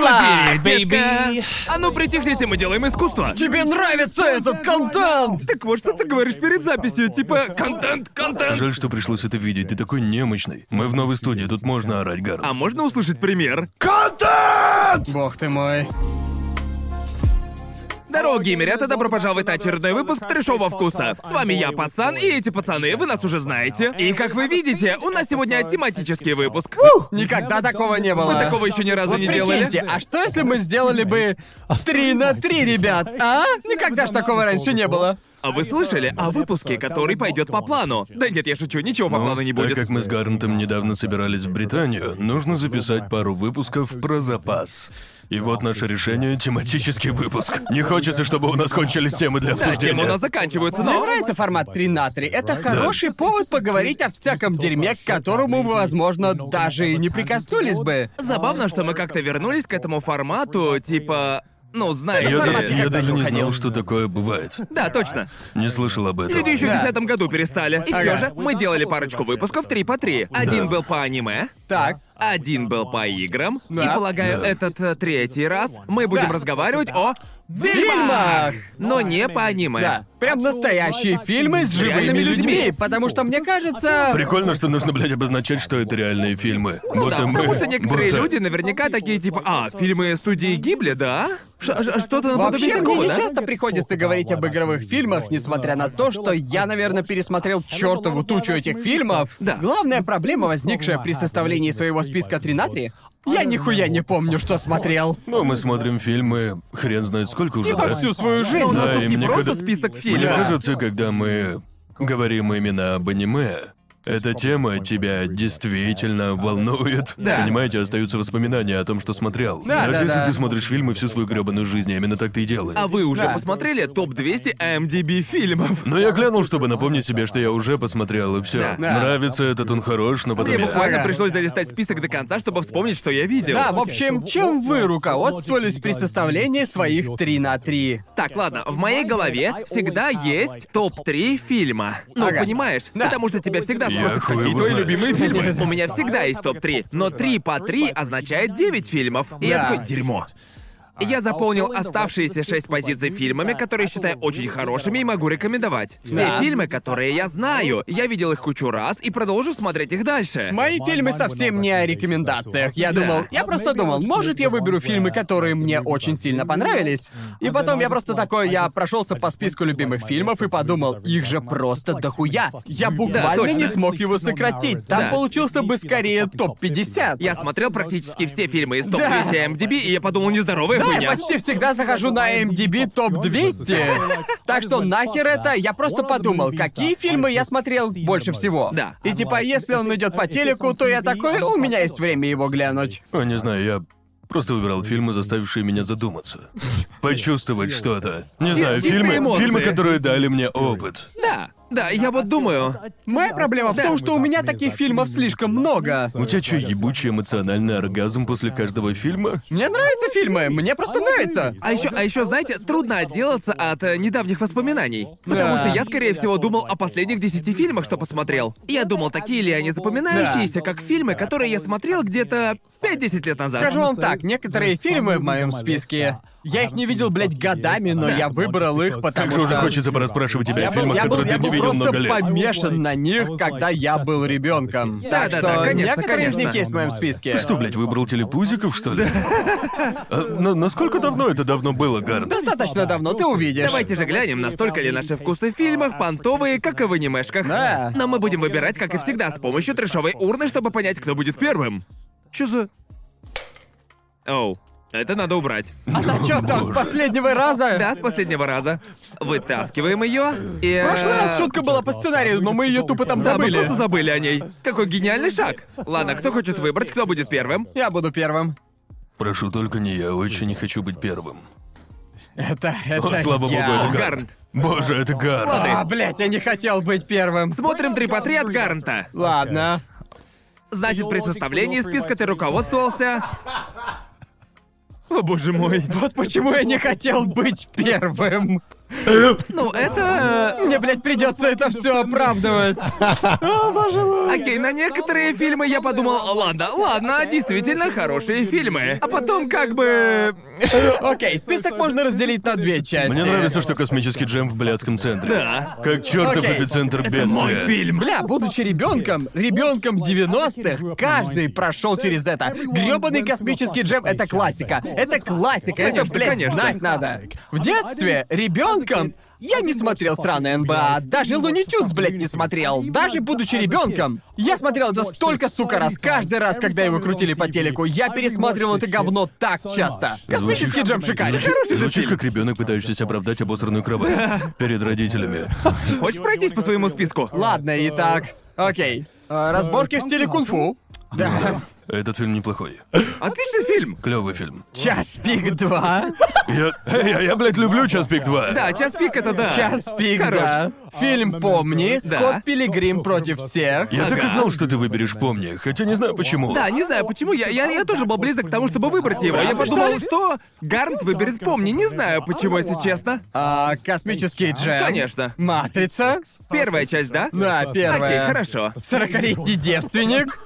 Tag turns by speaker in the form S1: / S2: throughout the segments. S1: Лови,
S2: baby.
S1: А ну притихните, мы делаем искусство.
S3: Тебе нравится этот контент?
S1: Так вот, что ты говоришь перед записью, типа контент, контент.
S4: Жаль, что пришлось это видеть. Ты такой немощный. Мы в новой студии, тут можно орать, Гард.
S1: А можно услышать пример?
S3: Бог ты мой.
S1: Здорово, геймерята, добро пожаловать на очередной выпуск трешового вкуса. С вами я, пацан, и эти пацаны, вы нас уже знаете. И как вы видите, у нас сегодня тематический выпуск.
S3: Никогда такого не было.
S1: Мы такого еще ни разу
S3: Вот
S1: не делали.
S3: прикиньте, а что если мы сделали бы три на три, ребят, а? Никогда ж такого раньше не было.
S1: А вы слышали о выпуске, который пойдет по плану? Да нет, я шучу, ничего по
S4: Ну,
S1: плану не
S4: так
S1: будет.
S4: как мы с Гарнтом недавно собирались в Британию, нужно записать пару выпусков про запас. И вот наше решение — тематический выпуск. Не хочется, чтобы у нас кончились темы для
S1: Да,
S4: обсуждения.
S1: темы у нас заканчиваются,
S3: Мне
S1: но...
S3: нравится формат 3 на 3. Это хороший повод поговорить о всяком дерьме, к которому мы, возможно, даже и не прикоснулись бы.
S1: Забавно, что мы как-то вернулись к этому формату, типа... Ну, знаете...
S4: Я, да-
S3: формат
S4: я
S3: никогда
S4: даже
S3: не
S4: не
S3: уходил.
S4: знал, что такое бывает.
S1: Да, точно.
S4: Не слышал об этом.
S1: Люди еще в
S3: Да.
S1: 10 году перестали. И все
S3: Ага.
S1: же мы делали парочку выпусков три по три. Один был по аниме,
S3: Так.
S1: один был по играм, и
S3: Да.
S1: полагаю, этот э, третий раз мы будем
S3: Да.
S1: разговаривать о фильмах,
S3: Фильмах!
S1: но не по аниме.
S3: Да, прям настоящие фильмы с живыми
S1: Реальными людьми.
S3: людьми, потому что мне кажется,
S4: Прикольно, что нужно, блядь, обозначать, что это реальные фильмы.
S1: Ну
S4: Будто
S1: да,
S4: мы-
S1: потому что некоторые
S4: будто-
S1: люди наверняка такие типа, а, фильмы студии Гибли, да? Ш- ш- Что-то наподобие
S3: Вообще, мне
S1: такого,
S3: не
S1: да?
S3: часто приходится говорить об игровых фильмах, несмотря на то, что я, наверное, пересмотрел чертову тучу этих фильмов.
S1: Да.
S3: Главная проблема, возникшая при составлении своего списка 3 на 3, я нихуя не помню, что смотрел.
S4: Ну, мы смотрим фильмы, хрен знает сколько уже,
S3: Типа
S4: да?
S3: всю свою
S1: Но у
S3: жизнь.
S1: нас
S4: Да,
S1: тут
S4: и
S1: не
S4: мне
S1: просто
S4: когда-
S1: список
S4: Мне
S1: фильмов.
S4: кажется, когда мы говорим именно об аниме, эта тема тебя действительно волнует.
S1: Да.
S4: Понимаете, остаются воспоминания о том, что смотрел.
S3: Да,
S4: Даже
S3: да,
S4: если
S3: да.
S4: ты смотришь фильмы всю свою гребаную жизнь, именно так ты и делаешь.
S1: А вы уже
S3: Да.
S1: посмотрели А топ-200 IMDb фильмов?
S4: Но я глянул, чтобы напомнить себе, что я уже посмотрел, и все.
S1: Да.
S3: Да.
S4: Нравится этот, он хорош, но потом
S1: Мне
S4: я...
S1: буквально
S3: Ага.
S1: пришлось долистать список до конца, чтобы вспомнить, что я видел.
S3: Да, в общем, чем вы руководствовались при составлении своих 3 на 3?
S1: Так, ладно, в моей голове всегда есть топ-3 фильма. Ну,
S3: Ага.
S1: понимаешь?
S3: Да.
S1: Потому что тебя всегда
S4: Я
S1: спросят,
S4: хуй
S1: какие
S4: его
S1: твои
S4: знает.
S1: любимые фильмы. У меня всегда есть топ-3, но 3 по 3 означает 9 фильмов. И я
S3: Да.
S1: такой, дерьмо.
S3: А,
S1: Я заполнил оставшиеся шесть позиций фильмами, которые считаю очень хорошими и могу рекомендовать. Все
S3: Да.
S1: фильмы, которые я знаю, я видел их кучу раз и продолжу смотреть их дальше.
S3: Мои фильмы совсем не о рекомендациях. Я
S1: Да.
S3: думал, я просто думал, может, я выберу фильмы, которые мне очень сильно понравились. И потом я просто такой, я прошелся по списку любимых фильмов и подумал, их же просто дохуя. Я буквально
S1: точно.
S3: не смог его сократить. Там
S1: Да.
S3: получился бы скорее топ-50.
S1: Я смотрел практически все фильмы из
S3: Да.
S1: топ-200 MDB, эм и я подумал, нездоровая
S3: Да, я
S1: хуйня.
S3: почти всегда захожу на MDB топ-200. Так что нахер это, я просто подумал, какие фильмы я смотрел больше всего.
S1: Да.
S3: И типа, если он идет по телеку, то я такой, у меня есть время его глянуть.
S4: О, не знаю, я просто выбирал фильмы, заставившие меня задуматься. Почувствовать что-то. Не знаю,
S1: чистые
S4: фильмы,
S1: эмоции.
S4: фильмы, которые дали мне опыт.
S1: Да, да, я вот думаю.
S3: Моя проблема в
S1: Да.
S3: том, что у меня таких фильмов слишком много.
S4: У тебя что, ебучий эмоциональный оргазм после каждого фильма?
S3: Мне нравятся фильмы, мне просто нравится.
S1: А еще, а еще, знаете, трудно отделаться от э, недавних воспоминаний. Потому
S3: Да.
S1: что я, скорее всего, думал о последних десяти фильмах, что посмотрел. Я думал, такие ли они запоминающиеся,
S5: Да.
S1: как фильмы, которые я смотрел где-то 5-10 лет назад.
S3: Скажу вам так, некоторые фильмы в моем списке. Я их не видел, блядь, годами, но я выбрал их, потому
S4: Как же уже
S3: что.
S4: хочется пораспрашивать тебя
S3: Я
S4: о
S3: был,
S4: фильмах,
S3: я был,
S4: которые
S3: я
S4: ты не
S3: был
S4: видел
S3: просто
S4: много лет.
S3: помешан на них, когда я был ребенком.
S5: Да,
S3: так
S1: да,
S3: что
S1: да, конечно,
S3: некоторые из
S1: конечно.
S3: них есть в моем списке.
S4: Ты что, блядь, выбрал телепузиков, что ли? А, на- насколько давно это давно было, Гарн?
S3: Достаточно давно, ты увидишь.
S1: Давайте же глянем, настолько ли наши вкусы в фильмах понтовые, как и в анимешках.
S3: Да.
S1: Но мы будем выбирать, как и всегда, с помощью трешовой урны, чтобы понять, кто будет первым. Чё за... Оу, это надо убрать.
S3: А на чё там с последнего раза?
S1: Да, с последнего раза. Вытаскиваем ее и...
S3: В прошлый раз
S1: э,
S3: шутка была по сценарию, но мы ее тупо там
S1: Да, мы
S3: забыли.
S1: просто забыли о ней. Какой гениальный шаг. Ладно, кто хочет выбрать, кто будет первым?
S3: Я буду первым.
S4: Прошу только не я, очень не хочу быть первым.
S3: Это, это
S4: О, слава богу,
S3: я.
S4: это Гарн.
S1: Гарнт.
S4: Боже, это Гарн.
S3: А, блядь, я не хотел быть первым.
S1: Смотрим три по три от Гарнта.
S3: Ладно.
S1: Значит, при составлении списка ты руководствовался... О боже мой.
S3: Вот почему я не хотел быть первым.
S1: Ну, это...
S3: Мне, блядь, придется это все оправдывать.
S1: Окей, на некоторые фильмы я подумал, ладно, ладно, действительно хорошие фильмы. А потом как бы...
S3: Окей, список можно разделить на две части.
S4: Мне нравится, что космический джем в блядском центре.
S1: Да.
S4: Как чертов
S3: Окей.
S4: эпицентр бедствия.
S1: а, Мой фильм.
S3: Бля, будучи ребенком, ребенком 90-х, каждый прошел через это. Грёбаный космический джем — это классика. Это классика, это,
S1: Конечно,
S3: блядь,
S1: конечно.
S3: знать надо. В детстве, ребенком, я не смотрел сраный НБА, даже Луни Тюнс, блядь, не смотрел. Даже будучи ребенком, я смотрел это столько, сука, раз. Каждый раз, когда его крутили по телеку, я пересматривал это говно так часто. Космический джем шикарен.
S1: Хороший же
S4: Звучишь,
S1: фильм.
S4: как ребенок, пытающийся оправдать обосранную кровать перед родителями.
S1: Хочешь пройтись по своему списку?
S3: Ладно, итак, окей. Э, Разборки в стиле кунг-фу. Да.
S4: Этот фильм неплохой.
S1: Отличный фильм.
S4: Клевый фильм.
S3: Час пик два.
S4: Я, Эй, а я, блядь, люблю «Час пик 2».
S1: Да, час пик это да.
S3: Час пик,
S1: Хорош.
S3: да. Фильм «Помни»,
S1: Да.
S3: Скотт Пилигрим против всех.
S4: Я так и знал, что ты выберешь «Помни», хотя не знаю почему.
S1: Да, не знаю почему, я, я, я тоже был близок к тому, чтобы выбрать его. Я
S4: Правда,
S1: подумал,
S3: что ли?
S1: что Гарнт выберет «Помни». Не знаю почему, если честно.
S3: А, космический джем.
S1: Конечно.
S3: Матрица.
S1: Первая часть, да?
S3: Э. Да,
S1: Окей,
S3: первая.
S1: хорошо.
S3: Сорокалетний девственник.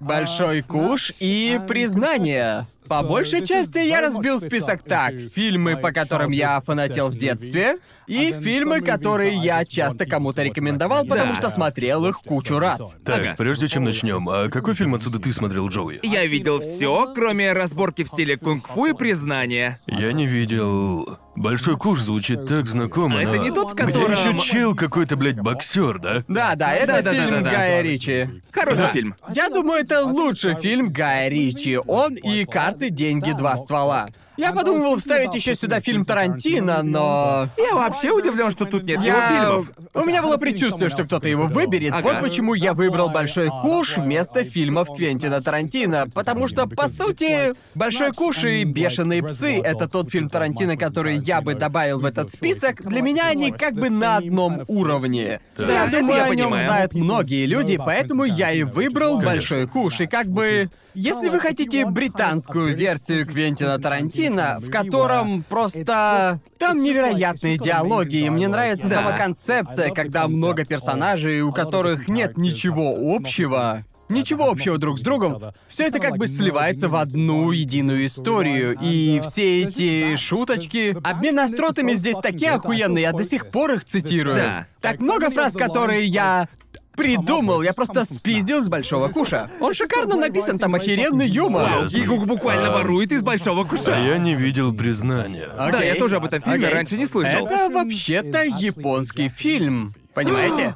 S3: Большой куш и признание. По большей части я разбил список так. Фильмы, по которым я фанател в детстве, и фильмы, которые я часто кому-то рекомендовал, потому
S1: Да.
S3: что смотрел их кучу раз.
S4: Так,
S1: Ага.
S4: прежде чем начнем, а какой фильм отсюда ты смотрел, Джоуи?
S1: Я видел все, кроме разборки в стиле кунг-фу и признания.
S4: Я не видел. Большой куш звучит так знакомо.
S1: А это
S4: но-
S1: не тот,
S4: Где
S1: которым-
S4: еще чел какой-то, блядь, боксер, да?
S3: Да, да, это
S1: Да-да-да-да-да.
S3: фильм Гая Ричи.
S1: Хороший фильм.
S3: Я думаю, это лучший фильм Гая Ричи. Он и карты, деньги, два ствола. Я подумывал вставить еще сюда фильм Тарантино, но.
S1: Я вообще удивлен, что тут нет его
S3: Я...
S1: фильмов.
S3: У меня было предчувствие, что кто-то его выберет.
S1: Ага.
S3: Вот почему я выбрал «Большой куш» вместо фильмов Квентина Тарантино. Потому что, по сути, «Большой куш» и «Бешеные псы» — это тот фильм Тарантино, который я бы добавил в этот список. Для меня они как бы на одном уровне.
S1: Да,
S3: я
S1: это
S3: думаю,
S1: я
S3: о нем
S1: понимаю.
S3: знают многие люди, поэтому я и выбрал «Большой куш». И как бы... Если вы хотите британскую версию Квентина Тарантино, в котором просто... Там невероятные диалоги, и мне нравится
S2: Да.
S3: сама концепция, когда много персонажей, у которых нет ничего общего, ничего общего друг с другом, все это как бы сливается в одну единую историю. И все эти шуточки, обмен остротами здесь такие охуенные, я до сих пор их цитирую.
S1: Да.
S3: Так много фраз, которые я придумал, я просто спиздил с большого куша. Он шикарно Ну, написан, там охеренный юмор.
S1: Вау,
S4: Ясно.
S1: Гигук буквально
S4: А.
S1: ворует из большого
S4: А
S1: куша.
S4: я не видел признания.
S3: Окей.
S1: Да, я тоже об этом фильме
S3: Окей.
S1: раньше не слышал.
S3: Это вообще-то японский фильм, понимаете?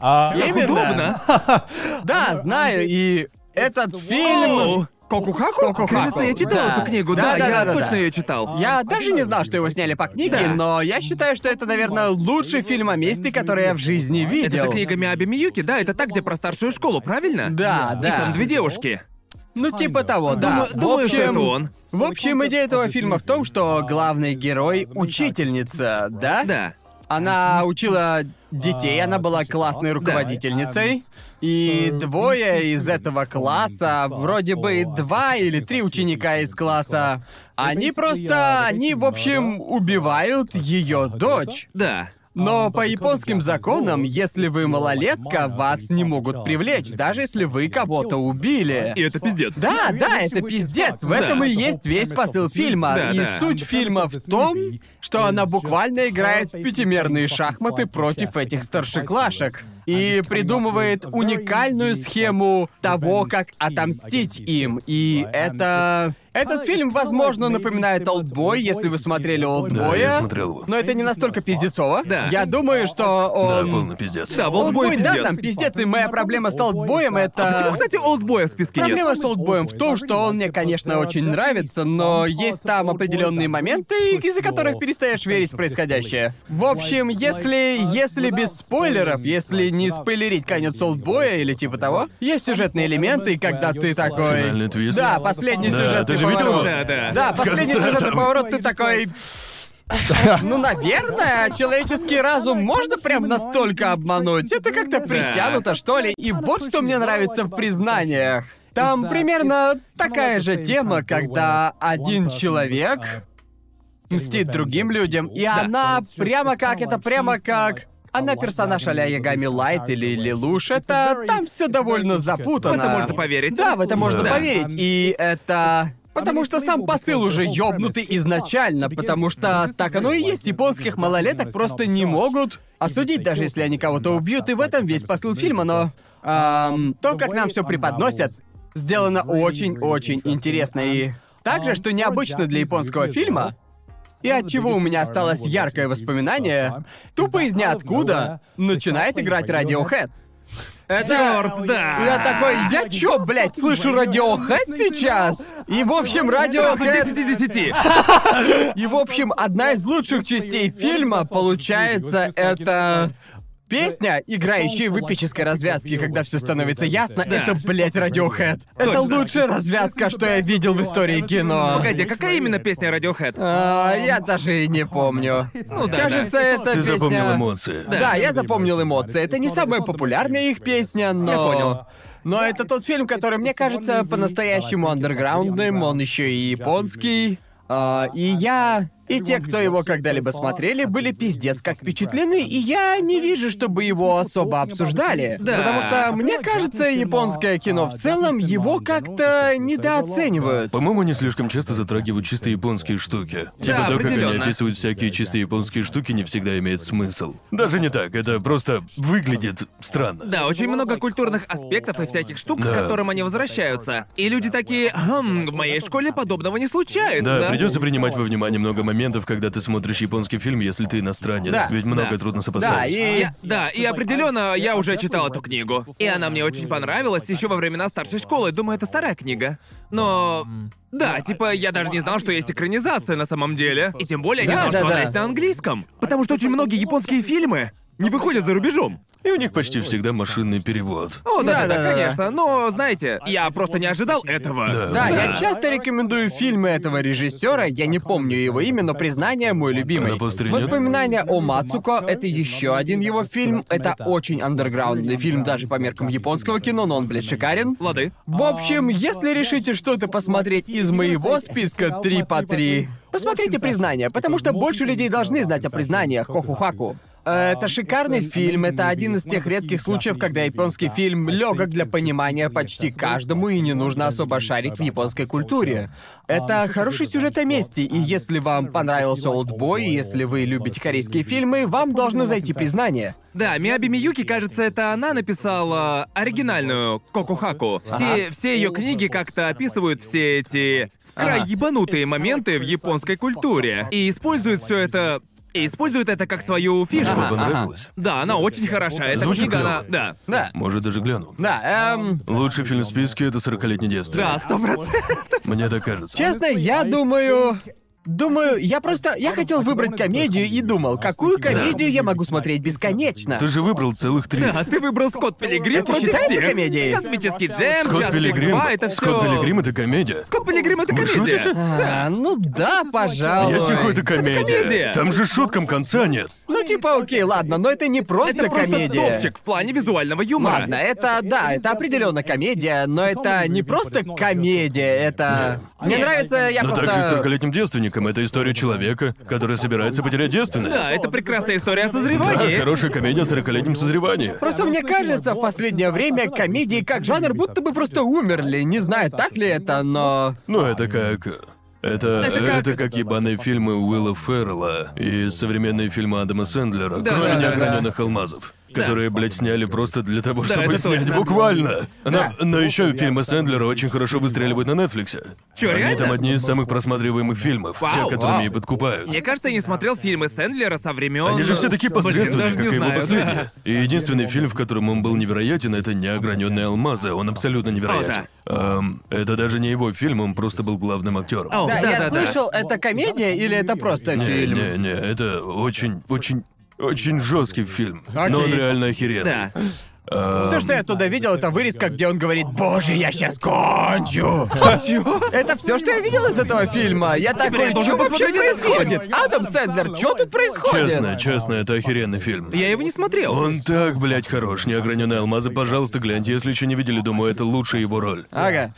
S3: Именно.
S1: Удобно.
S3: Да, знаю, и этот фильм...
S1: Оу. Кокухаку?
S3: Кокухаку.
S1: Кажется, я читал
S3: Да.
S1: эту книгу, да,
S3: Да, да,
S1: я
S3: да, да,
S1: точно
S3: да.
S1: ее читал.
S3: Я даже не знал, что его сняли по книге,
S2: Да.
S3: но я считаю, что это, наверное, лучший фильм о месте, который я в жизни видел.
S1: Это же книга Миаби Миюки, да, это та, где про старшую школу, правильно?
S3: Да, да.
S1: И там две девушки.
S3: Ну, типа того, да.
S1: Думаю, думаю,
S3: в
S1: что это
S3: общем,
S1: он.
S3: В общем, идея этого фильма в том, что главный герой — учительница, да?
S1: Да.
S3: Она учила детей, она была классной руководительницей. И двое из этого класса, вроде бы два или три ученика из класса, они просто, они, в общем, убивают ее дочь.
S1: Да.
S3: Но по японским законам, если вы малолетка, вас не могут привлечь, даже если вы кого-то убили.
S1: И это пиздец.
S3: Да, да, это пиздец. В
S2: Да.
S3: этом и есть весь посыл фильма.
S1: Да,
S3: и
S1: да.
S3: суть фильма в том, что она буквально играет в пятимерные шахматы против этих старшеклашек. И придумывает уникальную схему того, как отомстить им. И это... Этот фильм, возможно, напоминает «Олдбой», если вы смотрели «Олдбоя».
S4: Да, я смотрел его.
S3: Но это не настолько пиздецово.
S1: Да.
S3: Я думаю, что
S4: Да,
S3: он...
S4: полный пиздец.
S1: Да,
S3: «Олдбой»,
S1: Олдбой
S3: да,
S1: пиздец. А
S3: там пиздец, и моя проблема с «Олдбоем» — это...
S1: Почему, кстати, Олдбоя в списке нет?
S3: Проблема с Олдбоем в том, что он мне, конечно, очень нравится, но есть там определенные моменты, из-за которых перестаешь верить в происходящее. В общем, если... если без спойлеров, если не спойлерить конец Олдбоя или типа того, есть сюжетные элементы, когда ты такой...
S4: Финальный твист.
S3: Да, последний
S4: Да,
S3: сюжетный
S4: ты же видел
S3: поворот.
S4: его?
S1: Да, да.
S3: Да, последний
S4: конце
S3: сюжетный
S4: там.
S3: поворот ты такой... Ну, наверное, человеческий разум можно прям настолько обмануть. Это как-то притянуто, что ли. И вот что мне нравится в признаниях. А, Там примерно такая же тема, когда один человек мстит другим людям, и
S4: Да.
S3: она прямо как это прямо как. Она персонаж а-ля Ягами Лайт или Лилуш, это там все довольно запутано.
S1: В это можно поверить.
S3: Да, в это можно
S4: Да.
S3: поверить. И это. Потому что сам посыл уже ёбнутый изначально, потому что так оно и есть, японских малолеток просто не могут осудить, даже если они кого-то убьют, и в этом весь посыл фильма, но эм, то, как нам все преподносят, сделано очень-очень интересно и также, что необычно для японского фильма, и от чего у меня осталось яркое воспоминание, тупо из ниоткуда начинает играть Radiohead. Это...
S1: Чёрт, да.
S3: Я такой, я чё, блядь, слышу Radiohead сейчас? И, в общем,
S1: Сразу
S3: Radiohead...
S1: 10 из 10.
S3: И, в общем, одна из лучших частей фильма, получается, это... Песня, играющая в эпической развязке, когда все становится ясно,
S2: Да.
S3: это, блядь, Radiohead. Это
S1: Точно.
S3: лучшая развязка, что я видел в истории кино.
S1: Погоди, какая именно песня Radiohead?
S3: А, я даже и не помню.
S1: Ну да,
S3: Кажется, это
S4: Ты
S3: песня...
S4: запомнил эмоции.
S3: Да. я запомнил эмоции. Это не самая популярная их песня, но...
S1: Я понял.
S3: Но это тот фильм, который, мне кажется, по-настоящему андерграундным, он еще и японский. А, и я... И те, кто его когда-либо смотрели, были пиздец как впечатлены, и я не вижу, чтобы его особо обсуждали.
S1: Да.
S3: Потому что, мне кажется, японское кино в целом его как-то недооценивают.
S4: По-моему, они слишком часто затрагивают чисто японские штуки. типа то, как они
S1: определенно.
S4: описывают всякие чисто японские штуки, не всегда имеет смысл. Даже не так, это просто выглядит странно.
S1: Да, очень много культурных аспектов и всяких штук,
S4: Да.
S1: к которым они возвращаются. И люди такие, «Хм, в моей школе подобного не случается.
S4: Да, придется принимать во внимание много моментов, когда ты смотришь японский фильм, если ты иностранец.
S3: Да.
S4: Ведь многое
S1: Да.
S4: трудно
S3: Да,
S4: сопоставить.
S3: и...
S1: Я- да, и определенно я уже читал эту книгу. И она мне очень понравилась еще во времена старшей школы. Думаю, это старая книга. Но. Да, типа, я даже не знал, что есть экранизация на самом деле. И тем более не
S3: Да,
S1: знал,
S3: да,
S1: что
S3: да.
S1: она есть на английском. Потому что очень многие японские фильмы не выходят за рубежом.
S4: И у них почти всегда машинный перевод.
S1: О, да, да,
S3: Да-да-да.
S1: да, конечно. Но, знаете, я просто не ожидал этого.
S4: Да.
S3: Да, я часто рекомендую фильмы этого режиссера, я не помню его имя, но признание мой любимый.
S4: На постере нет?
S3: Воспоминания о Мацуко это еще один его фильм. Это очень андерграундный фильм даже по меркам японского кино, но он, блядь, шикарен.
S1: Лады.
S3: В общем, если решите что-то посмотреть из моего списка 3 по 3, посмотрите «Признание», потому что больше людей должны знать о признаниях Кохухаку. Э, Это шикарный фильм, это один из тех редких случаев, когда японский фильм легок для понимания почти каждому и не нужно особо шарить в японской культуре. Это хороший сюжет о месте, и если вам понравился «Олдбой», и если вы любите корейские фильмы, вам должно зайти «Признание».
S1: Да, Миаби Миюки, кажется, это она написала оригинальную Кокухаку. Все, все ее книги как-то описывают все эти в край
S3: Ага.
S1: ебанутые моменты в японской культуре. И используют все это. И используют это как свою фишку.
S4: Тебе
S3: Ага, ага.
S4: понравилось?
S1: Да, она очень хороша. Эта
S4: Звучит
S1: книга,
S4: клёво.
S1: она. Да.
S3: Да,
S4: Может, даже гляну.
S3: да, эм...
S4: Лучший фильм в списке — это «40-летний девственник».
S1: Да, сто процентов.
S4: Мне так кажется.
S3: Честно, я думаю... Думаю, я просто... Я хотел выбрать комедию и думал, какую комедию я могу смотреть бесконечно.
S4: Ты же выбрал целых три.
S1: Да, ты выбрал Скотт Пилигрим
S3: Это
S1: против
S3: считается
S1: всех.
S3: комедией?
S1: Космический джем,
S4: Скотт
S1: Джастин
S4: Пилигрим.
S1: это все.
S4: Скотт Пилигрим — это комедия.
S1: Скотт Пилигрим это
S4: Вы шутите?
S1: комедия.
S3: А, ну да, пожалуй.
S4: А Я сиху, это комедия.
S1: комедия.
S4: Там же шуткам конца нет.
S3: Ну типа, окей, ладно, но это не просто
S1: Это просто
S3: комедия.
S1: топчик в плане визуального юмора.
S3: Ладно, это да, это определенно комедия, но это не просто комедия, это. Мне нравится, я
S4: Но
S3: просто.
S4: также с 40-летним девственником это история человека, который собирается потерять девственность.
S1: Да, это прекрасная история о
S4: Да,
S1: созревании.
S4: хорошая комедия о 40-летнем созревании.
S3: Просто мне кажется, в последнее время комедии как жанр будто бы просто умерли. Не знаю, так ли это, но.
S4: Ну, это как... э, Это,
S1: Это
S4: это,
S1: как-
S4: как... ебаные фильмы Уилла Феррелла и современные фильмы Адама Сэндлера,
S1: Да, да,
S4: кроме
S1: да,
S4: неограненных алмазов, которые, блядь, сняли просто для того,
S1: Да,
S4: чтобы
S1: это
S4: снять
S1: точно.
S4: буквально. Но, но еще фильмы Сэндлера очень хорошо выстреливают на Нетфликсе.
S1: Чё,
S4: Они
S1: реально?
S4: там одни из самых просматриваемых фильмов,
S1: Вау,
S4: те, которыми
S3: вау.
S4: и подкупают.
S1: Мне кажется, я не смотрел фильмы Сэндлера со времен.
S4: Они же все такие посредственные,
S1: даже
S4: как
S1: не
S4: и его
S1: знаю,
S4: последний.
S1: да.
S4: И единственный фильм, в котором он был невероятен, это «Неограненные алмазы». Он абсолютно невероятен. Эм, это даже не его фильм, он просто был главным актером.
S1: О,
S3: Да,
S1: да,
S3: я
S1: да, да.
S3: слышал, это комедия или это просто
S4: не,
S3: фильм?
S4: не, не, это очень, очень, очень жесткий фильм.
S3: Окей.
S4: Но он реально охеренный.
S1: Да.
S3: Все, что я оттуда видел, это вырезка, где он говорит «Боже, я сейчас кончу!» Это все, что я видел из этого фильма. Я такой,
S1: я должен
S3: что вообще
S1: посмотреть этот фильм».
S3: происходит? Адам Сэндлер, что тут происходит?
S4: Честно, честно, это охеренный фильм.
S1: Я его не смотрел.
S4: Он так,
S3: А?
S4: блядь, хорош. Неограненные алмазы, пожалуйста, гляньте, если еще не видели, думаю, это лучшая его роль.
S3: Ага.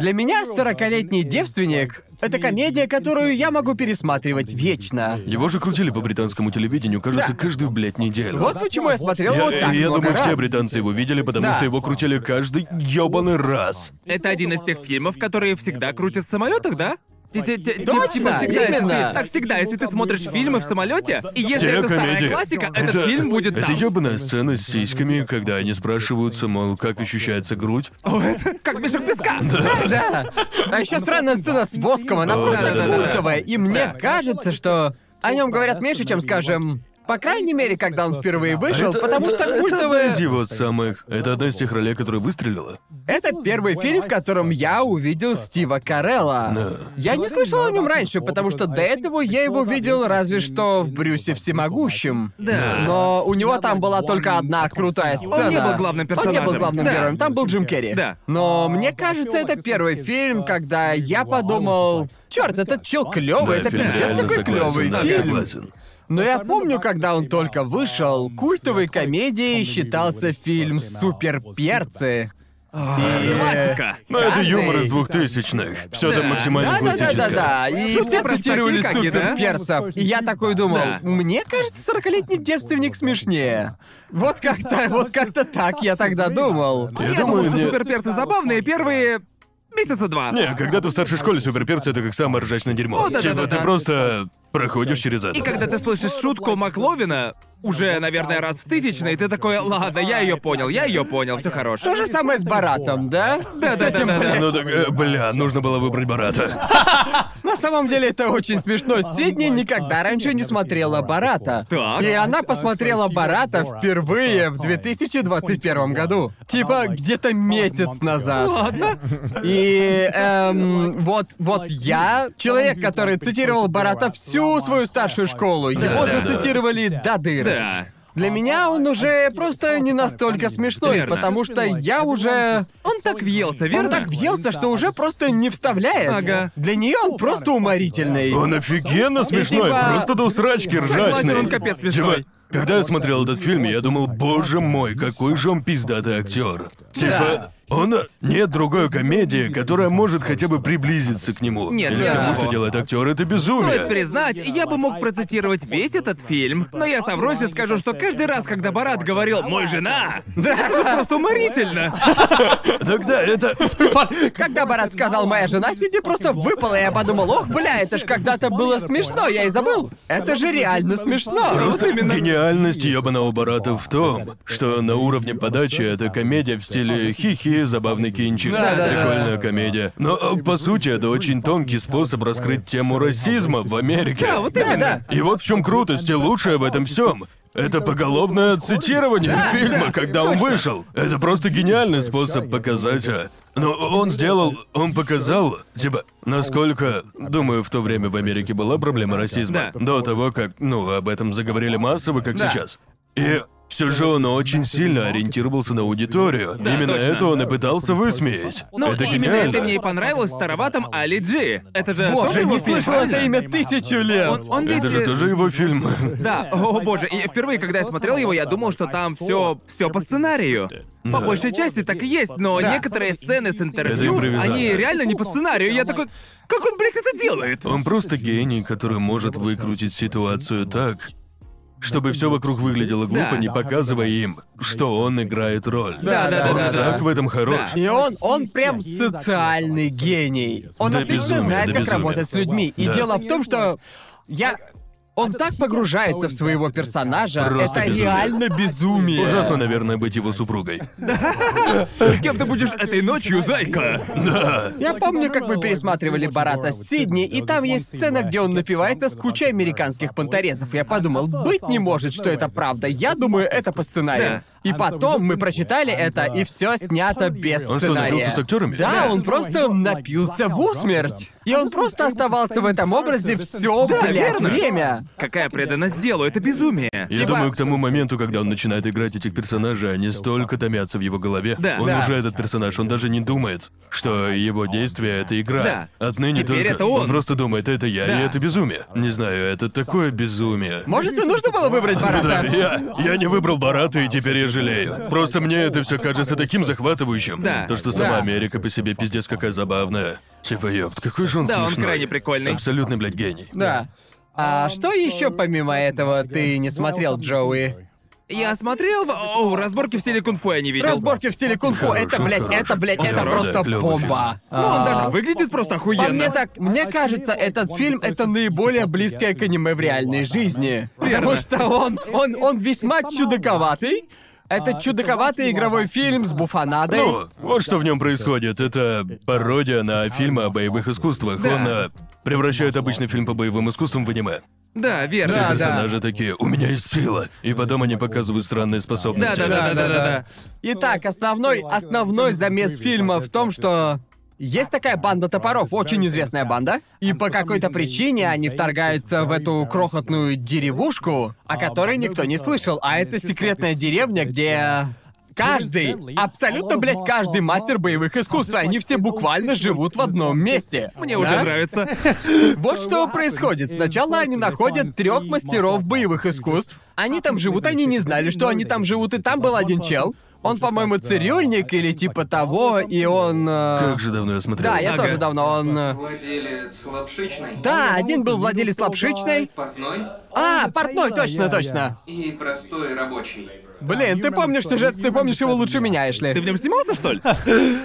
S3: Для меня 40-летний девственник — это комедия, которую я могу пересматривать вечно.
S4: Его же крутили по британскому телевидению, кажется, каждую, блядь, неделю.
S3: Вот почему я смотрел его
S4: Я-
S3: так
S4: я
S3: много
S4: думаю, все
S3: раз.
S4: британцы его видели, потому
S3: Да.
S4: что его крутили каждый ёбаный раз.
S1: Это один из тех фильмов, которые всегда крутят в самолетах, да? Ти- ти- ти- ти-
S3: Точно,
S1: типа всегда, если ты-
S3: именно.
S1: так всегда, если ты смотришь фильмы в самолете, и если
S4: Все
S1: это
S4: комедии.
S1: старая классика, этот
S4: Это-
S1: фильм будет
S4: Это
S1: там.
S4: ёбаная сцена с сиськами, когда они спрашиваются, мол, как ощущается грудь.
S1: О, это как мешок песка.
S3: Да. А еще странная сцена с воском, она
S4: О,
S3: просто
S4: да-да-да.
S3: культовая. И мне
S1: Да.
S3: кажется, что о нем говорят меньше, чем, скажем, по крайней мере, когда он впервые вышел,
S4: А Это-
S3: потому
S4: это-
S3: что
S4: это одна
S3: культовая...
S4: из его самых... Это одна из тех ролей, которая выстрелила.
S3: Это первый фильм, в котором я увидел Стива Карелла.
S4: Да.
S3: Я не слышал о нем раньше, потому что до этого я его видел разве что в Брюсе Всемогущем.
S1: Да.
S3: Но у него там была только одна крутая
S2: Он
S3: сцена.
S1: не был главным
S3: Он не был
S1: персонажем.
S3: главным
S1: Да.
S3: героем, там был Джим Керри.
S1: Да.
S3: Но мне кажется, это первый фильм, когда я подумал, черт, этот чел клевый,
S4: Да,
S3: это
S4: фильм
S3: пиздец
S4: реально
S3: какой
S4: согласен,
S3: клевый
S4: да,
S3: фильм.
S4: согласен.
S3: Но я помню, когда он только вышел, культовой комедией считался фильм «Суперперцы». И-
S1: Классика.
S4: Но это
S3: Каждый-
S4: юмор из двухтысячных. Все
S1: Да.
S4: там максимально
S3: Да, да, да, да,
S4: классическое.
S3: да. И
S1: Шутки
S3: все
S1: про
S3: цитировали
S1: стратегии, да?
S3: суперперцев. И я такой думал,
S1: Да.
S3: мне кажется, 40-летний девственник смешнее. Вот как-то, вот как-то так я тогда думал.
S1: Я,
S4: Я
S1: думал,
S4: думаю,
S1: что
S4: мне-
S1: суперперцы забавные первые месяца два.
S4: Не, когда ты в старшей школе суперперцы, это как самое ржачное дерьмо.
S1: О, да-да-да-да.
S4: типа ты просто проходишь через это.
S1: И когда ты слышишь шутку Макловина, уже, наверное, раз в тысячный, ты такой, ладно, я ее понял, я ее понял, все хорош.
S3: То же самое с Баратом, да?
S1: Да,
S3: С
S1: да,
S3: этим,
S1: да, да, да.
S3: блядь.
S4: Ну так, э, бля, нужно было выбрать Барата.
S3: На самом деле это очень смешно. Сидни
S1: а,
S3: никогда раньше не смотрела Барата.
S1: Так.
S3: И она посмотрела Барата впервые в 2021 году. Типа где-то месяц назад. Ладно. И эм, вот, вот я, человек, который цитировал Барата всю свою старшую школу, его
S4: да, да.
S3: зацитировали до дыры.
S1: Да.
S3: Для меня он уже просто не настолько смешной,
S1: Верно.
S3: потому что я уже...
S1: Он так въелся,
S3: Он
S1: верно?
S3: так въелся, что уже просто не вставляет.
S1: Ага.
S3: Для нее он просто уморительный.
S4: Он офигенно смешной,
S3: типа-
S4: просто до срачки
S1: Согласен,
S4: ржачный.
S1: он капец смешной.
S4: Типа, когда я смотрел этот фильм, я думал, боже мой, какой же он пиздатый актер. Типа, он... Нет другой комедии, которая может хотя бы приблизиться к нему.
S1: Нет,
S4: Или
S1: ни
S4: тому,
S1: одного.
S4: что делает актер, это безумие.
S1: Стоит признать, я бы мог процитировать весь этот фильм, но я соврусь и скажу, что каждый раз, когда Барат говорил «мой жена», это же просто уморительно.
S4: Тогда это...
S3: Когда Барат сказал «моя жена», Сидни просто выпала, и я подумал, ох, бля, это ж когда-то было смешно, я и забыл. Это же реально смешно.
S4: Просто гениальность ебаного Барата в том, что на уровне подачи это комедия в стиле хихи, забавный кинчик,
S3: Да-да-да.
S4: прикольная комедия. Но э, по сути это очень тонкий способ раскрыть тему расизма в Америке.
S1: Да, вот именно.
S3: Да.
S4: И вот в чем крутость и лучшее в этом всем. Это поголовное цитирование фильма, когда он вышел. Это просто гениальный способ показать. а. Но он сделал, он показал, типа, насколько, думаю, в то время в Америке была проблема расизма.
S1: Да.
S4: До того, как, ну, об этом заговорили массово, как
S3: Да.
S4: сейчас. И все же он очень сильно ориентировался на аудиторию. Именно
S1: точно.
S4: это он и пытался высмеять.
S1: Ну,
S4: это
S1: именно
S4: гениально.
S1: это мне и понравилось в староватом Али Джи. Это же тоже
S3: Боже,
S1: его
S3: не
S1: фильм,
S3: слышал это
S1: правильно?
S3: имя тысячу лет.
S1: Он, он ведь...
S4: Это же тоже его фильм.
S1: Да, о боже, и впервые, когда я смотрел его, я думал, что там все, все по сценарию. По
S4: Да.
S1: большей части так и есть, но
S3: Да.
S1: некоторые сцены с
S4: Это
S1: интервью,
S4: импровизация.
S1: они реально не по сценарию. Я такой, как он, блядь, это делает?
S4: Он просто гений, который может выкрутить ситуацию так, чтобы все вокруг выглядело глупо,
S1: Да.
S4: не показывая им, что он играет роль.
S3: Да, да,
S4: он
S3: да, да.
S4: так в этом хорош.
S3: И он, он прям социальный гений. Он
S4: Да
S3: отлично
S4: безумие,
S3: знает,
S4: да
S3: как
S4: безумие.
S3: работать с людьми. И
S4: Да.
S3: дело в том, что я... Он так погружается в своего персонажа.
S4: Просто
S3: это
S4: безумие.
S3: реально безумие.
S4: Ужасно, наверное, быть его супругой.
S1: Кем ты будешь этой ночью, зайка?
S4: Да.
S3: Я помню, как мы пересматривали Барата с Сидни, и там есть сцена, где он напивается с кучей американских понторезов. Я подумал, быть не может, что это правда. Я думаю, это по сценарию. И потом мы прочитали это, и все снято без
S4: Он что,
S3: сценария.
S4: напился с актерами?
S3: Да,
S2: Да.
S3: он просто напился в усмерть. И он просто оставался в этом образе все,
S2: Да,
S3: блядь,
S2: верно.
S3: время.
S1: Какая преданность делу, это безумие.
S4: Я думаю, к тому моменту, когда он начинает играть этих персонажей, они столько томятся в его голове.
S1: Да.
S4: Он
S1: Да.
S4: уже этот персонаж, он даже не думает, что его действие это игра.
S1: Да.
S4: Отныне
S1: Теперь
S4: только-
S1: это он.
S4: просто думает, это я,
S1: Да.
S4: и это безумие. Не знаю, это такое безумие.
S3: Может, и нужно было выбрать
S4: Да,
S3: Барата?
S4: я, я не выбрал Барата, и теперь я жалею. Просто мне это все кажется таким захватывающим.
S1: Да.
S4: То, что сама
S3: Да.
S4: Америка по себе пиздец какая забавная. Типа, ёпт, какой же он
S1: Да, он
S4: смешной.
S1: крайне прикольный.
S4: Абсолютный, блядь, гений.
S3: Да. А что еще помимо этого ты не смотрел, Джоуи?
S1: Я смотрел... в- О, разборки в стиле кунг-фу я не видел.
S3: Разборки в стиле кунг-фу,
S4: Хороший,
S3: это, блядь,
S4: хороший.
S3: это, блядь, это
S4: Хороший,
S3: просто
S4: клёвый
S3: бомба.
S1: Ну, он даже
S3: А,
S1: выглядит просто
S3: По мне
S1: охуенно.
S3: так, мне кажется, этот фильм — это наиболее близкое к аниме в реальной жизни. Потому что он, он, он весьма чудаковатый. А, Это чудаковатый игровой фильм с буфанадой.
S4: Ну, вот что в нем происходит. Это пародия на фильмы о боевых искусствах. Он э, превращает обычный фильм по боевым искусствам в аниме.
S1: Да, верно.
S3: Да,
S4: Персонажи такие, у меня есть сила. И потом они показывают странные способности.
S1: Да-да-да-да-да-да.
S3: Итак, основной, основной замес фильма в том, что есть такая банда топоров, очень известная банда, и по какой-то причине они вторгаются в эту крохотную деревушку, о которой никто не слышал, а это секретная деревня, где каждый, абсолютно, блядь, каждый мастер боевых искусств, и они все буквально живут в одном месте.
S1: Мне
S3: Да?
S1: уже нравится.
S3: Вот что происходит. Сначала они находят трех мастеров боевых искусств. Они там живут, они не знали, что они там живут, и там был один чел. Он, по-моему, цирюльник или типа того, и он... э,
S4: Как же давно я смотрел.
S3: Да, я
S1: Ага.
S3: тоже давно, он... э,
S2: Владелец лапшичной,
S3: Да, один был владелец лапшичной.
S2: портной
S3: А, портной, точно, точно.
S2: и простой рабочий.
S3: Блин, ты помнишь сюжет, ты помнишь его лучше меня,
S1: Ты в
S3: Эшли.
S1: нем снимался, что ли?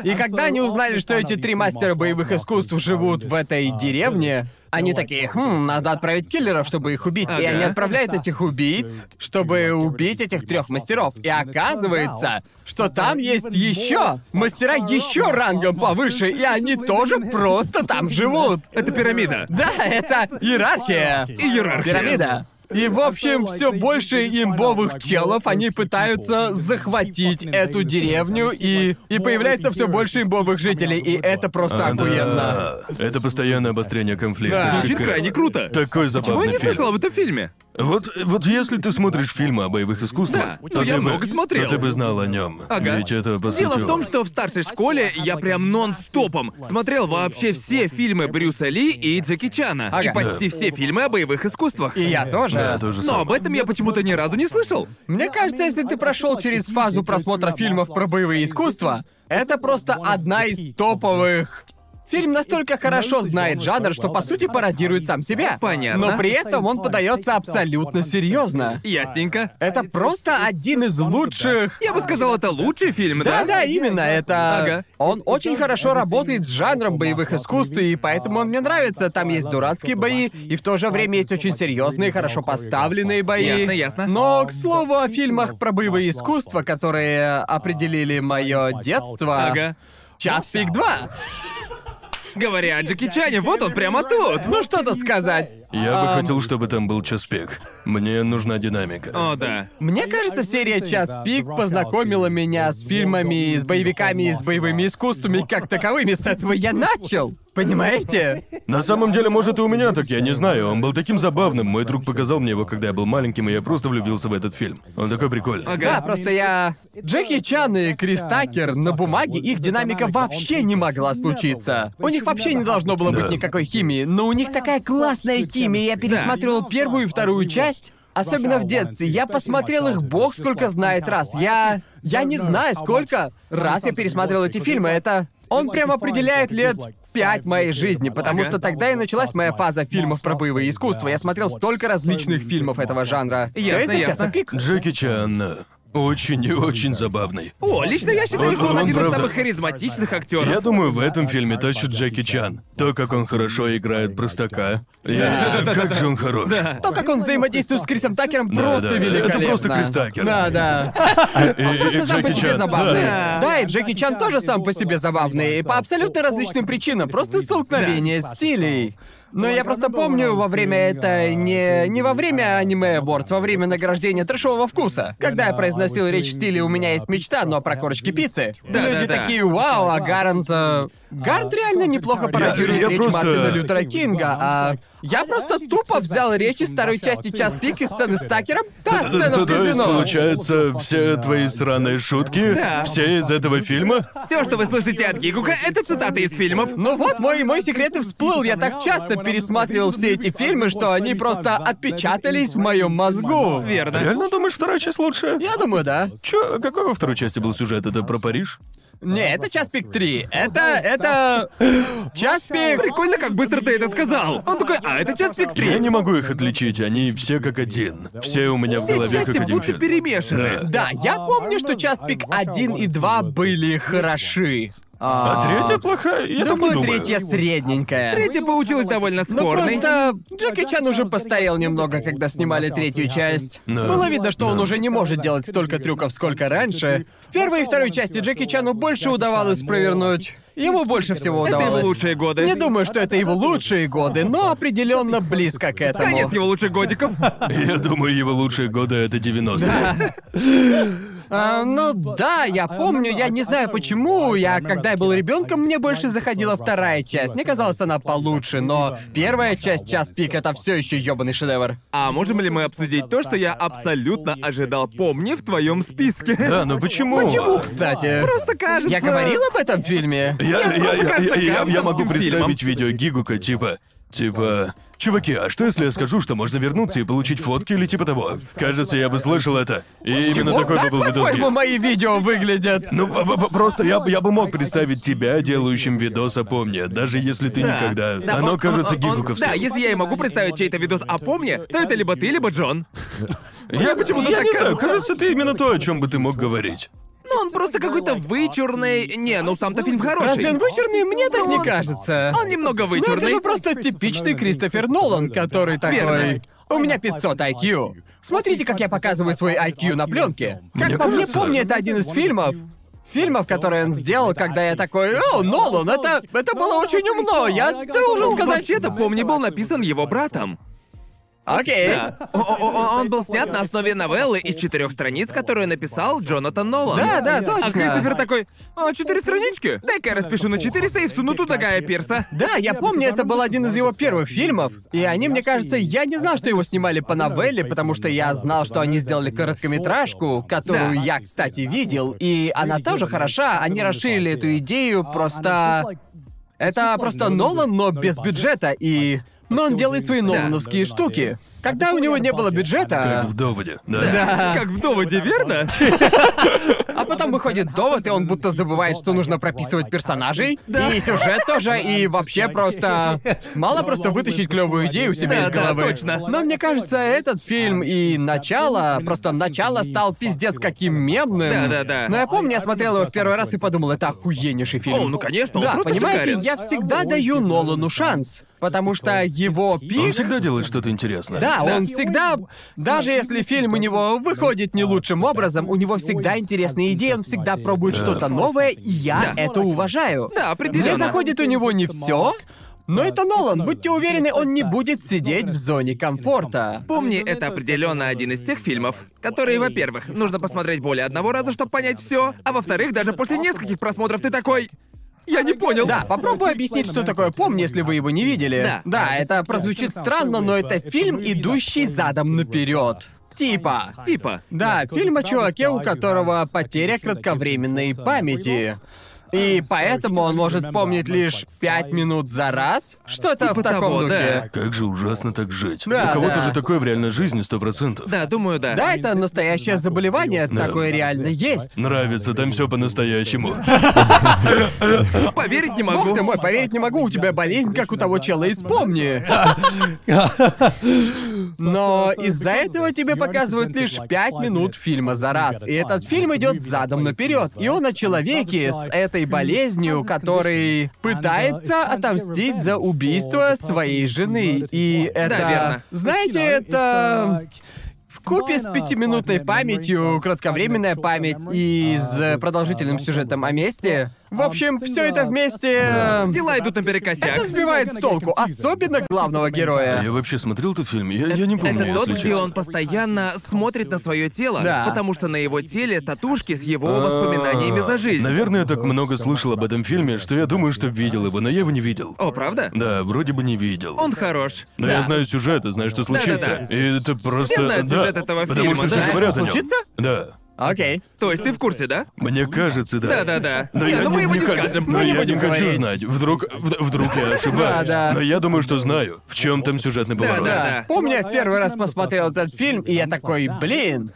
S3: И когда они узнали, что эти три мастера боевых искусств живут в этой деревне, они такие, хм, надо отправить киллеров, чтобы их убить. И
S1: Ага.
S3: они отправляют этих убийц, чтобы убить этих трех мастеров. И оказывается, что там есть еще мастера еще рангом повыше, и они тоже просто там живут.
S1: Это пирамида.
S3: Да, это иерархия.
S1: Иерархия.
S3: Пирамида. И, в общем, все больше имбовых челов, они пытаются захватить эту деревню, и, и появляется все больше имбовых жителей, и это просто
S4: А,
S3: охуенно.
S4: да. Это постоянное обострение конфликта.
S3: Да.
S1: Звучит
S4: Шикарно.
S1: крайне круто.
S4: Такой
S1: Почему я
S4: забавный
S1: не
S4: фильм.
S1: слышал об этом фильме?
S4: Вот, вот если ты смотришь фильмы о боевых искусствах,
S1: Да,
S4: то
S1: ну я
S4: ты бы-
S1: много смотрел.
S4: то ты бы знал о нем.
S1: Ага.
S4: Ведь это по
S1: Дело
S4: сути,
S1: в том, что в старшей школе я прям нон-стопом смотрел вообще все фильмы Брюса Ли и Джеки Чана.
S3: Ага.
S1: И почти все фильмы о боевых искусствах.
S3: И я
S4: Да,
S3: тоже.
S4: то же
S1: Но
S4: самое.
S1: об этом я почему-то ни разу не слышал.
S3: Мне кажется, если ты прошел через фазу просмотра фильмов про боевые искусства, это просто одна из топовых. Фильм настолько хорошо знает жанр, что по сути пародирует сам себя.
S1: Понятно.
S3: Но при этом он подается абсолютно серьезно.
S1: Ясненько.
S3: Это просто один из лучших.
S1: Я бы сказал, это лучший фильм, да?
S3: Да, да, именно это.
S1: Ага.
S3: Он очень хорошо работает с жанром боевых искусств, и поэтому он мне нравится. Там есть дурацкие бои, и в то же время есть очень серьезные, хорошо поставленные бои.
S1: Ясно, ясно.
S3: Но, к слову, о фильмах про боевые искусства, которые определили мое детство.
S1: Ага.
S3: Час пик 2.
S1: Говоря о Джеки Чане, вот он прямо тут.
S3: Ну что тут сказать?
S4: Я бы
S1: А,
S3: Ам.
S4: хотел, чтобы там был час пик. Мне нужна динамика.
S1: О, да.
S3: Мне кажется, серия «Час пик» познакомила меня с фильмами, с боевиками и с боевыми искусствами как таковыми. С этого я начал. Понимаете?
S4: На самом деле, может, и у меня так, я не знаю. Он был таким забавным. Мой друг показал мне его, когда я был маленьким, и я просто влюбился в этот фильм. Он такой прикольный.
S1: Ага.
S3: Да, просто я... Джеки Чан и Крис Такер на бумаге, их динамика вообще не могла случиться. У них вообще не должно было быть
S4: Да.
S3: никакой химии, но у них такая классная химия. Я пересматривал первую и вторую часть, Особенно в детстве. Я посмотрел их бог сколько знает раз. Я... Я не знаю, сколько раз я пересмотрел эти фильмы. Это... Он прям определяет лет пять моей жизни, потому
S1: Ага.
S3: что тогда и началась моя фаза фильмов про боевые искусства. Я смотрел столько различных фильмов этого жанра. Всё,
S1: Ясно,
S3: если честно,
S1: ясно.
S3: пик.
S4: Джеки Чан э, очень и очень забавный.
S1: О, лично я считаю,
S4: Он-
S1: что он,
S4: он
S1: один из
S4: правда-
S1: самых харизматичных
S4: Я
S1: актеров.
S4: думаю, в этом фильме тащит Джеки Чан. То, как он хорошо играет простака. Я... Как же он хорош.
S3: То, как он взаимодействует с Крисом Такером,
S4: Да,
S3: просто
S4: да, это
S3: великолепно.
S4: просто Крис Такер.
S3: Да, да.
S4: И- и- и
S3: Просто сам по
S4: Джеки
S3: себе
S4: Чан.
S3: забавный.
S4: Да.
S1: Да.
S3: Да, и Джеки Чан тоже сам по себе забавный. И по абсолютно различным причинам. Просто столкновение стилей. Но я просто помню во время это не не во время аниме Awards, во время награждения трешового вкуса. Когда я произносил речь в стиле «У меня есть мечта, но про корочки пиццы»,
S1: Да,
S3: люди
S1: да, да.
S3: такие «Вау, а Гарант...» э, Гарант реально неплохо
S4: Я,
S3: пародирует цитирует
S4: Я
S3: речь
S4: просто-
S3: Мартина Лютера Кинга, а... Я просто тупо взял речь из второй части «Час пик» и сцены с Такером. Та сцена
S4: То
S3: в
S4: то есть,
S3: казино.
S4: получается, все твои сраные шутки,
S1: Да.
S4: все из этого фильма?
S1: Все, что вы слышите от Гигука, это цитаты из фильмов.
S3: Ну вот, мой, мой секрет и всплыл. Я так часто пересматривал все эти фильмы, что они просто отпечатались в моем мозгу.
S1: Верно.
S4: Реально думаешь, вторая часть лучше?
S3: Я думаю, да.
S4: Чё, какой во второй части был сюжет? Это про Париж?
S3: Не, это час пик 3. Это, это... Час пик...
S1: Прикольно, как быстро ты это сказал. Он такой, а это час пик
S4: Я
S1: 3.
S4: не могу их отличить, они все как один. Все у меня в
S1: Все
S4: голове как
S1: части
S4: один
S1: будто
S4: фильм.
S1: перемешаны.
S3: Да,
S4: Да.
S3: я помню, что час пик 1 и 2 были хороши.
S4: А третья плохая? Я так не
S3: Думаю,
S4: думаю.
S3: третья средненькая.
S1: Третья получилась довольно
S3: Ну
S1: спорной.
S3: просто Джеки Чан уже постарел немного, когда снимали третью часть.
S4: Да.
S3: Было видно, что он уже не может делать столько трюков, сколько раньше. В первой и второй части Джеки Чану больше удавалось провернуть. Ему больше всего
S1: Это
S3: удавалось.
S1: его лучшие годы.
S3: Не думаю, что это его лучшие годы, но определенно близко к этому.
S1: Конец его лучших годиков.
S4: Я думаю, его лучшие годы — это 90-е.
S3: А, ну да, я помню, я не знаю почему. Я, когда я был ребенком, мне больше заходила вторая часть. Мне казалось, она получше, но первая часть час пик это все еще ебаный шедевр.
S1: А можем ли мы обсудить то, что я абсолютно ожидал, помни в твоем списке?
S4: Да, но почему?
S3: Почему, кстати?
S1: Просто кажется...
S3: Я говорил об этом фильме.
S4: Я, я, я, я, я- я могу
S1: Фильмом.
S4: представить видео Гигука, типа... Типа... Чуваки, а что если я скажу, что можно вернуться и получить фотки или типа того? Кажется, я бы слышал это. И именно
S3: Вот
S4: такой бы
S3: так,
S4: был видос
S3: по-твоему,
S4: Гиг.
S3: мои видео выглядят.
S4: Ну, п- п- просто я, бы- я бы мог представить тебя, делающим видос о помне, даже если ты
S1: Да.
S4: никогда...
S1: Да,
S4: Оно
S1: он-
S4: кажется
S1: он- он-
S4: гигуковским.
S1: Да, если я и могу представить чей-то видос о помне, то это либо ты, либо Джон.
S4: Я почему-то
S1: так
S4: не знаю,
S1: кажется.
S4: кажется, ты именно то, о чем бы ты мог говорить.
S1: Ну, он просто какой-то вычурный... Не, ну сам-то фильм
S3: Разве он
S1: хороший.
S3: вычурный? Мне так не
S1: Он-
S3: кажется.
S1: Он немного
S3: Ну это
S1: вычурный.
S3: же просто типичный Кристофер Нолан, который такой...
S1: Верно.
S3: У меня 500 IQ. Смотрите, как я показываю свой IQ на пленке. Как
S4: Мне
S3: по мне,
S4: кажется-
S3: помню, это один из фильмов, Фильмов, которые он сделал, когда я такой, «О, Нолан, это, это было очень умно, я должен
S1: Ну,
S3: сказать...»
S1: Вообще-то, помни, был написан его братом.
S3: Окей.
S1: Да. О- о- о- Он был снят на основе новеллы из четырех страниц, которую написал Джонатан Нолан.
S3: Да, да, точно.
S1: А Кристофер такой, а, четыре странички? Дай-ка я распишу на 400 и всуну туда Гая Пирса.
S3: Да, я помню, это был один из его первых фильмов, и они, мне кажется, я не знал, что его снимали по новелле, потому что я знал, что они сделали короткометражку, которую
S1: Да.
S3: я, кстати, видел, и она тоже хороша, они расширили эту идею, просто... Это просто Нолан, но без бюджета, и... Но он делает свои нолановские штуки. Когда у него не было
S4: Как
S3: бюджета,
S4: в доводе, да?
S1: Как в доводе, верно?
S3: а потом выходит довод, и он будто забывает, что нужно прописывать персонажей, и сюжет тоже, и вообще просто... Мало просто вытащить клевую идею у себя
S1: Да,
S3: из
S1: да,
S3: головы.
S1: точно.
S3: Но мне кажется, этот фильм и начало, просто начало стал пиздец каким мемным.
S1: Да, да, да.
S3: Но я помню, я смотрел его в первый раз и подумал, это охуеннейший фильм.
S1: О, ну, конечно, он
S3: Да,
S1: просто
S3: понимаете,
S1: шикарен.
S3: я всегда даю Нолану шанс, потому что его пик...
S4: Он всегда делает что-то интересное.
S3: Да, он всегда, даже если фильм у него выходит не лучшим образом, у него всегда интересные идеи, он всегда пробует что-то новое, и я
S1: Да.
S3: это уважаю.
S1: Да,
S3: Мне
S1: определенно.
S3: заходит у него не все, но это Нолан, будьте уверены, он не будет сидеть в зоне комфорта.
S1: Помни, это определенно один из тех фильмов, которые, во-первых, нужно посмотреть более одного раза, чтобы понять все, а во-вторых, даже после нескольких просмотров ты такой. Я не понял.
S3: Да, попробуй объяснить, что такое «Помни», если вы его не видели.
S1: Да.
S3: это прозвучит странно, но это фильм, идущий задом наперед. Типа.
S1: Типа.
S3: Да, фильм о чуваке, у которого потеря кратковременной памяти.
S1: А, ну,
S3: И поэтому он может помнить лишь пять минут за раз? Что-то
S1: Типа
S3: в таком
S1: того,
S3: духе.
S4: Как же ужасно так жить.
S3: Да,
S4: У кого-то
S3: да.
S4: же такое в реальной жизни сто процентов.
S1: Да, думаю,
S3: Да.
S1: да.
S3: это настоящее заболевание, такое реально есть.
S4: Нравится, там все по-настоящему.
S1: Поверить не могу.
S3: Бог ты мой, поверить не могу, у тебя болезнь, как у того чела, из «Помни». Но из-за этого тебе показывают лишь пять минут фильма за раз. И этот фильм идет задом наперед. И он о человеке с этой болезнью, который пытается отомстить за убийство своей жены. И это...
S1: верно.
S3: Знаете, это... В В купе с пятиминутной памятью, кратковременная память и
S1: А,
S3: с э, продолжительным сюжетом о месте. В общем, все это вместе. э,
S1: Дела идут наперекосяк.
S3: Это сбивает с толку, особенно главного героя.
S4: Я вообще смотрел этот фильм? Я, я не помню,
S1: Это тот,
S4: если
S1: где
S4: честно.
S1: он постоянно смотрит на свое тело,
S3: Да.
S1: потому что на его теле татушки с его воспоминаниями за жизнь.
S4: А, Наверное, я так много слышал об этом фильме, что я думаю, что видел его, но я его не видел.
S1: О, правда?
S4: Да, вроде бы не видел.
S1: Он хорош.
S4: Но я знаю сюжет, и знаю, что случится.
S1: Да-да-да.
S4: И это просто...
S1: Все знают
S4: да,
S1: сюжет этого
S4: Потому
S1: фильма,
S4: что
S1: да.
S4: все говорят о нем.
S3: Случится?
S4: Да.
S3: Окей.
S1: То есть ты в курсе, да?
S4: Мне кажется, да.
S1: Да-да-да.
S4: Но
S1: Не,
S4: я
S1: ну мы его не
S4: хо-
S1: скажем.
S4: Но
S1: Мы не
S4: я не
S1: будем
S4: хочу
S3: говорить.
S4: знать. Вдруг, в- вдруг я ошибаюсь.
S3: Да-да.
S4: Но я думаю, что знаю, в чем там сюжетный поворот.
S1: Да-да.
S3: Помню, я в первый раз посмотрел этот фильм, и я такой, блин,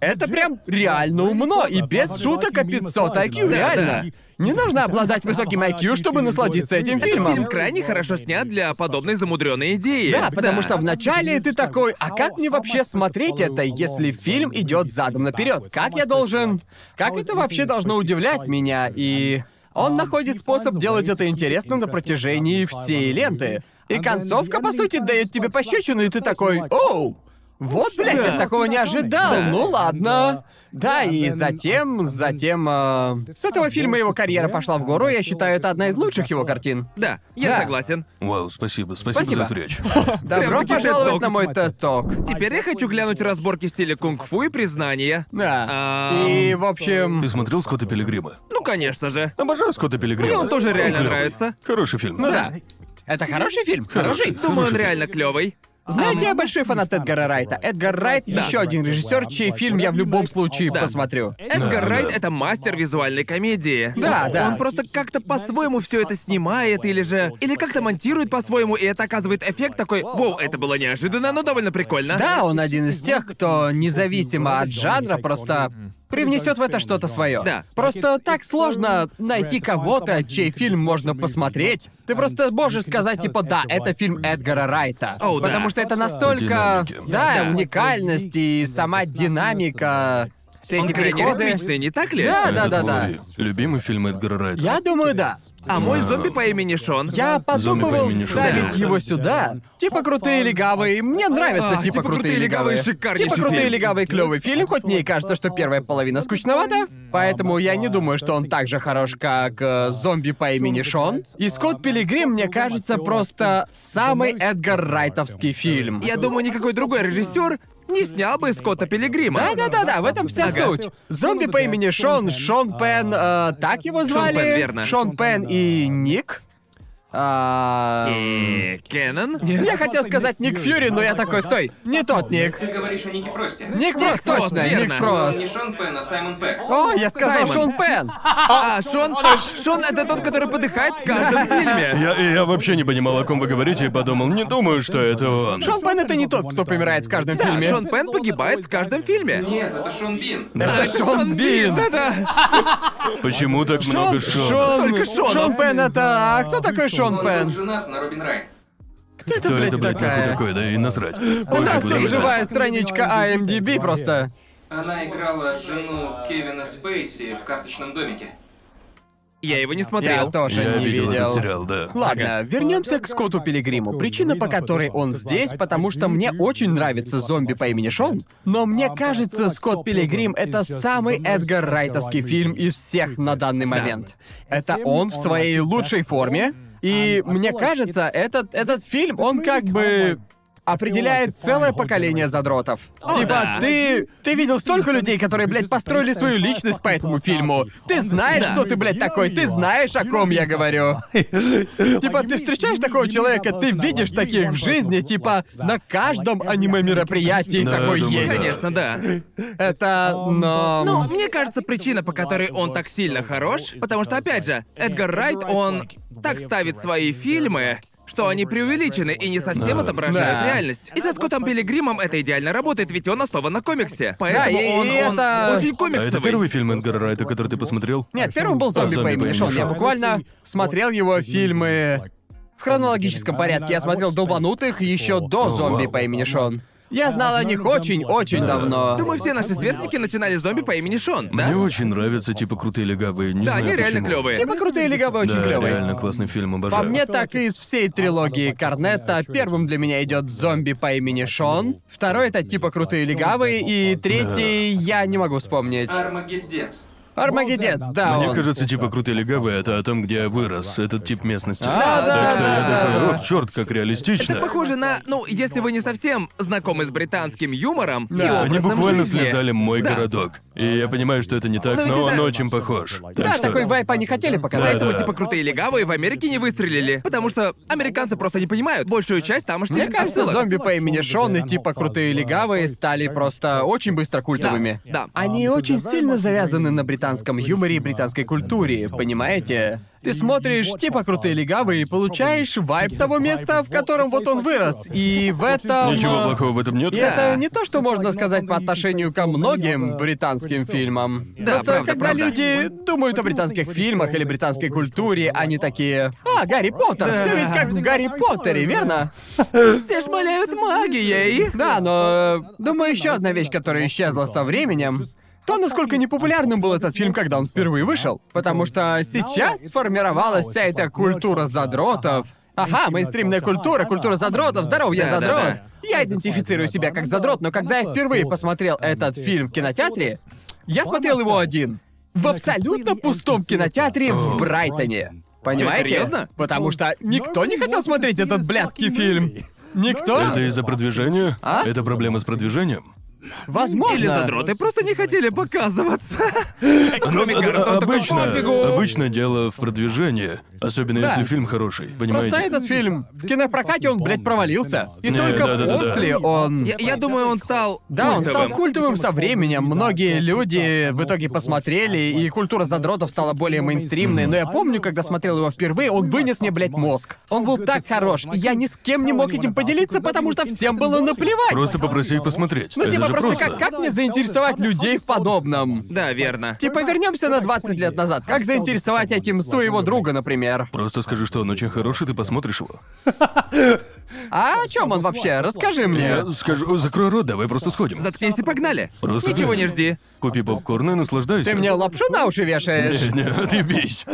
S3: это прям реально умно, и без шуток о 500 IQ,
S1: Да,
S3: реально. Не нужно обладать высоким IQ, чтобы насладиться этим
S1: Этот фильм
S3: фильмом.
S1: крайне хорошо снят для подобной замудренной идеи.
S3: Да, потому что вначале ты такой, а как мне вообще смотреть это, если фильм идет задом наперед? Как я должен... Как это вообще должно удивлять меня? И он находит способ делать это интересно на протяжении всей ленты. И концовка, по сути, дает тебе пощечину, и ты такой, оу, вот, блядь, я такого не ожидал. Ну ладно. Да, и затем, затем... э, с этого фильма его карьера пошла в гору, я считаю, это одна из лучших его картин.
S1: Да, я
S3: Да.
S1: согласен.
S4: Вау, спасибо, спасибо,
S3: Спасибо.
S4: за эту речь.
S3: Добро
S1: Прям-таки
S3: пожаловать
S1: TED-ток.
S3: на мой ток
S1: Теперь я хочу глянуть разборки в стиле кунг-фу и признания.
S3: Да.
S1: Ам.
S3: И, в общем...
S4: Ты смотрел Скотта Пилигрима?
S1: Ну, конечно же.
S4: Обожаю Скотта Пилигрима.
S1: Мне он тоже реально
S4: клёвый.
S1: нравится.
S4: Хороший фильм.
S3: ну Да. Это хороший фильм? Хороший.
S1: Думаю, он реально клевый.
S3: Знаете, я большой фанат Эдгара Райта. Эдгар Райт
S5: Да.
S3: еще один режиссер, чей фильм я в любом случае
S5: Да.
S3: посмотрю.
S1: Эдгар
S4: Да,
S1: Райт
S4: да.
S1: это мастер визуальной комедии.
S3: Да,
S1: он
S3: да.
S1: Он просто как-то по-своему все это снимает, или же. Или как-то монтирует по-своему, и это оказывает эффект такой: Воу, это было неожиданно, но довольно прикольно.
S3: Да, он один из тех, кто независимо от жанра просто привнесет в это что-то свое.
S1: Да.
S3: Просто так сложно найти кого-то, чей фильм можно посмотреть. Ты просто можешь сказать, типа, да, это фильм Эдгара Райта.
S1: Оу, да.
S3: Потому что это настолько...
S4: Динамики.
S3: Да,
S5: Да.
S3: уникальность и сама динамика, все
S1: Он
S3: эти
S1: крайне
S3: переходы.
S1: ритмичный, не так ли?
S3: Да,
S4: Это
S3: да, да, да.
S4: твой любимый фильм Эдгара Райта.
S3: Я думаю, да.
S1: А мой зомби по имени Шон.
S3: Я
S4: по
S3: подумывал
S4: имени
S3: ставить
S4: Шон.
S3: его сюда. Типа крутые легавые. Мне нравятся
S1: А,
S3: типа, крутые легавые.
S1: шикарнейший
S3: Типа крутые
S1: фильм.
S3: легавые клевый фильм, хоть мне и кажется, что первая половина скучновата. Поэтому я не думаю, что он так же хорош, как э, зомби по имени Шон. А, И Скотт Пилигрим, мне кажется, просто самый Эдгар Райтовский фильм.
S1: Я думаю, никакой другой режиссер не снял бы Скотта Пилигрима.
S3: Да, да, да, да, в этом вся
S5: Ага.
S3: суть. Зомби по имени Шон, Шон Пен, э, так его звали.
S1: Пен, верно.
S3: Шон Пен и Ник. А,
S1: И Кеннон?
S3: Я хотел сказать Ник Фьюри, но я такой, стой, не тот Ник.
S2: Ты говоришь о Нике Просте.
S3: Ник Фрост,
S1: Фрост,
S3: точно, Ник
S1: верно.
S3: Фрост.
S2: Не Шон Пен, а Саймон Пэк.
S3: О, я сказал
S1: Саймон.
S3: Шон Пен.
S1: А, Шон... Шон это тот, который подыхает в каждом фильме.
S4: Я, я вообще не понимал, о ком вы говорите, и подумал, не думаю, что это он.
S3: Шон Пен это не тот, кто помирает в каждом
S1: Да,
S3: фильме.
S1: Шон Пен погибает в каждом фильме.
S2: Нет, это Шон Бин.
S3: Это Шон Бин.
S1: Да-да.
S4: Почему так много Шона?
S1: Только Шонов.
S3: Шон Пен это... А кто такой Шон
S2: Он был
S3: Пен?
S2: женат на Робин Райт.
S3: Кто это,
S4: Кто
S3: блядь,
S4: это, блядь, нахуй
S3: такая?
S4: такой, да и насрать.
S3: У нас тут
S4: Пофигу, да,
S3: живая страничка А IMDb просто.
S2: Она играла жену Кевина Спейси в карточном домике.
S1: Я его не
S3: Я
S1: смотрел.
S3: тоже
S4: Я
S3: не
S4: видел этот
S3: видел.
S4: сериал, да. А
S3: Ладно, вернемся к Скотту Пилигриму. Причина, по которой он здесь, потому что мне очень нравится зомби по имени Шон. Но мне кажется, Скотт Пилигрим — это самый Эдгар Райтовский фильм из всех на данный момент. Это он в своей лучшей форме. И мне кажется, этот, этот фильм, он как бы определяет целое поколение задротов. типа,
S1: да.
S3: ты... Ты видел столько людей, которые, блядь, построили свою личность по этому фильму. Ты знаешь,
S5: Да.
S3: кто ты, блядь, такой. Ты знаешь, о ком я говорю. Типа, ты встречаешь такого человека, ты видишь таких в жизни, типа, на каждом аниме-мероприятии
S4: Да,
S3: такой
S4: думаю,
S3: есть.
S1: Конечно, да.
S3: Это, но...
S1: Ну, мне кажется, причина, по которой он так сильно хорош, потому что, опять же, Эдгар Райт, он так ставит свои фильмы, что они преувеличены и не совсем отображают
S3: Да.
S1: реальность. И со Скоттом Пилигримом это идеально работает, ведь он основан на комиксе. Поэтому
S3: и- и
S1: он, он
S3: это-
S1: очень
S4: А это
S1: комиксовый.
S4: первый фильм Эдгара Райта, который ты посмотрел?
S3: Нет, первым был зомби по имени Шон. Я буквально смотрел его фильмы в хронологическом порядке. Я смотрел «Долбанутых» еще до
S5: О,
S3: зомби
S4: вау.
S3: по имени Шон. Я знал о них очень-очень
S5: Да.
S3: давно.
S1: Думаю, все наши сверстники начинали с зомби по имени Шон,
S4: Мне
S1: да?
S4: очень нравятся, типа, крутые легавые. Не
S1: Да,
S4: знаю,
S1: они реально
S4: почему.
S1: клевые.
S3: Типа крутые легавые очень
S4: да,
S3: клевые.
S4: реально классный фильм,
S3: По
S4: обожаю.
S3: мне, так и из всей трилогии Корнетта первым для меня идет зомби по имени Шон, второй это типа крутые легавые, и третий я не могу вспомнить.
S2: Армагеддец.
S3: Армагеддец, да.
S4: Мне
S3: он.
S4: кажется, типа крутые легавые это о том, где я вырос, этот тип местности.
S3: да,
S4: так что я
S3: да,
S4: такой,
S3: да, да.
S4: вот черт, как реалистично.
S1: Это похоже на, ну, если вы не совсем знакомы с британским юмором и
S3: Да,
S4: Они
S1: образом
S4: буквально
S1: жизни.
S4: слезали мой
S1: Да.
S4: городок. И я понимаю, что это не так,
S1: Но
S3: Ну,
S4: но,
S1: ведь
S4: он
S1: это-
S4: очень похож. Так
S5: Да,
S3: Да,
S4: что...
S3: такой вайп они хотели показать.
S4: Да,
S1: Поэтому,
S4: да.
S1: типа, крутые легавые в Америке не выстрелили, потому что американцы просто не понимают большую часть тамошних
S3: Мне кажется,
S1: отсылок.
S3: зомби по имени Шон и типа крутые легавые стали просто очень быстро культовыми.
S1: Да, да.
S3: Они очень сильно завязаны на британском юморе и британской культуре, понимаете? Ты смотришь типа крутые легавые и получаешь вайб того места, в котором вот он вырос. И в этом... э,
S4: Ничего плохого в этом нет.
S3: И это не то, что можно сказать по отношению ко многим британским фильмам.
S5: Да,
S3: Просто
S1: правда,
S3: когда
S1: правда.
S3: люди думают о британских фильмах или британской культуре, они такие. А, Гарри Поттер! Все ведь как в Гарри Поттере, верно?
S1: Все шмаляют магией.
S3: Да, но э, думаю, еще одна вещь, которая исчезла со временем. То, насколько непопулярным был этот фильм, когда он впервые вышел. Потому что сейчас сформировалась вся эта культура задротов. Ага, мейнстримная культура, культура задротов, здорово, я
S1: Да, да,
S3: задрот.
S1: да.
S3: Я идентифицирую себя как задрот, но когда я впервые посмотрел этот фильм в кинотеатре, я смотрел его один. В абсолютно пустом кинотеатре в Брайтоне. Понимаете?
S1: Чё, серьёзно?
S3: Потому что никто не хотел смотреть этот блядский фильм. Никто?
S4: Ну, Это из-за продвижения?
S3: А?
S4: Это проблема с продвижением?
S3: Возможно.
S1: Или задроты просто не хотели показываться. Кроме Гарнта, он такой, «Пофигу».
S4: Э, ну, А, обычно, обычно дело в продвижении. Особенно
S3: Да.
S4: если фильм хороший, понимаете?
S3: Просто этот фильм в кинопрокате он, блядь, провалился. И
S4: Не,
S3: только
S4: да-да-да-да.
S3: после он.
S1: Я, я думаю, он стал
S3: Да, он
S1: культовым.
S3: стал культовым со временем. Многие люди в итоге посмотрели, и культура задротов стала более мейнстримной. Но я помню, когда смотрел его впервые, он вынес мне, блядь, мозг. Он был так хорош, и я ни с кем не мог этим поделиться, потому что всем было наплевать.
S4: Просто попроси их посмотреть.
S3: Ну,
S4: это
S3: типа,
S4: же
S3: просто как, как мне заинтересовать людей в подобном?
S1: Да, верно.
S3: Типа, вернемся на 20 лет назад. Как заинтересовать этим своего друга, например?
S4: Просто скажи, что он очень хороший, ты посмотришь его.
S3: А о чем он вообще? Расскажи мне.
S4: Я скажу, «О, закрой рот, давай просто сходим.
S1: Заткнись и погнали.
S4: Просто
S1: Ничего
S4: да.
S1: не жди.
S4: Купи попкорн и наслаждайся.
S3: Ты мне лапшу на уши вешаешь.
S4: Не, отъебись.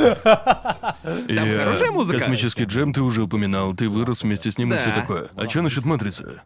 S4: И, э,
S1: хорошая музыка.
S4: Космический джем ты уже упоминал, ты вырос вместе с ним и
S1: Да.
S4: все такое. А что насчет матрицы?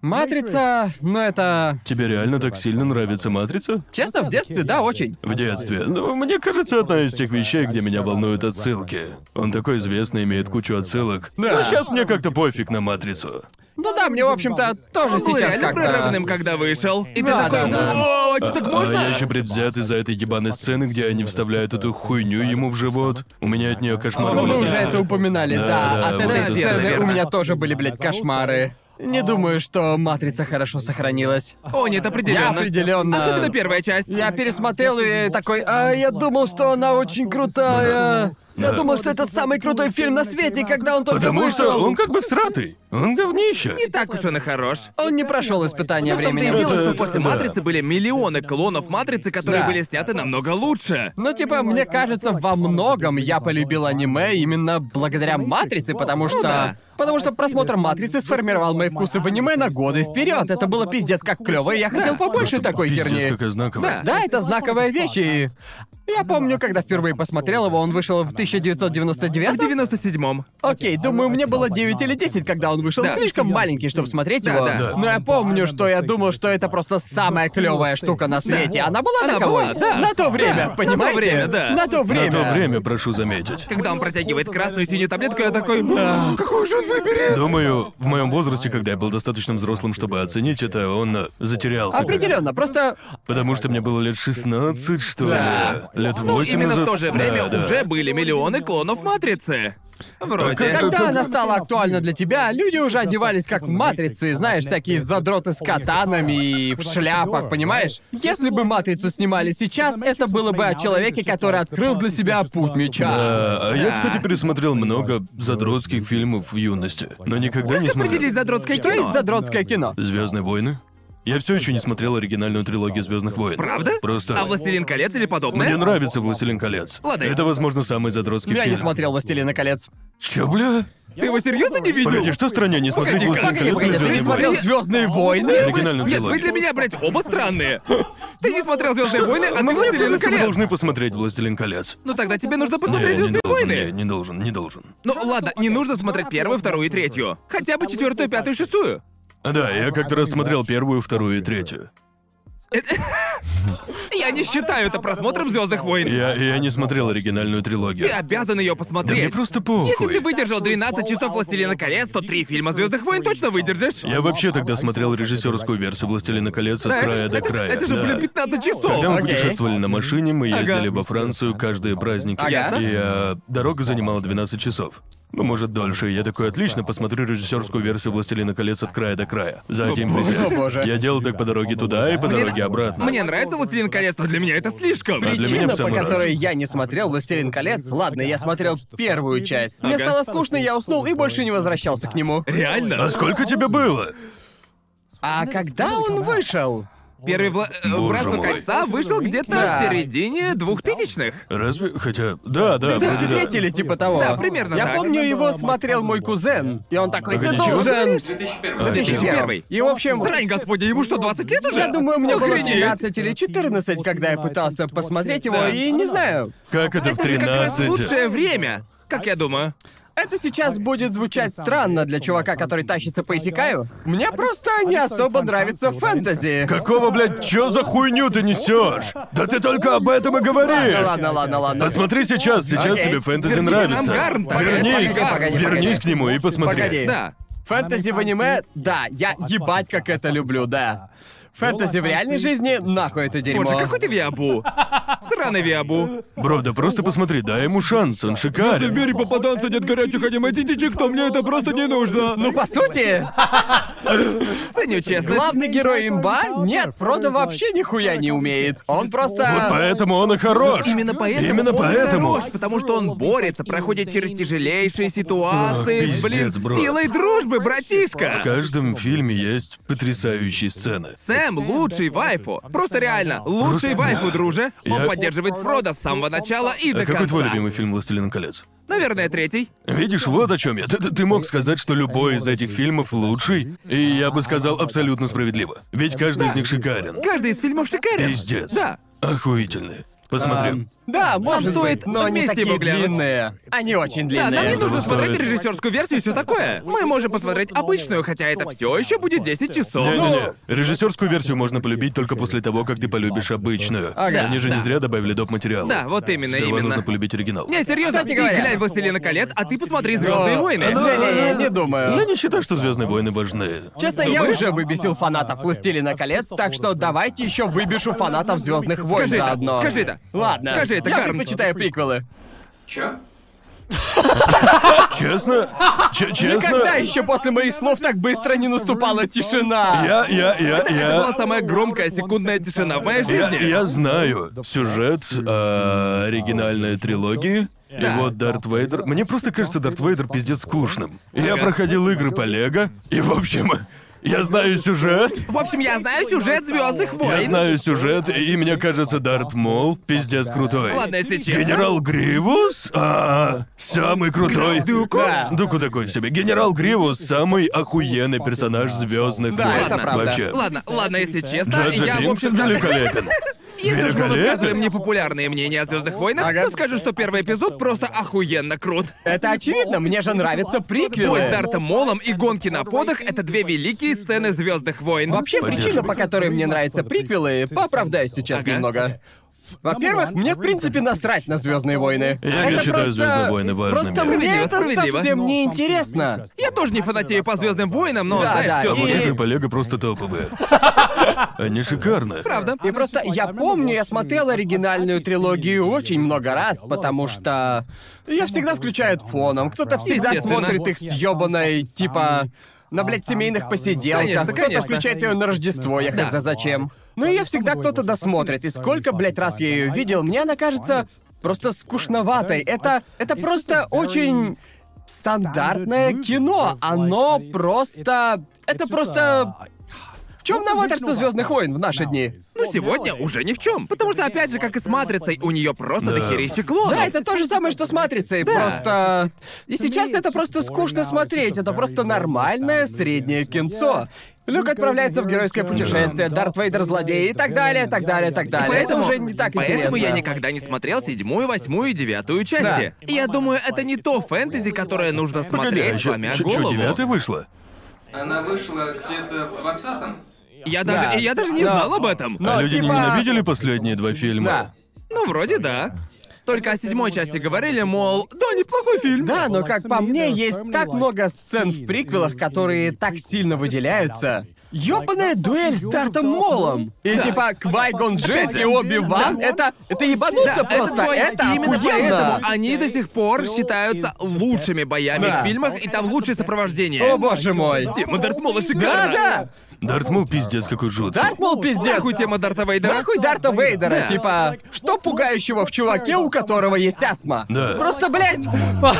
S3: Матрица, ну это...
S4: Тебе реально так сильно нравится матрица?
S3: Честно, в детстве, да, очень.
S4: В детстве. Ну, мне кажется, одна из тех вещей, где меня волнуют отсылки. Он такой известный, имеет кучу отсылок. Но сейчас мне как-то пофиг на матрицу.
S3: Ну да, мне, в общем-то, тоже
S1: Он был
S3: сейчас
S1: реально Ну, прорывным,
S3: как-то...
S1: когда вышел. И ты
S3: Да,
S1: такой,
S3: да, да.
S1: «Воу, это так
S4: А я
S1: можно?
S4: еще предвзят из-за этой ебаной сцены, где они вставляют эту хуйню ему в живот. У меня от нее кошмар.
S3: Ну, Мы уже это упоминали,
S4: Да,
S3: да.
S4: да,
S3: От
S4: вот
S3: этой
S1: это
S3: сцены
S1: верно,
S3: у меня
S1: верно.
S3: тоже были, блядь, кошмары.
S1: А.
S3: Не думаю, что матрица хорошо сохранилась.
S1: О, нет,
S3: Я
S1: определенно. А
S3: определенно.
S1: Особенно первая часть.
S3: Я пересмотрел и такой, а я думал, что она очень крутая. Я
S4: Да.
S3: думал, что это самый крутой фильм на свете, и когда он только
S4: Потому что
S3: вышел,
S4: он как бы всратый. Он говнище.
S1: Не так уж он и хорош.
S3: он не прошел испытания
S1: Ну, в том-то и
S3: временем.
S1: дело,
S4: Это-
S1: что
S4: это
S1: после
S4: да.
S1: Матрицы были миллионы клонов Матрицы, которые
S3: Да.
S1: были сняты намного лучше.
S3: Ну, типа, мне кажется, во многом я полюбил аниме именно благодаря матрице, потому что.
S1: да.
S3: Потому что просмотр матрицы сформировал мои вкусы в аниме на годы вперед. Это было пиздец как клево, и я хотел побольше такой
S4: Пиздец,
S3: херни.
S4: какая знаковая.
S3: Да, это знаковая вещь, и. Я помню, когда впервые посмотрел его, он вышел в
S1: А В
S3: 1999
S1: 97-м.
S3: Окей, думаю, мне было 9 или 10, когда он вышел.
S1: Да.
S3: Слишком маленький, чтобы смотреть
S1: Да,
S3: его.
S1: да.
S3: Но я помню, что я думал, что это просто самая клевая штука на свете. Она была
S1: Она
S3: таковой.
S1: была, да.
S3: На то время,
S1: Да.
S3: понимаете?
S1: На то время, да.
S3: На то время.
S4: На то время, прошу заметить.
S1: Когда он протягивает красную и синюю таблетку, я такой, «А, какую же он выберет?
S4: Думаю, в моем возрасте, когда я был достаточно взрослым, чтобы оценить это, он э, затерялся.
S3: Определенно, просто
S4: Потому что мне было лет 16, что ли.
S1: Да.
S4: Лет 8
S1: Ну, именно в
S4: назад.
S1: то же время
S4: Да, да.
S1: уже были миллионы клонов Матрицы. Вроде.
S3: когда она стала актуальна для тебя, люди уже одевались как в матрице, знаешь, всякие задроты с катанами и в шляпах, понимаешь? Если бы матрицу снимали сейчас, это было бы о человеке, который открыл для себя путь меча.
S4: А, а я, кстати, пересмотрел много задротских фильмов в юности, но никогда не смотрел.
S1: Определить задротское
S3: Что есть
S1: кино.
S3: задротское кино?
S4: Звездные войны? Я все еще не смотрел оригинальную трилогию Звездных войн.
S1: Правда?
S4: Просто.
S1: А «Властелин колец» или подобное?
S4: Мне нравится Властелин колец.
S1: Лады.
S4: Это, возможно, самый задротский
S3: Я
S4: фильм.
S3: не смотрел «Властелина колец».
S4: Че, бля?
S1: Ты его серьезно не видел?
S4: Погоди, что стране не смотреть
S1: Погоди,
S4: «Властелин
S1: погоди,
S4: колец»
S1: погоди, ты
S4: или «Звездные
S3: Ты смотрел
S4: войны»?
S1: войны.
S3: «Звездные войны»?
S1: Нет, вы-
S4: оригинальную
S1: Нет, вы
S4: трилогию.
S1: для меня, блядь, оба странные. Ты не смотрел «Звездные войны», а ты
S4: Мы,
S1: «Властелин
S4: кажется, мы
S1: колец».
S4: должны посмотреть «Властелин колец».
S1: Ну тогда тебе нужно
S4: Не,
S1: посмотреть
S4: не
S1: «Звездные
S4: должен, не,
S1: войны».
S4: не должен, не должен.
S1: Ну ладно, не нужно смотреть первую, вторую и третью. Хотя бы четвертую, пятую, шестую.
S4: А, Да, я как-то раз смотрел первую, вторую и третью.
S1: Я не считаю это просмотром «Звездных войн».
S4: Я, я не смотрел оригинальную трилогию.
S1: Ты обязан ее
S4: Да мне
S1: посмотреть.
S4: просто
S1: Если
S4: похуй.
S1: ты выдержал 12 часов «Властелина колец», то три фильма «Звездных войн» точно выдержишь.
S4: Я вообще тогда смотрел режиссерскую версию «Властелина колец» от
S1: Да, это,
S4: края
S1: же-
S4: до
S1: это же-
S4: края.
S1: это же,
S4: да.
S1: блин, 15 часов.
S4: Когда мы
S3: Окей.
S4: путешествовали на машине, мы
S1: Ага.
S4: ездили во Францию каждые праздники.
S3: Ага.
S4: И э, дорога занимала 12 часов. Ну, может, дольше. И Я такой, отлично, посмотрю режиссерскую версию «Властелина колец» от края до края. За один присест.
S3: О, боже.
S4: Я делал так по дороге туда и по
S1: Мне-
S4: дороге обратно.
S1: Мне нравится «Властелин колец», но для меня это слишком.
S4: А для меня
S3: Причина,
S4: в самый
S3: по
S4: раз.
S3: которой я не смотрел «Властелин колец», ладно, я смотрел первую часть. Мне
S1: Ага.
S3: стало скучно, я уснул и больше не возвращался к нему.
S4: А
S1: Реально?
S4: сколько тебе было?
S3: А когда он вышел?
S1: Первый вла... э,
S4: Боже
S1: «Братство
S4: мой.
S1: кольца» вышел где-то
S3: Да.
S1: в середине 2000-х.
S4: Разве... Хотя... Да, да, вроде да.
S3: 2003 или типа того.
S1: Да, примерно
S3: Я
S1: так.
S3: помню, его смотрел мой кузен, и он такой, ты
S4: Погоди, чего?
S3: должен...
S2: 2001.
S4: А,
S1: 2001.
S3: И, в общем...
S1: Срань, господи, ему что, 20 лет уже?
S3: Я думаю, мне было
S1: Охренеть.
S3: 13 или 14, когда я пытался посмотреть его,
S1: Да.
S3: и не знаю.
S4: Как это, в
S1: Это же как раз
S4: 13?
S1: лучшее время, как я думаю.
S3: Это сейчас будет звучать странно для чувака, который тащится по Исикаю. Мне просто не особо нравится фэнтези.
S4: Какого, блядь, чё за хуйню ты несешь? Да ты только об этом и говоришь!
S3: Ладно, ладно, ладно, ладно.
S4: А смотри сейчас, сейчас
S3: Окей.
S4: тебе фэнтези
S1: Верни
S4: нравится.
S1: нам Гарн, погоди,
S4: вернись,
S1: погоди,
S3: погоди,
S4: вернись
S3: погоди.
S4: к нему и посмотри.
S3: Погоди.
S1: Да.
S3: Фэнтези в аниме, да, я ебать как это люблю, да.
S1: Ну,
S3: Фэнтези в реальной жизни, нахуй это дерьмо.
S1: Боже, какой ты виабу. Сраный виабу.
S4: Бро, да просто посмотри, дай ему шанс, он шикарен.
S1: попаданца нет горячих аниме-детичек, то мне это просто не нужно.
S3: Ну, по сути,
S1: Ценю честность.
S3: главный герой имба? Нет, Фродо вообще нихуя не умеет. Он
S4: Вот
S3: просто...
S4: поэтому он и хорош.
S1: Именно поэтому
S4: Именно
S1: он и
S4: поэтому.
S1: хорош, потому что он борется, проходит через тяжелейшие ситуации,
S4: Ах, пиздец,
S1: блин,
S4: бро.
S1: силой дружбы,
S4: В
S1: братишка.
S4: каждом фильме есть потрясающие сцены.
S1: Сэм лучший вайфу. Просто реально, лучший
S4: Просто
S1: вайфу, друже. Он
S4: Я-
S1: поддерживает Фрода с самого начала и до
S4: А какой твой
S1: конца.
S4: любимый фильм «Властелин колец»?
S1: Наверное, третий.
S4: Видишь, вот о чем я. Ты, ты- ты мог сказать, что любой из этих фильмов лучший, и я бы сказал абсолютно справедливо. Ведь каждый из них шикарен.
S1: Каждый из фильмов шикарен.
S4: Пиздец.
S1: Да.
S4: Охуительный. Посмотри.
S3: Да, может
S1: стоит
S3: быть, но они
S1: вместе
S3: такие
S1: его глянуть.
S3: длинные. Они очень
S1: Да,
S3: длинные.
S1: нам не
S4: этого
S1: нужно смотреть
S4: стоит.
S1: режиссерскую версию и все такое. Мы можем посмотреть обычную, хотя это все еще будет 10 часов. Ну,
S4: Не-не-не, режиссерскую версию можно полюбить только после того, как ты полюбишь обычную.
S3: Ага.
S4: Они же не
S1: Да.
S4: зря добавили доп. материала.
S1: Да, вот именно,
S4: Сперва
S1: именно.
S4: нужно полюбить оригинал.
S1: Не, серьезно,
S3: Кстати
S1: ты
S3: говоря.
S1: глянь «Властелина колец», а ты посмотри «Звездные
S3: Но-
S1: войны».
S3: Не-не-не, не
S1: а.
S4: Я
S3: думаю.
S4: Э, ну, не считаю, что Звездные войны важны.
S3: Честно, я уже выбесил фанатов «Властелина колец», так что давайте еще выбешу фанатов «Звездных войн»
S1: Скажи это,
S3: заодно.
S1: скажи это.
S3: Ладно,
S1: Скажи это,
S3: я
S1: Гарн.
S3: предпочитаю приквелы.
S2: Чё?
S4: Честно?
S1: Ну,
S4: Че- честно?
S3: Никогда еще после моих слов так быстро не наступала тишина.
S4: Я, я, я,
S1: Это была
S4: я...
S1: самая громкая секундная тишина в моей
S4: Я,
S1: жизни.
S4: я знаю сюжет э, оригинальной трилогии. И вот Дарт Вейдер. Мне просто кажется, Дарт Вейдер пиздец скучным. Я проходил игры по Лего, и в общем, я знаю сюжет.
S1: В общем, я знаю сюжет Звездных
S4: Я
S1: войн.
S4: знаю сюжет, и мне кажется, Дарт Мол пиздец крутой.
S1: Ладно, если честно.
S4: Генерал Гривус? А, самый крутой. Дуку?
S3: Да.
S4: Дуку такой себе. Генерал Гривус самый охуенный персонаж звездных
S3: Да,
S4: войн.
S3: это правда.
S4: Вообще.
S1: Ладно, ладно, если честно,
S4: Джаджа
S1: я, в
S4: Бинкс
S1: общем, даже...
S4: великолепен.
S1: Если уж мы
S4: великолепен.
S1: высказываем непопулярные мнения о Звездных войнах,
S3: Ага.
S1: то скажу, что первый эпизод просто охуенно крут.
S3: Это очевидно, мне же нравятся
S1: Бой с
S3: приквелы.
S1: Дартом Молом и гонки на подах — это две великие сцены Звездных войн.
S3: Вообще,
S4: Поддерживаю.
S3: причина, по которой мне нравятся приквелы, поправдаюсь сейчас
S1: Ага.
S3: немного. Во-первых, мне в принципе насрать на Звездные войны.
S4: а Я не
S3: Это
S4: считаю
S3: просто-
S4: «Звездные войны» важными.
S3: Просто мне
S1: Справедливо,
S3: это
S1: справедливо.
S3: совсем не интересно.
S1: Я тоже не фанатею по Звездным войнам, но
S3: Да,
S1: знаешь,
S3: да,
S1: всё-
S4: А вот
S3: И-
S4: игры по Лего просто топовые. Они шикарные.
S1: Правда?
S3: И просто я помню, я смотрел оригинальную трилогию очень много раз, потому что я всегда включаю фоном. Кто-то всегда
S1: Естественно.
S3: смотрит их с ёбаной, типа на, блядь, семейных посиделках.
S1: Конечно,
S3: Кто-то
S1: конечно.
S3: включает ее на Рождество, я
S1: Да.
S3: хз зачем. Ну и я всегда кто-то досмотрит. И сколько, блядь, раз я ее видел, мне она кажется просто скучноватой. Это, это просто очень стандартное кино. Оно просто... Это просто... В чем новаторство Звездных войн в наши дни?
S1: Ну, сегодня уже ни в чем. Потому что, опять же, как и с матрицей, у нее просто
S4: Да.
S1: дохерища клонов.
S3: Да, это то же самое, что с матрицей. Просто. И сейчас это просто скучно смотреть. Это просто нормальное среднее кинцо. Люк отправляется в геройское путешествие, Дарт Вейдер злодей и так далее, так далее, так далее.
S1: Поэтому,
S3: это уже не так
S1: поэтому
S3: интересно.
S1: я никогда не смотрел седьмую, восьмую и девятую части.
S5: Да.
S1: И Я думаю, это не то фэнтези, которое нужно
S4: Погоди, а
S1: смотреть,
S4: еще
S1: сломя
S4: что,
S1: голову.
S4: девятая вышла?
S2: Она вышла где-то в 20-м.
S1: Я
S3: Да.
S1: даже, я даже не
S3: Да.
S1: знал об этом.
S3: Но
S4: а люди
S3: типа-
S4: ненавидели последние два фильма?
S3: Да.
S1: Ну, вроде да. Только о седьмой части говорили, мол, да, неплохой фильм.
S3: Да, но как по мне, есть так много сцен в приквелах, которые так сильно выделяются. Ёбаная дуэль с Дартом Молом! И
S5: Да.
S3: типа Квайгон Джин и Оби-Ван,
S5: Да.
S3: это... Это ебануться
S1: Да,
S3: просто,
S1: твой-
S3: это,
S1: и именно
S3: охуенно.
S1: поэтому они до сих пор считаются лучшими боями
S3: Да.
S1: в фильмах, и там лучшее сопровождение.
S3: О боже мой!
S1: Тема Дарт Мола
S3: Да,
S1: шикарна.
S3: да!
S4: Дартмул пиздец какой жут.
S3: Дарт Мол пиздец!
S1: Нахуй тема Дарта Вейдера.
S3: Нахуй Дарта Вейдера,
S1: Да.
S3: типа, что пугающего в чуваке, у которого есть астма?
S4: Да.
S3: Просто, блядь,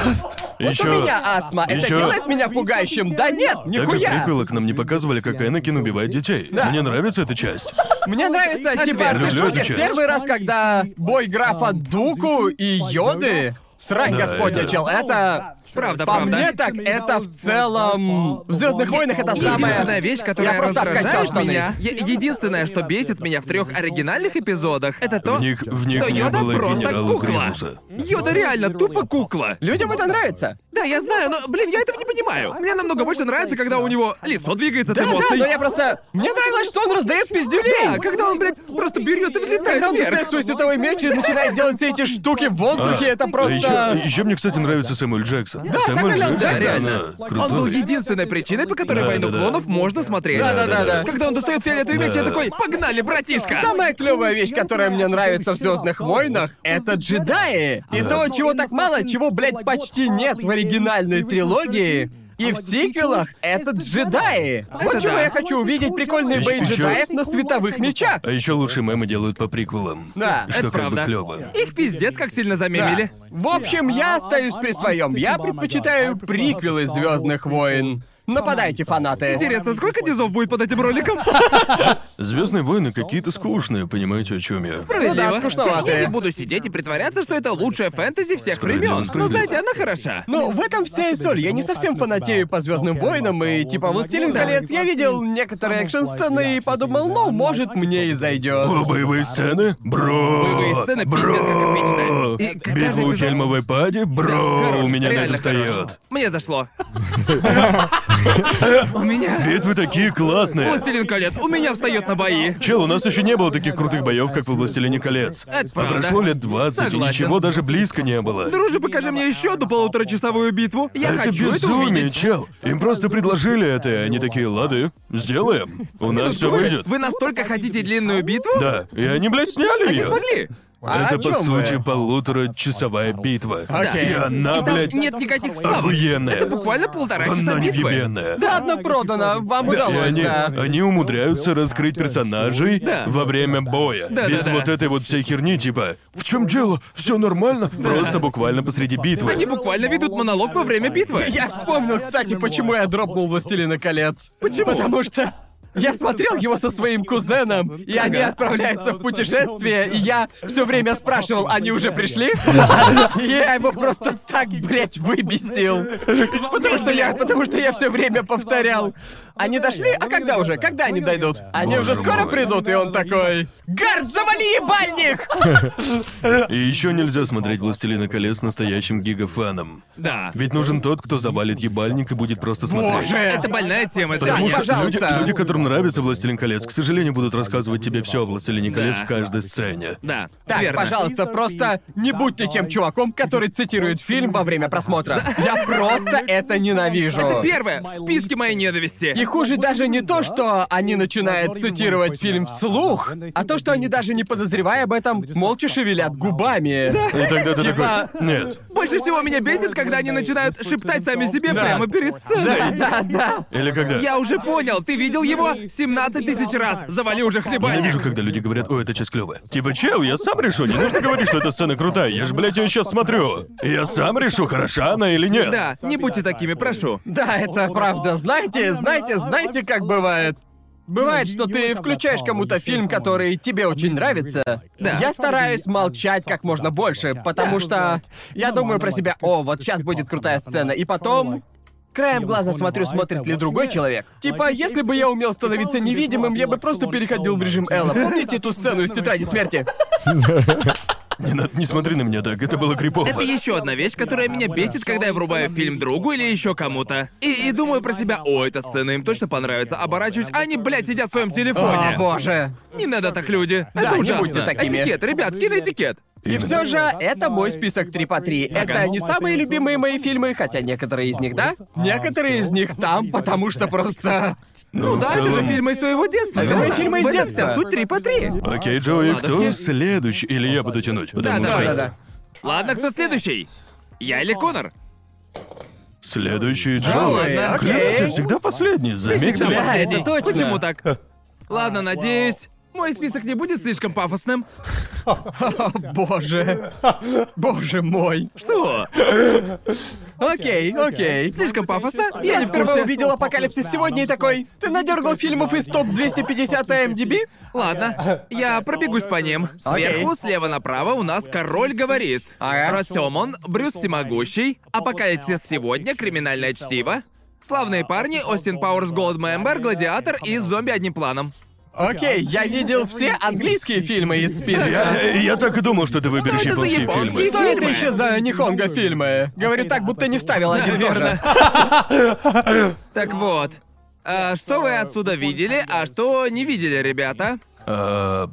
S3: вот
S4: Еще
S3: у меня астма, это
S4: Ещё-
S3: делает меня пугающим? Да нет,
S4: также в
S3: нихуя!
S4: приквелах нам не показывали, как Энакин убивает детей.
S3: Да.
S4: Мне нравится эта часть.
S3: Мне нравится,
S5: Ответ.
S3: типа, ты
S4: Люблю
S3: шутишь,
S4: отвечать.
S3: первый раз, когда бой графа Дуку и Йоды... Срань
S4: Да,
S3: господня,
S4: это-
S3: чел, это...
S1: Правда,
S3: По
S1: правда.
S3: мне так, это в целом... В Звездных войнах это
S1: Единственная
S3: самое...
S1: вещь, которая
S3: Я просто обкачал
S1: раздражает
S3: штаны.
S1: меня, е- единственное, что бесит меня в трех оригинальных эпизодах, это то,
S4: В них, в них
S1: что
S4: не
S1: Йода
S4: было и
S1: просто
S4: генерала
S1: кукла.
S4: Гримуса.
S1: Йода реально тупо кукла.
S3: Людям это нравится.
S1: Да, я знаю, но, блин, я этого не понимаю. Мне намного больше нравится, когда у него лицо двигается от
S3: Да, да,
S1: эмоций.
S3: но я просто... Мне нравилось, что он раздает пиздюлей.
S1: Да, когда он, блядь, просто берет и взлетает
S3: Когда он
S1: вверх.
S3: достает свой световой меч и начинает делать все эти штуки в воздухе, это
S4: Еще,
S3: просто...
S4: мне, кстати, нравится Сэмюэль Джексон.
S3: Сэмюэл
S4: Сэмюэль Джексон,
S3: Джексон,
S4: да,
S1: реально.
S4: крутой.
S1: Он был единственной причиной, по которой
S4: Да,
S1: «Войну
S4: да, да.
S1: клонов» можно смотреть.
S3: Да, да, да, да.
S1: Когда он достает фиолетовый меч, я такой, погнали, братишка!
S3: Самая клевая вещь, которая мне нравится в Звездных войнах, это джедаи. И
S4: Да.
S3: то, чего так мало, чего, блядь, почти нет в оригинальной трилогии. И в сиквелах это джедаи. вот
S1: Это
S3: чего
S1: да.
S3: я хочу увидеть прикольный бей
S4: Ещё-
S3: джедаев на световых мечах.
S4: А еще лучшие мемы делают по приквелам.
S3: Да,
S4: что
S1: это
S4: как
S1: правда.
S4: бы клево.
S1: Их пиздец как сильно замемили.
S3: Да. В общем, я остаюсь при своем. Я предпочитаю приквелы Звездных войн. Нападайте, фанаты.
S1: Интересно, сколько дизов будет под этим
S4: Ну
S1: роликом?
S4: Звездные войны какие-то скучные, понимаете, о чем я?
S1: Справедливо.
S3: Ну да, скучновато.
S1: Я не буду сидеть и притворяться, что это лучшая фэнтези всех
S4: Справедливо,
S1: времен. Но
S4: справедливо.
S1: знаете, она хороша.
S3: Ну, в этом вся и соль. Я не совсем фанатею по Звездным войнам и типа Властелин
S5: Да.
S3: колец. Я видел некоторые экшн-сцены и подумал, ну, может, мне и
S4: О,
S3: зайдет.
S4: боевые сцены? Бро!
S1: Боевые сцены пиздец как эпичные.
S4: бро!
S1: И каждый
S4: Битва у
S1: эпизод-
S4: Хельмовой пади? Бро!
S1: Хорош,
S4: у меня на
S1: реально
S4: это
S1: хорош.
S4: встает.
S1: Мне зашло. У меня...
S4: Битвы такие классные.
S1: Властелин колец, у меня встает на бои.
S4: Чел, у нас еще не было таких крутых боев, как во «Властелине колец».
S1: Это
S4: А
S1: правда.
S4: прошло лет 20, и
S1: Согласен.
S4: ничего даже близко не было.
S1: Друже, покажи мне еще одну полуторачасовую битву. Я
S4: это
S1: хочу это
S4: безумие,
S1: увидеть.
S4: чел. Им просто предложили это, и они такие, лады, сделаем. У нас все
S1: Вы-
S4: выйдет.
S1: Вы настолько хотите длинную битву?
S4: Да, и они, блядь, сняли
S1: Не
S4: ее.
S1: смогли.
S3: А
S4: это,
S3: о
S4: по
S3: чём
S4: сути,
S3: вы?
S4: полуторачасовая битва.
S3: Окей.
S4: И она,
S1: И там
S4: блядь,
S1: нет никаких ставок.
S4: охуенная.
S1: Это буквально полтора часа
S4: Она
S1: битвы.
S4: невъебенная.
S3: Да, одна продана, вам
S4: И
S3: удалось,
S4: они,
S3: да.
S4: они умудряются раскрыть персонажей
S1: Да.
S4: во время боя.
S1: Да, да,
S4: без
S1: да.
S4: вот этой вот всей херни, типа «В чем дело? Все нормально?» Просто буквально посреди битвы.
S1: Они буквально ведут монолог во время битвы.
S3: Я вспомнил, кстати, почему я дропнул «Властелина колец». Почему? Потому что я смотрел его со своим кузеном, и они отправляются в путешествие, и я все время спрашивал, они уже пришли? И я его просто так, блядь, выбесил. Потому что я, потому что я все время повторял. Они дошли? А когда уже? Когда они дойдут? Они
S4: Боже
S3: уже скоро
S4: мой.
S3: придут, и он такой... Гард, завали ебальник!
S4: И еще нельзя смотреть «Властелина колец» настоящим гигафаном.
S1: Да.
S4: Ведь нужен тот, кто завалит ебальник и будет просто смотреть.
S3: Боже!
S1: Это больная тема, это
S4: Потому
S1: понятно.
S4: что люди,
S3: ну, пожалуйста.
S4: люди, которым нравится «Властелин колец», к сожалению, будут рассказывать тебе все о «Властелине колец»
S1: Да.
S4: в каждой сцене.
S1: Да,
S3: Так,
S1: верно.
S3: пожалуйста, просто не будьте тем чуваком, который цитирует фильм во время просмотра. Я просто это ненавижу.
S1: Это первое в списке моей ненависти.
S3: И хуже даже не то, что они начинают цитировать фильм вслух, а то, что они даже не подозревая об этом, молча шевелят губами.
S4: И тогда ты
S3: Типа-
S4: такой «Нет».
S1: Больше всего меня бесит, когда они начинают шептать сами себе
S3: Да.
S1: прямо перед
S3: Да,
S1: сценой.
S3: да, да.
S4: Или когда
S1: Я уже понял, ты видел его 17 тысяч раз. Завали уже хлебальник.
S4: Ненавижу, когда люди говорят, о, это часть клёвая. Типа, чел, я сам решу, не нужно говорить, что эта сцена крутая, я же, блядь, ее сейчас смотрю. Я сам решу, хороша она или нет.
S1: Да, не будьте такими, прошу.
S3: Да, это правда. Знаете, знаете, знаете, как бывает. Бывает, что ты включаешь кому-то фильм, который тебе очень нравится.
S5: Да.
S3: Я стараюсь молчать как можно больше, потому что я думаю про себя, о, вот сейчас будет крутая сцена, и потом... Краем глаза смотрю, смотрит ли другой человек. Типа, если бы я умел становиться невидимым, я бы просто переходил в режим Элла. Помните эту сцену из «Тетради смерти»?
S4: Не, надо- не смотри на меня так, это было крипово.
S1: Это еще одна вещь, которая меня бесит, когда я врубаю фильм другу или еще кому-то. И, и думаю про себя, о, эта сцена им точно понравится. Оборачиваюсь, а они, блядь, сидят в своем телефоне.
S3: О, боже.
S1: Не надо так, люди.
S3: Да,
S1: это
S3: не
S1: ужасно.
S3: будьте такими.
S1: Этикет, ребят, киноэтикет.
S3: И все же, это мой список 3 по 3.
S5: Ага.
S3: Это не самые любимые мои фильмы, хотя некоторые из них, да? Некоторые из них там, потому что просто...
S1: Ну, да,
S4: в
S1: это же
S4: целом-
S1: фильмы из твоего детства.
S3: Это
S1: верно?
S3: мои фильмы из
S1: В этом
S3: детства.
S1: вся суть 3 по 3.
S4: Окей, Джоуи,
S1: Ладно,
S4: кто
S1: окей.
S4: следующий? Или я буду тянуть?
S1: Да,
S4: Потому
S1: давай.
S4: что
S3: Да-да-да.
S1: Ладно, кто следующий? Я или Конор?
S4: следующий
S3: Джоуи,
S4: Джоуи.
S1: ладно,
S3: окей.
S4: Клянусь, я всегда последний, заметили?
S3: всегда- это точно.
S1: Почему так? Ладно, надеюсь, мой список не будет слишком пафосным.
S3: О, боже. Боже мой.
S1: Что?
S3: Окей, окей.
S1: Слишком пафосно?
S3: Я
S1: Я не в курсе.
S3: впервые увидел «Апокалипсис сегодня» и такой... Ты надергал фильмов из А топ-250 IMDb?
S1: Ладно, я пробегусь по ним. Сверху, слева направо у нас «Король говорит».
S3: Ага.
S1: Росёмон, Брюс Всемогущий, «Апокалипсис сегодня», «Криминальное чтиво», «Славные парни», «Остин Пауэрс», «Голдмембер», «Гладиатор» и «Зомби одним планом».
S3: Окей, я видел все английские фильмы из списка.
S4: Я, я так и думал, что ты выберешь
S1: Что Ну, это за
S4: японские
S1: японские
S4: фильмы.
S3: Что это
S1: фильмы.
S3: еще за нихонго фильмы? Говорю так, будто не вставил один тоже.
S1: Верно. Так вот. а что вы отсюда видели, а что не видели, ребята?
S4: А,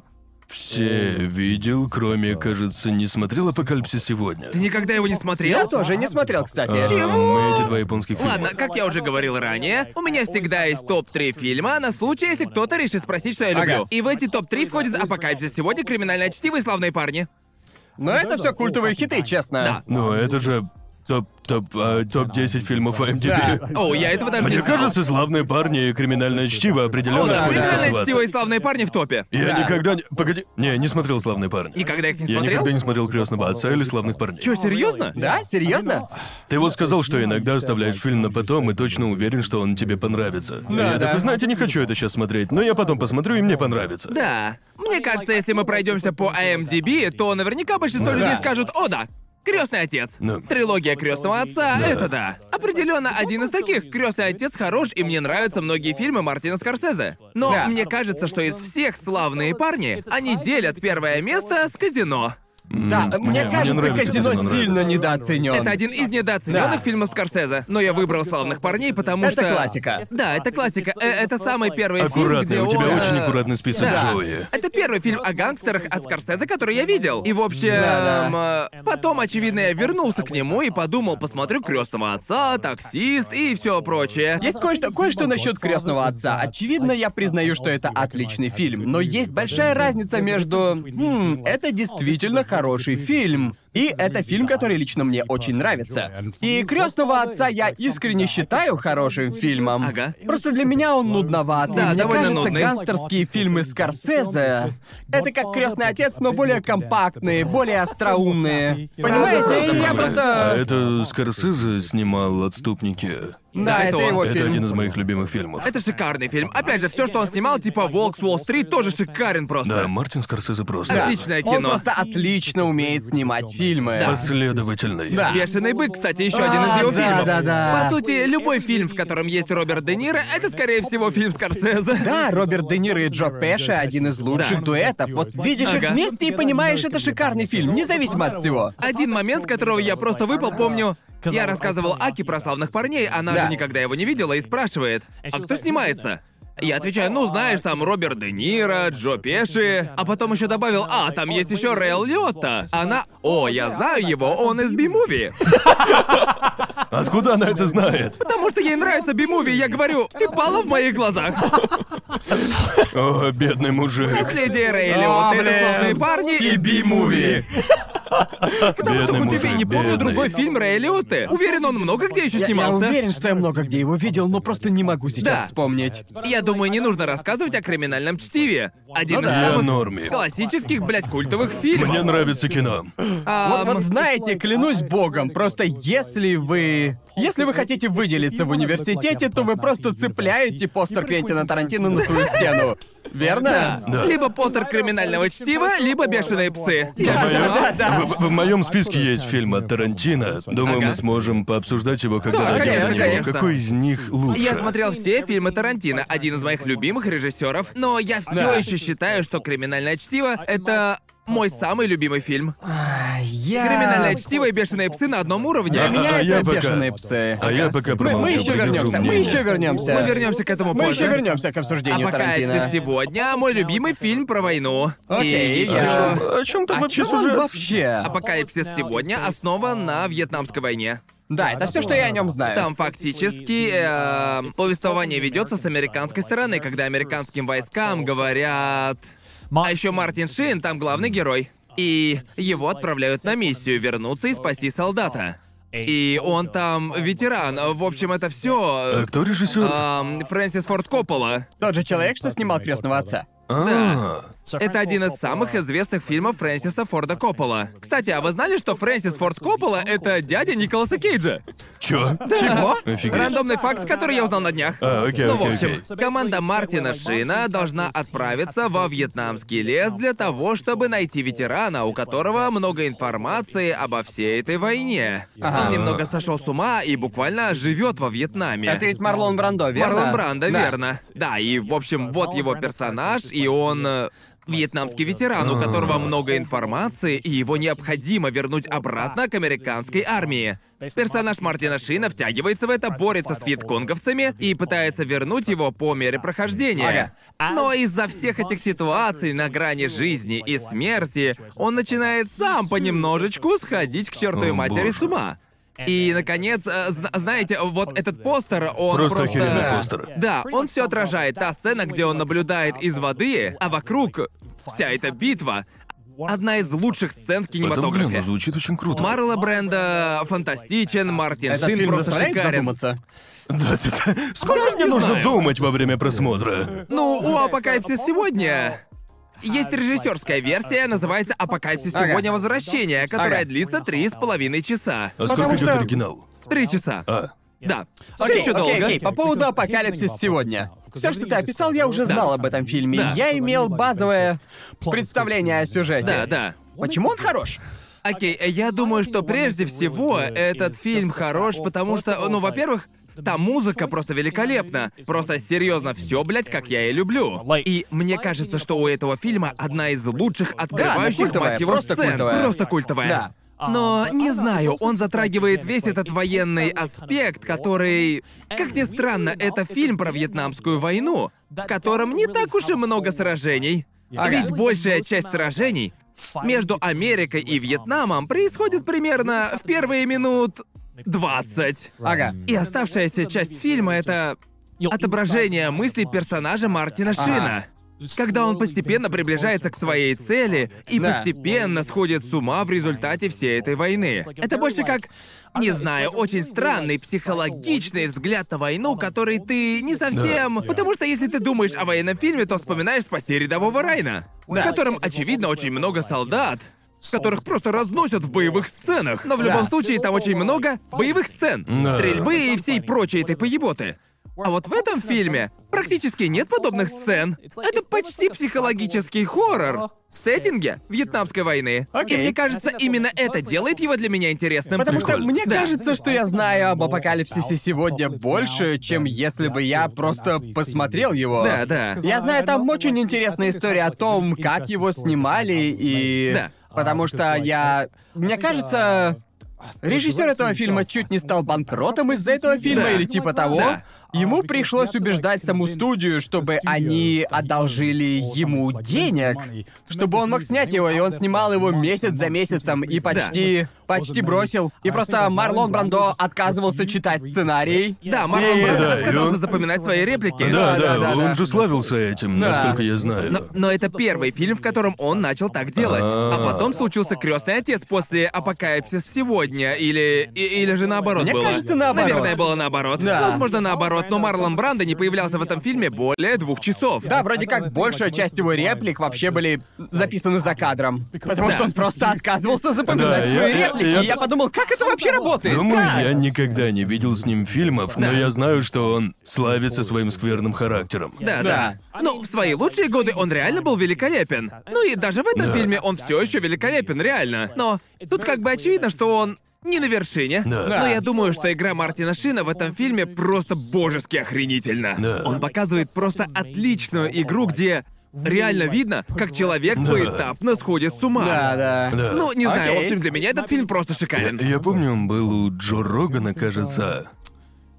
S4: все видел, кроме, кажется, не смотрел «Апокалипсис сегодня».
S1: Ты никогда его не смотрел?
S3: Я тоже не смотрел,
S4: А,
S3: кстати.
S4: мы эти два японских фильма.
S1: Ладно, как я уже говорил ранее, у меня всегда есть топ-3 фильма на случай, если кто-то решит спросить, что я люблю.
S3: Ага.
S1: И в эти топ-3 входит «Апокалипсис сегодня», «Криминальное чтиво» и «Славные парни».
S3: Но это все культовые хиты, честно.
S1: Да.
S4: Ну, это же топ, топ, а, топ-10 фильмов IMDb.
S1: О, я этого даже не
S4: Мне
S1: знал.
S4: кажется, славные парни и криминальное чтиво
S1: О,
S4: определенно
S1: да,
S4: входят в
S1: «Криминальное
S4: топ-20».
S1: чтиво» и «Славные парни» в топе.
S4: Я
S3: Да.
S4: никогда не... Погоди. Не, не смотрел «Славные парни».
S1: Никогда их не
S4: Я
S1: смотрел?
S4: никогда не смотрел «Крестного отца» или «Славных парней».
S1: Чё, серьезно?
S3: Да, серьезно?
S4: Ты вот сказал, что иногда оставляешь фильм на потом и точно уверен, что он тебе понравится. И я
S3: да.
S4: такой, знаете, не хочу это сейчас смотреть, но я потом посмотрю, и мне понравится.
S1: Да. Мне кажется, если мы пройдемся по IMDb, то наверняка большинство людей скажут «О, да». Крестный отец.
S4: Ну.
S1: Трилогия крестного отца это да. Определенно один из таких. Крестный отец хорош, и мне нравятся многие фильмы Мартина Скорсезе. Но
S3: Да.
S1: мне кажется, что из всех славные парни они делят первое место с казино.
S3: Да, мне
S4: мне
S3: кажется,
S4: нравится,
S3: казино
S4: «Казино»
S3: сильно
S4: нравится.
S3: недооценен.
S1: Это один из недооцененных
S3: Да.
S1: фильмов Скорсезе. Но я выбрал славных парней, потому
S3: Это
S1: что.
S3: классика.
S1: Да, это классика. Э, Это самый первый
S4: Аккуратный,
S1: фильм, где
S4: у тебя
S1: он, э,
S4: очень аккуратный список,
S1: да.
S4: Джоуи.
S3: Э,
S1: Это первый фильм о гангстерах от Скорсезе, который я видел. И в общем,
S3: Да-да.
S1: э, потом, очевидно, я вернулся к нему и подумал, посмотрю крестного отца, таксист и все прочее.
S3: Есть кое-что, кое-что насчет крестного отца. Очевидно, я признаю, что это отличный фильм, но есть большая разница между «Хм, это действительно хороший фильм. И это фильм, который лично мне очень нравится. И крестного отца я искренне считаю хорошим фильмом.
S1: Ага.
S3: Просто для меня он нудноват.
S1: Да,
S3: мне
S1: довольно
S3: кажется,
S1: нудный.
S3: гангстерские фильмы Скорсезе это как крестный отец, но более компактные, более остроумные. Понимаете, И я
S4: А
S3: просто.
S4: это Скорсезе снимал «Отступники».
S3: Да,
S1: это
S3: это
S1: он.
S3: его
S4: А Это
S3: фильм.
S4: один из моих любимых фильмов.
S1: Это шикарный фильм. Опять же, все, что он снимал, типа Волк с Уолл-стрит, тоже шикарен
S4: Да,
S1: просто.
S4: Мартин Скорсезе просто...
S1: Отличное
S3: Он
S1: кино.
S3: просто отлично умеет снимать фильмы.
S4: Последовательный.
S3: Да.
S1: Бешеный бык, кстати, еще один из
S3: А,
S1: его
S3: да,
S1: фильмов.
S3: да, да.
S1: По сути, любой фильм, в котором есть Роберт Де Ниро, это скорее всего фильм Скорсезе.
S3: Да, Роберт Де Ниро и Джо Пеши один из лучших
S5: Да.
S3: дуэтов. Вот видишь их
S1: Ага.
S3: вместе и понимаешь, это шикарный фильм, независимо от всего.
S1: Один момент, с которого я просто выпал, помню. Я рассказывал Аки про славных парней, она
S3: Да.
S1: же никогда его не видела и спрашивает, а кто снимается? Я отвечаю, ну знаешь, там Роберт Де Ниро, Джо Пеши, а потом еще добавил, а там есть еще Рейл Лиотта. Она, о, я знаю его, он из Би-муви.
S4: Откуда она это знает?
S1: Потому что ей нравится Би-муви, я говорю, ты пала в моих глазах.
S4: О, бедный мужик.
S1: Наследие Рея Лиотта,
S3: А,
S1: это
S3: блин.
S1: славные парни и Би-муви. Потому что
S4: Бедный
S1: хоть
S4: мужик,
S1: тебе не помню
S4: бедный.
S1: другой фильм Рея Лиотты. Уверен, он много где еще
S3: Я, я
S1: снимался.
S3: уверен, что я много где его видел, но просто не могу сейчас
S1: Да.
S3: вспомнить.
S1: Я думаю, не нужно рассказывать о криминальном чтиве. Один
S3: Ну
S1: из
S3: да.
S4: Я
S1: самых
S4: норме.
S1: классических, блядь, культовых фильмов. А,
S4: Мне нравится кино.
S1: Ам,
S3: Вот, вот знаете, клянусь богом, просто если вы И если вы хотите выделиться в университете, то вы просто цепляете постер Квентина Тарантино на свою стену. Верно?
S4: Да.
S1: Либо постер криминального чтива, либо бешеные псы.
S3: Да,
S4: Моё-
S3: да, да.
S4: В, в- в моем списке есть фильм от Тарантино. Думаю,
S1: Ага.
S4: мы сможем пообсуждать его,
S3: Ну,
S4: когда
S1: Да,
S4: дойдем
S1: конечно,
S4: до него.
S1: конечно.
S4: Какой из них лучше?
S1: Я смотрел все фильмы Тарантино, один из моих любимых режиссеров, но я все
S3: Да.
S1: еще считаю, что криминальное чтиво это мой самый любимый фильм.
S3: А. Я...
S1: Криминальное чтиво и бешеные псы на одном уровне.
S4: А,
S3: Меня
S4: а
S3: это
S4: я пока-
S3: бешеные псы.
S4: А я пока
S3: Мы,
S4: промолчу.
S3: мы еще
S4: придержу
S3: вернемся, мы
S4: мнение.
S3: еще вернемся.
S1: Мы вернемся к этому
S3: Мы
S1: позже.
S3: еще вернемся к
S1: А
S3: обсуждению
S1: пока это
S3: Тарантино.
S1: сегодня мой любимый фильм про войну.
S3: Окей, я-
S1: И еще
S4: А О чем
S1: А
S4: там
S3: О
S4: вообще
S3: чем А ну он
S4: сюжет?
S3: вообще?
S1: Апокалипсис сегодня основан на Вьетнамской войне.
S3: Да, это все, что я о нем знаю.
S1: Там фактически э, повествование ведется с американской стороны, когда американским войскам говорят. А еще Мартин Шин там главный герой. И его отправляют на миссию вернуться и спасти солдата. И он там ветеран. В общем, это
S4: А
S1: все.
S4: кто режиссер?
S3: А,
S1: Фрэнсис Форд Коппола. Э,
S3: Тот же человек, что снимал крестного отца.
S4: А,
S1: Это один из самых известных фильмов Фрэнсиса Форда Коппола. Кстати, а вы знали, что Фрэнсис Форд Коппола — это дядя Николаса Кейджа?
S4: чё?
S3: Чего?
S4: Офигеть.
S1: Рандомный факт, который я узнал на днях.
S4: А, окей,
S1: Ну, в
S4: окей,
S1: общем,
S4: окей.
S1: команда Мартина Шина должна отправиться во вьетнамский лес для того, чтобы найти ветерана, у которого много информации обо всей этой войне.
S3: Ага.
S1: Он немного сошел с ума и буквально живет во Вьетнаме.
S3: Это ведь Марлон Брандо, верно?
S1: Марлон Брандо,
S3: Да.
S1: верно. Да, и в общем, вот его персонаж, и он э, вьетнамский ветеран, у которого много информации, и его необходимо вернуть обратно к американской армии. Персонаж Мартина Шина втягивается в это, борется с вьетконговцами и пытается вернуть его по мере прохождения. Но из-за всех этих ситуаций на грани жизни и смерти он начинает сам понемножечку сходить к чертовой
S4: О,
S1: матери с
S4: боже.
S1: ума. И, наконец, э, зна- знаете, вот этот постер, он
S4: Просто
S1: просто...
S4: охеренный постер.
S1: Да, он все отражает. Та сцена, где он наблюдает из воды, а вокруг вся эта битва. Одна из лучших сцен в
S4: Это, блин,
S1: кинематографе.
S4: звучит очень круто.
S1: Марла Бренда фантастичен, Мартин
S3: Этот
S1: Шин
S3: фильм
S1: просто
S3: заставляет
S1: шикарен.
S3: задуматься.
S4: Да, да, да. Сколько
S1: Даже
S4: мне
S1: не
S4: нужно
S1: знаю.
S4: думать во время просмотра?
S1: Ну, у Апокалипсис сегодня есть режиссерская версия, называется Апокалипсис
S3: Ага.
S1: сегодня возвращение, которая
S3: Ага.
S1: длится три с половиной часа.
S4: А сколько
S3: Потому
S4: идет
S3: что-
S4: оригинал?
S1: Три часа.
S4: А,
S1: Да. Все
S3: Окей,
S1: еще
S3: окей,
S1: долго.
S3: окей, по поводу апокалипсис сегодня. Все, что ты описал, я уже знал об этом фильме.
S1: Да.
S3: Я имел базовое представление о сюжете.
S1: Да, да.
S3: Почему он хорош?
S1: Окей, э, я думаю, что прежде всего этот фильм хорош, потому что, ну, во-первых, там музыка просто великолепна. Просто серьезно, все, блядь, как я и люблю. И мне кажется, что у этого фильма одна из лучших открывающих
S3: культовая,
S1: мать его
S3: просто
S1: сцен.
S3: культовая.
S1: Просто культовая. А,
S3: Да.
S1: Но не знаю, он затрагивает весь этот военный аспект, который... Как ни странно, это фильм про вьетнамскую войну, в котором не так уж и много сражений.
S3: Ага.
S1: Ведь большая часть сражений между Америкой и Вьетнамом происходит примерно в первые минут 20.
S3: Ага.
S1: И оставшаяся часть фильма — это отображение мыслей персонажа Мартина Шина. Когда он постепенно приближается к своей цели и
S3: Да.
S1: постепенно сходит с ума в результате всей этой войны. Это больше как, не знаю, очень странный психологичный взгляд на войну, который ты не совсем... Потому что если ты думаешь о военном фильме, то вспоминаешь «Спасти рядового Райна»,
S3: Да.
S1: в котором, очевидно, очень много солдат, которых просто разносят в боевых сценах. Но в любом
S3: Да.
S1: случае там очень много боевых сцен,
S4: Да.
S1: стрельбы и всей прочей этой поеботы. А вот в этом фильме практически нет подобных сцен. Это почти психологический хоррор в сеттинге Вьетнамской войны.
S3: Окей.
S1: И мне кажется, именно это делает его для меня интересным.
S3: Потому что
S4: Прикольно.
S3: мне
S1: Да.
S3: кажется, что я знаю об апокалипсисе сегодня больше, чем если бы я просто посмотрел его.
S1: Да, да.
S3: Я знаю, там очень интересная история о том, как его снимали и...
S1: Да.
S3: Потому что я... Мне кажется, режиссер этого фильма чуть не стал банкротом из-за этого фильма
S1: Да.
S3: или типа того.
S1: Да.
S3: Ему пришлось убеждать саму студию, чтобы они одолжили ему денег, чтобы он мог снять его, и он снимал его месяц за месяцем и почти, почти бросил. И просто А Марлон Брандо отказывался читать сценарий.
S1: Да, Марлон
S3: И-
S1: Брандо
S4: да, и
S1: отказался
S4: он-
S1: запоминать свои реплики.
S4: да,
S3: да,
S4: да,
S3: да, да.
S4: он же славился этим,
S3: Да.
S4: насколько я знаю.
S1: Но, но это первый фильм, в котором он начал так делать. А
S4: А.
S1: потом случился крестный отец после Апокалипсис сегодня, или. и- или же наоборот
S3: Мне
S1: было.
S3: кажется, наоборот.
S1: Наверное, было наоборот.
S3: Да.
S1: Возможно, наоборот, но Марлон Брандо не появлялся в этом фильме более двух часов.
S3: Да, вроде как большая часть его реплик вообще были записаны за кадром. Потому
S1: Да.
S3: что он просто отказывался запоминать
S4: Да,
S3: свои
S4: я- я-
S3: реплики,
S4: Я-
S3: и я подумал, как это вообще работает?
S4: Думаю,
S3: Как?
S4: я никогда не видел с ним фильмов, но я знаю, что он славится своим скверным характером.
S1: Да, да. Ну, в свои лучшие годы он реально был великолепен. Ну и даже в этом
S4: Да.
S1: фильме он все еще великолепен, реально. Но тут как бы очевидно, что он не на вершине.
S4: Да.
S1: Но я думаю, что игра Мартина Шина в этом фильме просто божески охренительна.
S4: Да.
S1: Он показывает просто отличную игру, где реально видно, как человек
S4: Да.
S1: поэтапно сходит с ума.
S3: Да, да.
S4: Да.
S1: Ну, не знаю,
S3: Окей.
S1: в общем, для меня этот фильм просто шикарен.
S4: Я помню, он был у Джо Рогана, кажется.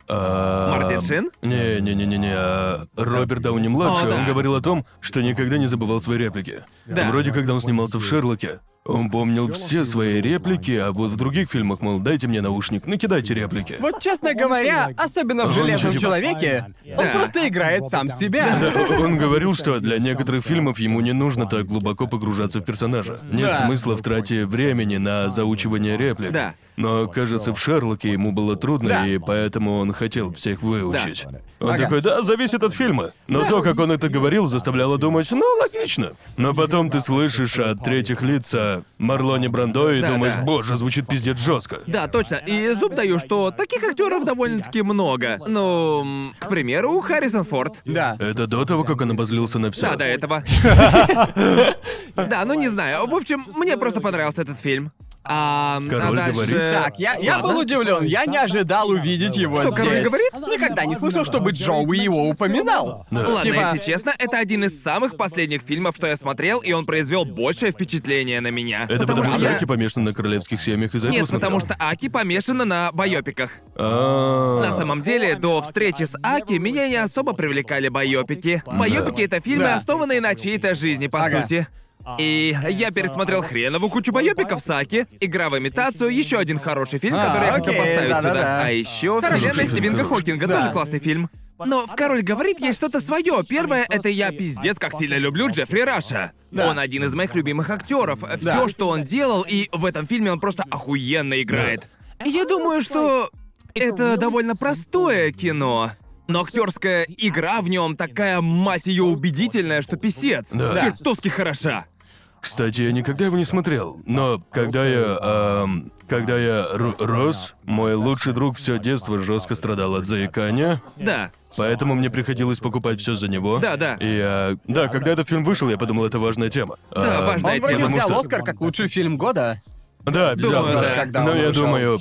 S4: а,
S1: Мартин Шин?
S4: Не-не-не-не-не, а Роберт Дауни-младший,
S1: О, да.
S4: он говорил о том, что никогда не забывал свои реплики.
S1: Да.
S4: Вроде когда он снимался в «Шерлоке». Он помнил все свои реплики, а вот в других фильмах, мол, дайте мне наушник, накидайте реплики.
S3: Вот, честно говоря, особенно в
S4: Он
S3: «Железном
S4: типа-
S3: человеке», он
S1: Да.
S3: просто играет сам себя.
S4: Да, Он говорил, что для некоторых фильмов ему не нужно так глубоко погружаться в персонажа. Нет
S3: Да.
S4: смысла в трате времени на заучивание реплик.
S1: Да.
S4: Но, кажется, в Шерлоке ему было трудно,
S3: Да.
S4: и поэтому он хотел всех выучить. Он
S3: Ага.
S4: такой, да, зависит от фильма. Но то, как он это говорил, заставляло думать, ну, логично. Но потом ты слышишь от третьих лиц о Марлоне Брандо и
S1: Да,
S4: думаешь,
S1: да.
S4: боже, звучит пиздец жестко.
S1: Да, точно. И зуб даю, что таких актеров довольно-таки много. Ну, м, к примеру, Харрисон Форд.
S3: Да.
S4: Это до того, как он обозлился на все.
S1: Да, до этого. Да, ну не знаю. В общем, мне просто понравился этот фильм. А, а
S4: Король
S1: дальше-
S4: говорит.
S3: Так, я, я
S1: Ладно.
S3: был удивлен, я не ожидал увидеть его
S1: Что, король
S3: здесь.
S1: говорит?
S3: Никогда не слышал, чтобы Джоуи его упоминал.
S1: Ладно,
S3: Типа-
S1: если честно, это один из самых последних фильмов, что я смотрел, и он произвел большее впечатление на меня.
S4: Это потому, что
S1: я-
S4: Аки помешан на королевских семьях из-за этого
S1: Нет, потому
S4: смотрел?
S1: что Аки помешана на байопиках.
S4: А.
S1: На самом деле, до встречи с Аки меня не особо привлекали байопики. Байопики — это фильмы,
S3: Да.
S1: основанные на чьей-то жизни, по
S3: Ага.
S1: сути. И я пересмотрел хренову кучу байопиков с Аки, «Игра в имитацию», еще один хороший фильм,
S3: А,
S1: который я хотел
S3: окей,
S1: поставить
S3: да-да-да.
S1: сюда. А еще
S3: Хороший
S1: «Вселенная
S4: фильм,
S1: Стивенга
S4: хороший.
S1: Хокинга»
S3: Да.
S1: тоже классный фильм. Но в «Король говорит» есть что-то свое. Первое — это я пиздец как сильно люблю Джеффри Раша.
S3: Да.
S1: Он один из моих любимых актеров.
S3: Да.
S1: Все, что он делал, и в этом фильме он просто охуенно играет. Я думаю, что это довольно простое кино. Но актерская игра в нем такая, мать ее, убедительная, что писец.
S4: Да.
S1: Чертовски хороша.
S4: Кстати, я никогда его не смотрел, но когда я. эм, когда я р- рос, мой лучший друг все детство жестко страдал от заикания,
S1: Да.
S4: поэтому мне приходилось покупать все за него.
S1: Да, да.
S4: И э, да, когда этот фильм вышел, я подумал, это важная тема.
S1: Да,
S4: Эм,
S1: важная
S3: Он вроде
S1: Потому
S3: взял
S4: что-
S3: Оскар как лучший фильм года.
S4: Да, обязательно.
S1: Думаю, да.
S3: Когда
S4: Но
S3: он
S4: я
S3: вышел.
S1: а
S4: думаю,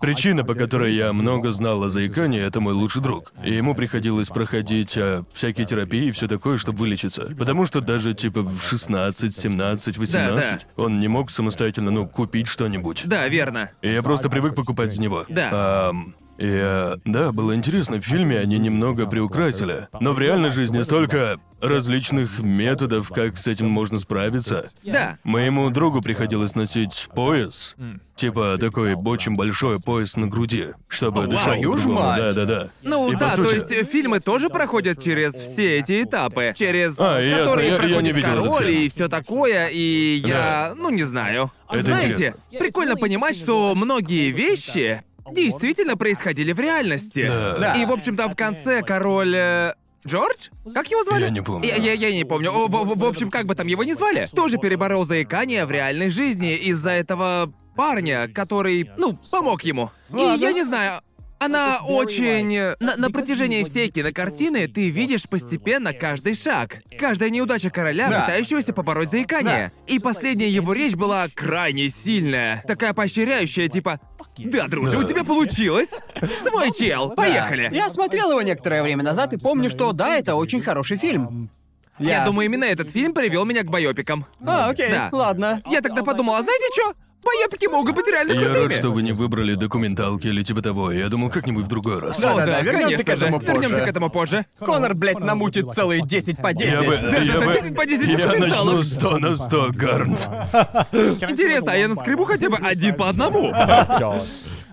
S4: причина, по которой я много знал о заикании, это мой лучший друг. И ему приходилось проходить э, всякие терапии и все такое, чтобы вылечиться. Потому что даже типа в 16, 17, 18
S1: Да,
S4: он не мог самостоятельно, ну, купить что-нибудь.
S1: Да, верно.
S4: И я просто привык покупать за него.
S1: Да.
S4: Ам, и, э, да, было интересно, в фильме они немного приукрасили. Но в реальной жизни столько различных методов, как с этим можно справиться.
S1: Да.
S4: Моему другу приходилось носить пояс. Типа такой очень большой пояс на груди, чтобы дышать.
S3: твою ж мать.
S4: Да, да, да.
S1: Ну
S4: И по
S1: да,
S4: сути-
S1: то есть э, фильмы тоже проходят через все эти этапы, через
S4: А, ясно,
S1: которые
S4: я- я не
S1: проходит
S4: видел этот
S1: король
S4: фильм.
S1: и все такое, и я, ну не знаю.
S4: Это
S1: Знаете,
S4: интересно.
S1: прикольно понимать, что многие вещи действительно происходили в реальности.
S4: Да.
S3: Да.
S1: И в общем-то в конце король э, Джордж? Как его звали?
S4: Я не помню.
S1: Я, я- я не помню. О, В, в- в общем, как бы там его ни звали, тоже переборол заикание в реальной жизни из-за этого парня, который, ну, помог ему. И я не знаю, она очень... э, На, на протяжении всей кинокартины ты видишь постепенно каждый шаг, каждая неудача короля,
S3: Да.
S1: пытающегося побороть заикание. И последняя его речь была крайне сильная, такая поощряющая, типа «Да, друже, у тебя получилось! Свой чел, поехали!»
S3: Да. Я смотрел его некоторое время назад и помню, что да, это очень хороший фильм.
S1: Я думаю, именно этот фильм привел меня к байопикам.
S3: А, окей,
S1: Да.
S3: ладно.
S1: Я тогда подумала, знаете что? Байопики могут быть реально
S4: Я
S1: крутыми.
S4: рад, что вы не выбрали документалки или типа того. Я думал, как-нибудь в другой раз.
S3: Да,
S1: О, да,
S3: вернёмся
S1: конечно
S3: к этому
S1: же.
S3: позже.
S1: Вернемся к этому позже.
S3: Конор, блядь, намутит целые 10 по
S4: Я
S3: 10.
S4: бы... Я, бы-
S1: 10 по 10
S4: я
S1: документалок.
S4: начну 100 на 100, Гарнт.
S1: Интересно, а я наскребу хотя бы один по одному?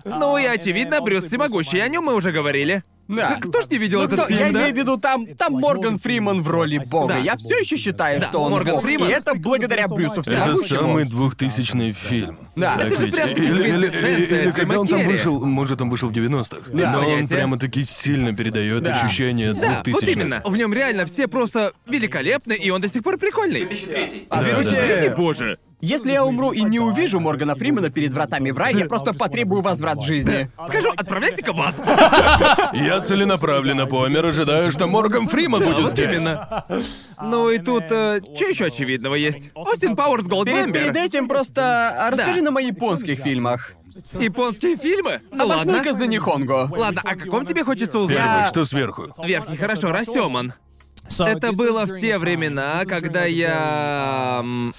S1: Ну и очевидно, Брюс Всемогущий, о нем мы уже говорили.
S3: Да.
S1: К- Кто ж не видел
S3: Ну,
S1: этот
S3: кто- я
S1: фильм, да?
S3: имею в виду, там, там Морган Фриман в роли бога.
S5: Да.
S3: Я все еще считаю,
S1: Да,
S3: что он
S1: Морган
S3: бог.
S1: Фриман.
S3: И это благодаря Брюсу
S1: а
S4: Это
S3: Всемогущему.
S4: самый двухтысячный фильм.
S3: Да.
S4: Так
S3: Это
S1: же
S4: ведь.
S1: прям
S4: Или, или-
S1: квинтэссенция
S4: или когда он там
S1: Джима Керри.
S4: вышел, может, он вышел в 90-х.
S1: Да.
S4: Но он
S1: Понятия.
S4: прямо-таки сильно передает ощущение
S3: Ну,
S1: Да, Ну, вот
S4: 2000-х.
S1: именно. В нем реально все просто великолепны, и он до сих пор прикольный. Ну,
S2: 2003.
S3: А, По
S4: Да,
S3: сути,
S4: да,
S1: Боже.
S3: Если я умру и не увижу Моргана Фримена перед вратами в рай, я просто потребую возврат жизни.
S1: Скажу, отправляйте-ка в ад.
S4: Я целенаправленно помер, ожидаю, что Морган Фриман будет
S1: Вот
S4: здесь.
S1: именно.
S3: А,
S1: Ну и тут, э, что еще очевидного есть? Остин Пауэрс
S3: Перед, перед
S1: Голдмембер.
S3: этим просто а, расскажи нам о японских фильмах.
S1: Японские фильмы? Ну ладно.
S3: Обоснуй-ка за Нихонго.
S1: Ладно, о каком тебе хочется узнать?
S4: Первый,
S3: Я-
S4: что сверху?
S1: Верхний, хорошо, Растеман. Это было в те времена, когда я... м,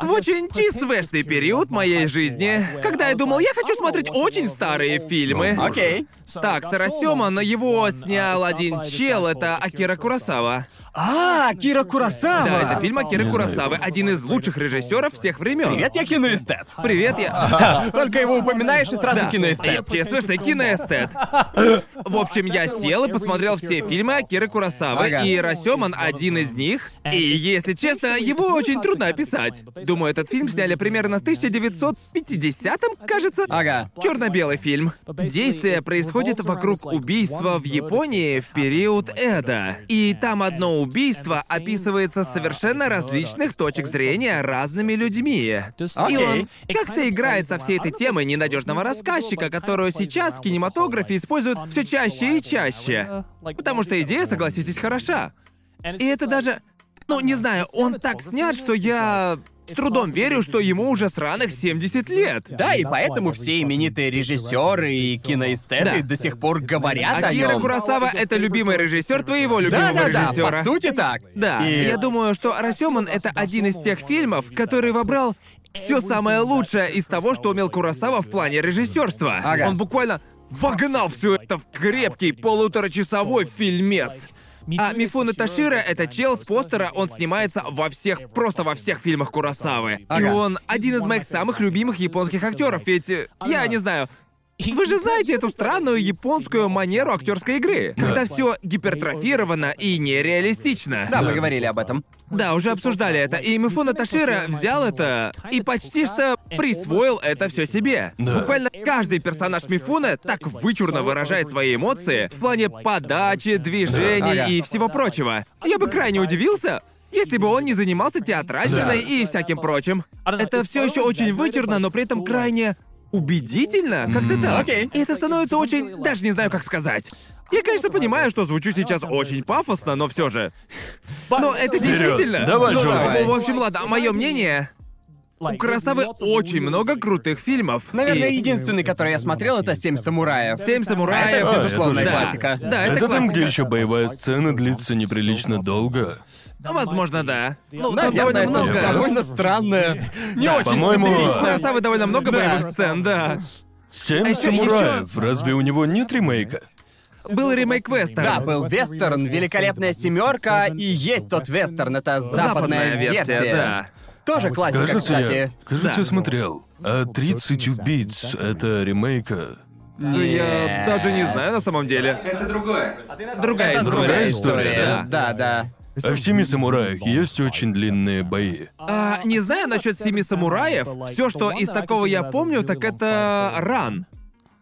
S1: В очень чиствешный период моей жизни, когда я думал, я хочу смотреть очень старые фильмы.
S4: О, боже.
S3: Окей.
S1: Так, Сарасёман, его снял один чел, это Акира Курасава.
S3: А, Кира Курасава.
S1: Да, это фильм Акиры
S4: Не знаю.
S1: Курасавы, один из лучших режиссеров всех времен.
S3: Привет, я киноэстет.
S1: Привет, я...
S3: Только его упоминаешь и сразу
S1: Да,
S3: киноэстет.
S1: я чувствую, что киноэстет. В общем, я сел и посмотрел все фильмы Акиры Курасавы,
S3: Ага.
S1: и Расёман один из них. И, если честно, его очень трудно описать. Думаю, этот фильм сняли примерно с 1950-м, кажется.
S3: Ага.
S1: Черно-белый фильм. Действие происходит вокруг убийства в Японии в период Эда. И там одно убийство описывается с совершенно различных точек зрения разными людьми. И
S3: Окей.
S1: он как-то играет со всей этой темой ненадежного рассказчика, которую сейчас в кинематографе используют все чаще и чаще. Потому что идея, согласитесь, хороша. И это даже... Ну, не знаю, он так снят, что я с трудом верю, что ему уже сраных 70 лет.
S3: Да, и поэтому все именитые режиссеры и киноэстеты
S1: Да.
S3: до сих пор говорят о
S1: Акира
S3: нем.
S1: Курасава — это любимый режиссер твоего
S3: Да,
S1: любимого
S3: да, да,
S1: режиссера.
S3: по сути так.
S1: Да,
S3: И-
S1: я думаю, что Расёман это один из тех фильмов, который вобрал все самое лучшее из того, что умел Курасава в плане режиссерства.
S3: Ага.
S1: Он буквально вогнал все это в крепкий полуторачасовой фильмец. А Мифуна Ташира — это чел с постера, он снимается во всех, просто во всех фильмах Курасавы. И
S3: Ага.
S1: он один из моих самых любимых японских актеров, ведь, э, я не знаю, вы же знаете эту странную японскую манеру актерской игры, когда все гипертрофировано и нереалистично.
S3: Да, мы говорили об этом.
S1: Да, уже обсуждали это, и Мифуна Ташира взял это и почти что присвоил это все себе.
S4: Да.
S1: Буквально каждый персонаж Мифуна так вычурно выражает свои эмоции в плане подачи, движений
S3: Ага.
S1: и всего прочего. Я бы крайне удивился, если бы он не занимался театральщиной
S4: Да.
S1: и всяким прочим. Это все еще очень вычурно, но при этом крайне убедительно, как-то так.
S3: окей.
S1: И это становится очень... даже не знаю, как сказать. Я, конечно, понимаю, что звучу сейчас очень пафосно, но все же. Но Ну, это
S4: Вперед.
S1: действительно.
S4: Давай,
S1: Ну,
S4: Джо.
S1: ну, в общем, ладно, мое мнение. У Красавы очень много крутых фильмов.
S3: Наверное,
S1: И
S3: единственный, который я смотрел, это «Семь самураев».
S1: Семь самураев.
S4: А, это
S3: безусловная
S4: тоже.
S3: классика.
S1: Да, да это,
S4: Это там,
S1: классика.
S4: где еще боевая сцена длится неприлично долго.
S1: Ну, Возможно, да. Ну, там
S3: Наверное,
S1: довольно
S3: это
S1: много.
S3: довольно странное. Не
S1: Да,
S3: очень
S4: по-моему,
S1: У
S3: специфичное.
S1: Красавы довольно много
S3: Да.
S1: боевых сцен, да.
S4: Семь
S1: А ещё-
S4: самураев. Разве у него нет ремейка?
S1: Был ремейк Вестер.
S3: Да, был вестерн, великолепная семерка, и есть тот вестерн, это западная,
S1: Западная версия, да.
S3: Тоже классика,
S4: Кажется,
S3: кстати.
S4: я, кажется,
S1: А Да.
S4: я смотрел. А 30 убийц — это ремейка.
S1: Да Ну, Я даже не знаю на самом деле.
S2: Это другое.
S1: Другая
S3: Это
S1: история.
S4: другая история,
S3: Э, История. Да, да.
S4: А в «Семи самураях» есть очень длинные бои.
S1: А, не знаю насчет семи самураев. Все, что из такого я помню, так это ран.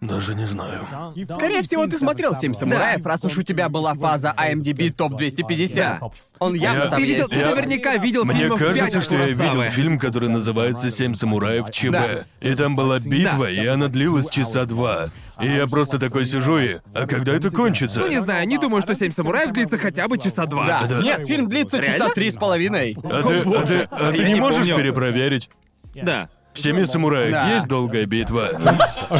S4: Даже не знаю.
S3: Скорее всего, ты смотрел «Семь самураев», раз уж у тебя была фаза Эм IMDb
S1: Да.
S3: топ-250. Он явно
S4: Я-
S3: там
S1: Ты видел,
S3: есть.
S1: ты наверняка видел
S4: Мне
S1: фильмов
S4: кажется,
S1: пять
S4: что я видел
S1: Куросавы.
S4: фильм, который называется «Семь самураев ЧБ».
S3: Да.
S4: И там была битва,
S1: Да.
S4: и она длилась часа два. И я просто такой сижу и... А когда это кончится?
S1: Ну не знаю, не думаю, что семь самураев длится хотя бы часа два.
S3: Да.
S4: Да.
S3: Нет, фильм длится
S1: Реально?
S3: часа три с половиной.
S4: А ты, а ты, а ты
S1: Я
S4: не
S1: не
S4: можешь
S1: помню.
S4: перепроверить?
S1: Да.
S4: В «Семи самураях»
S3: Да.
S4: есть долгая битва.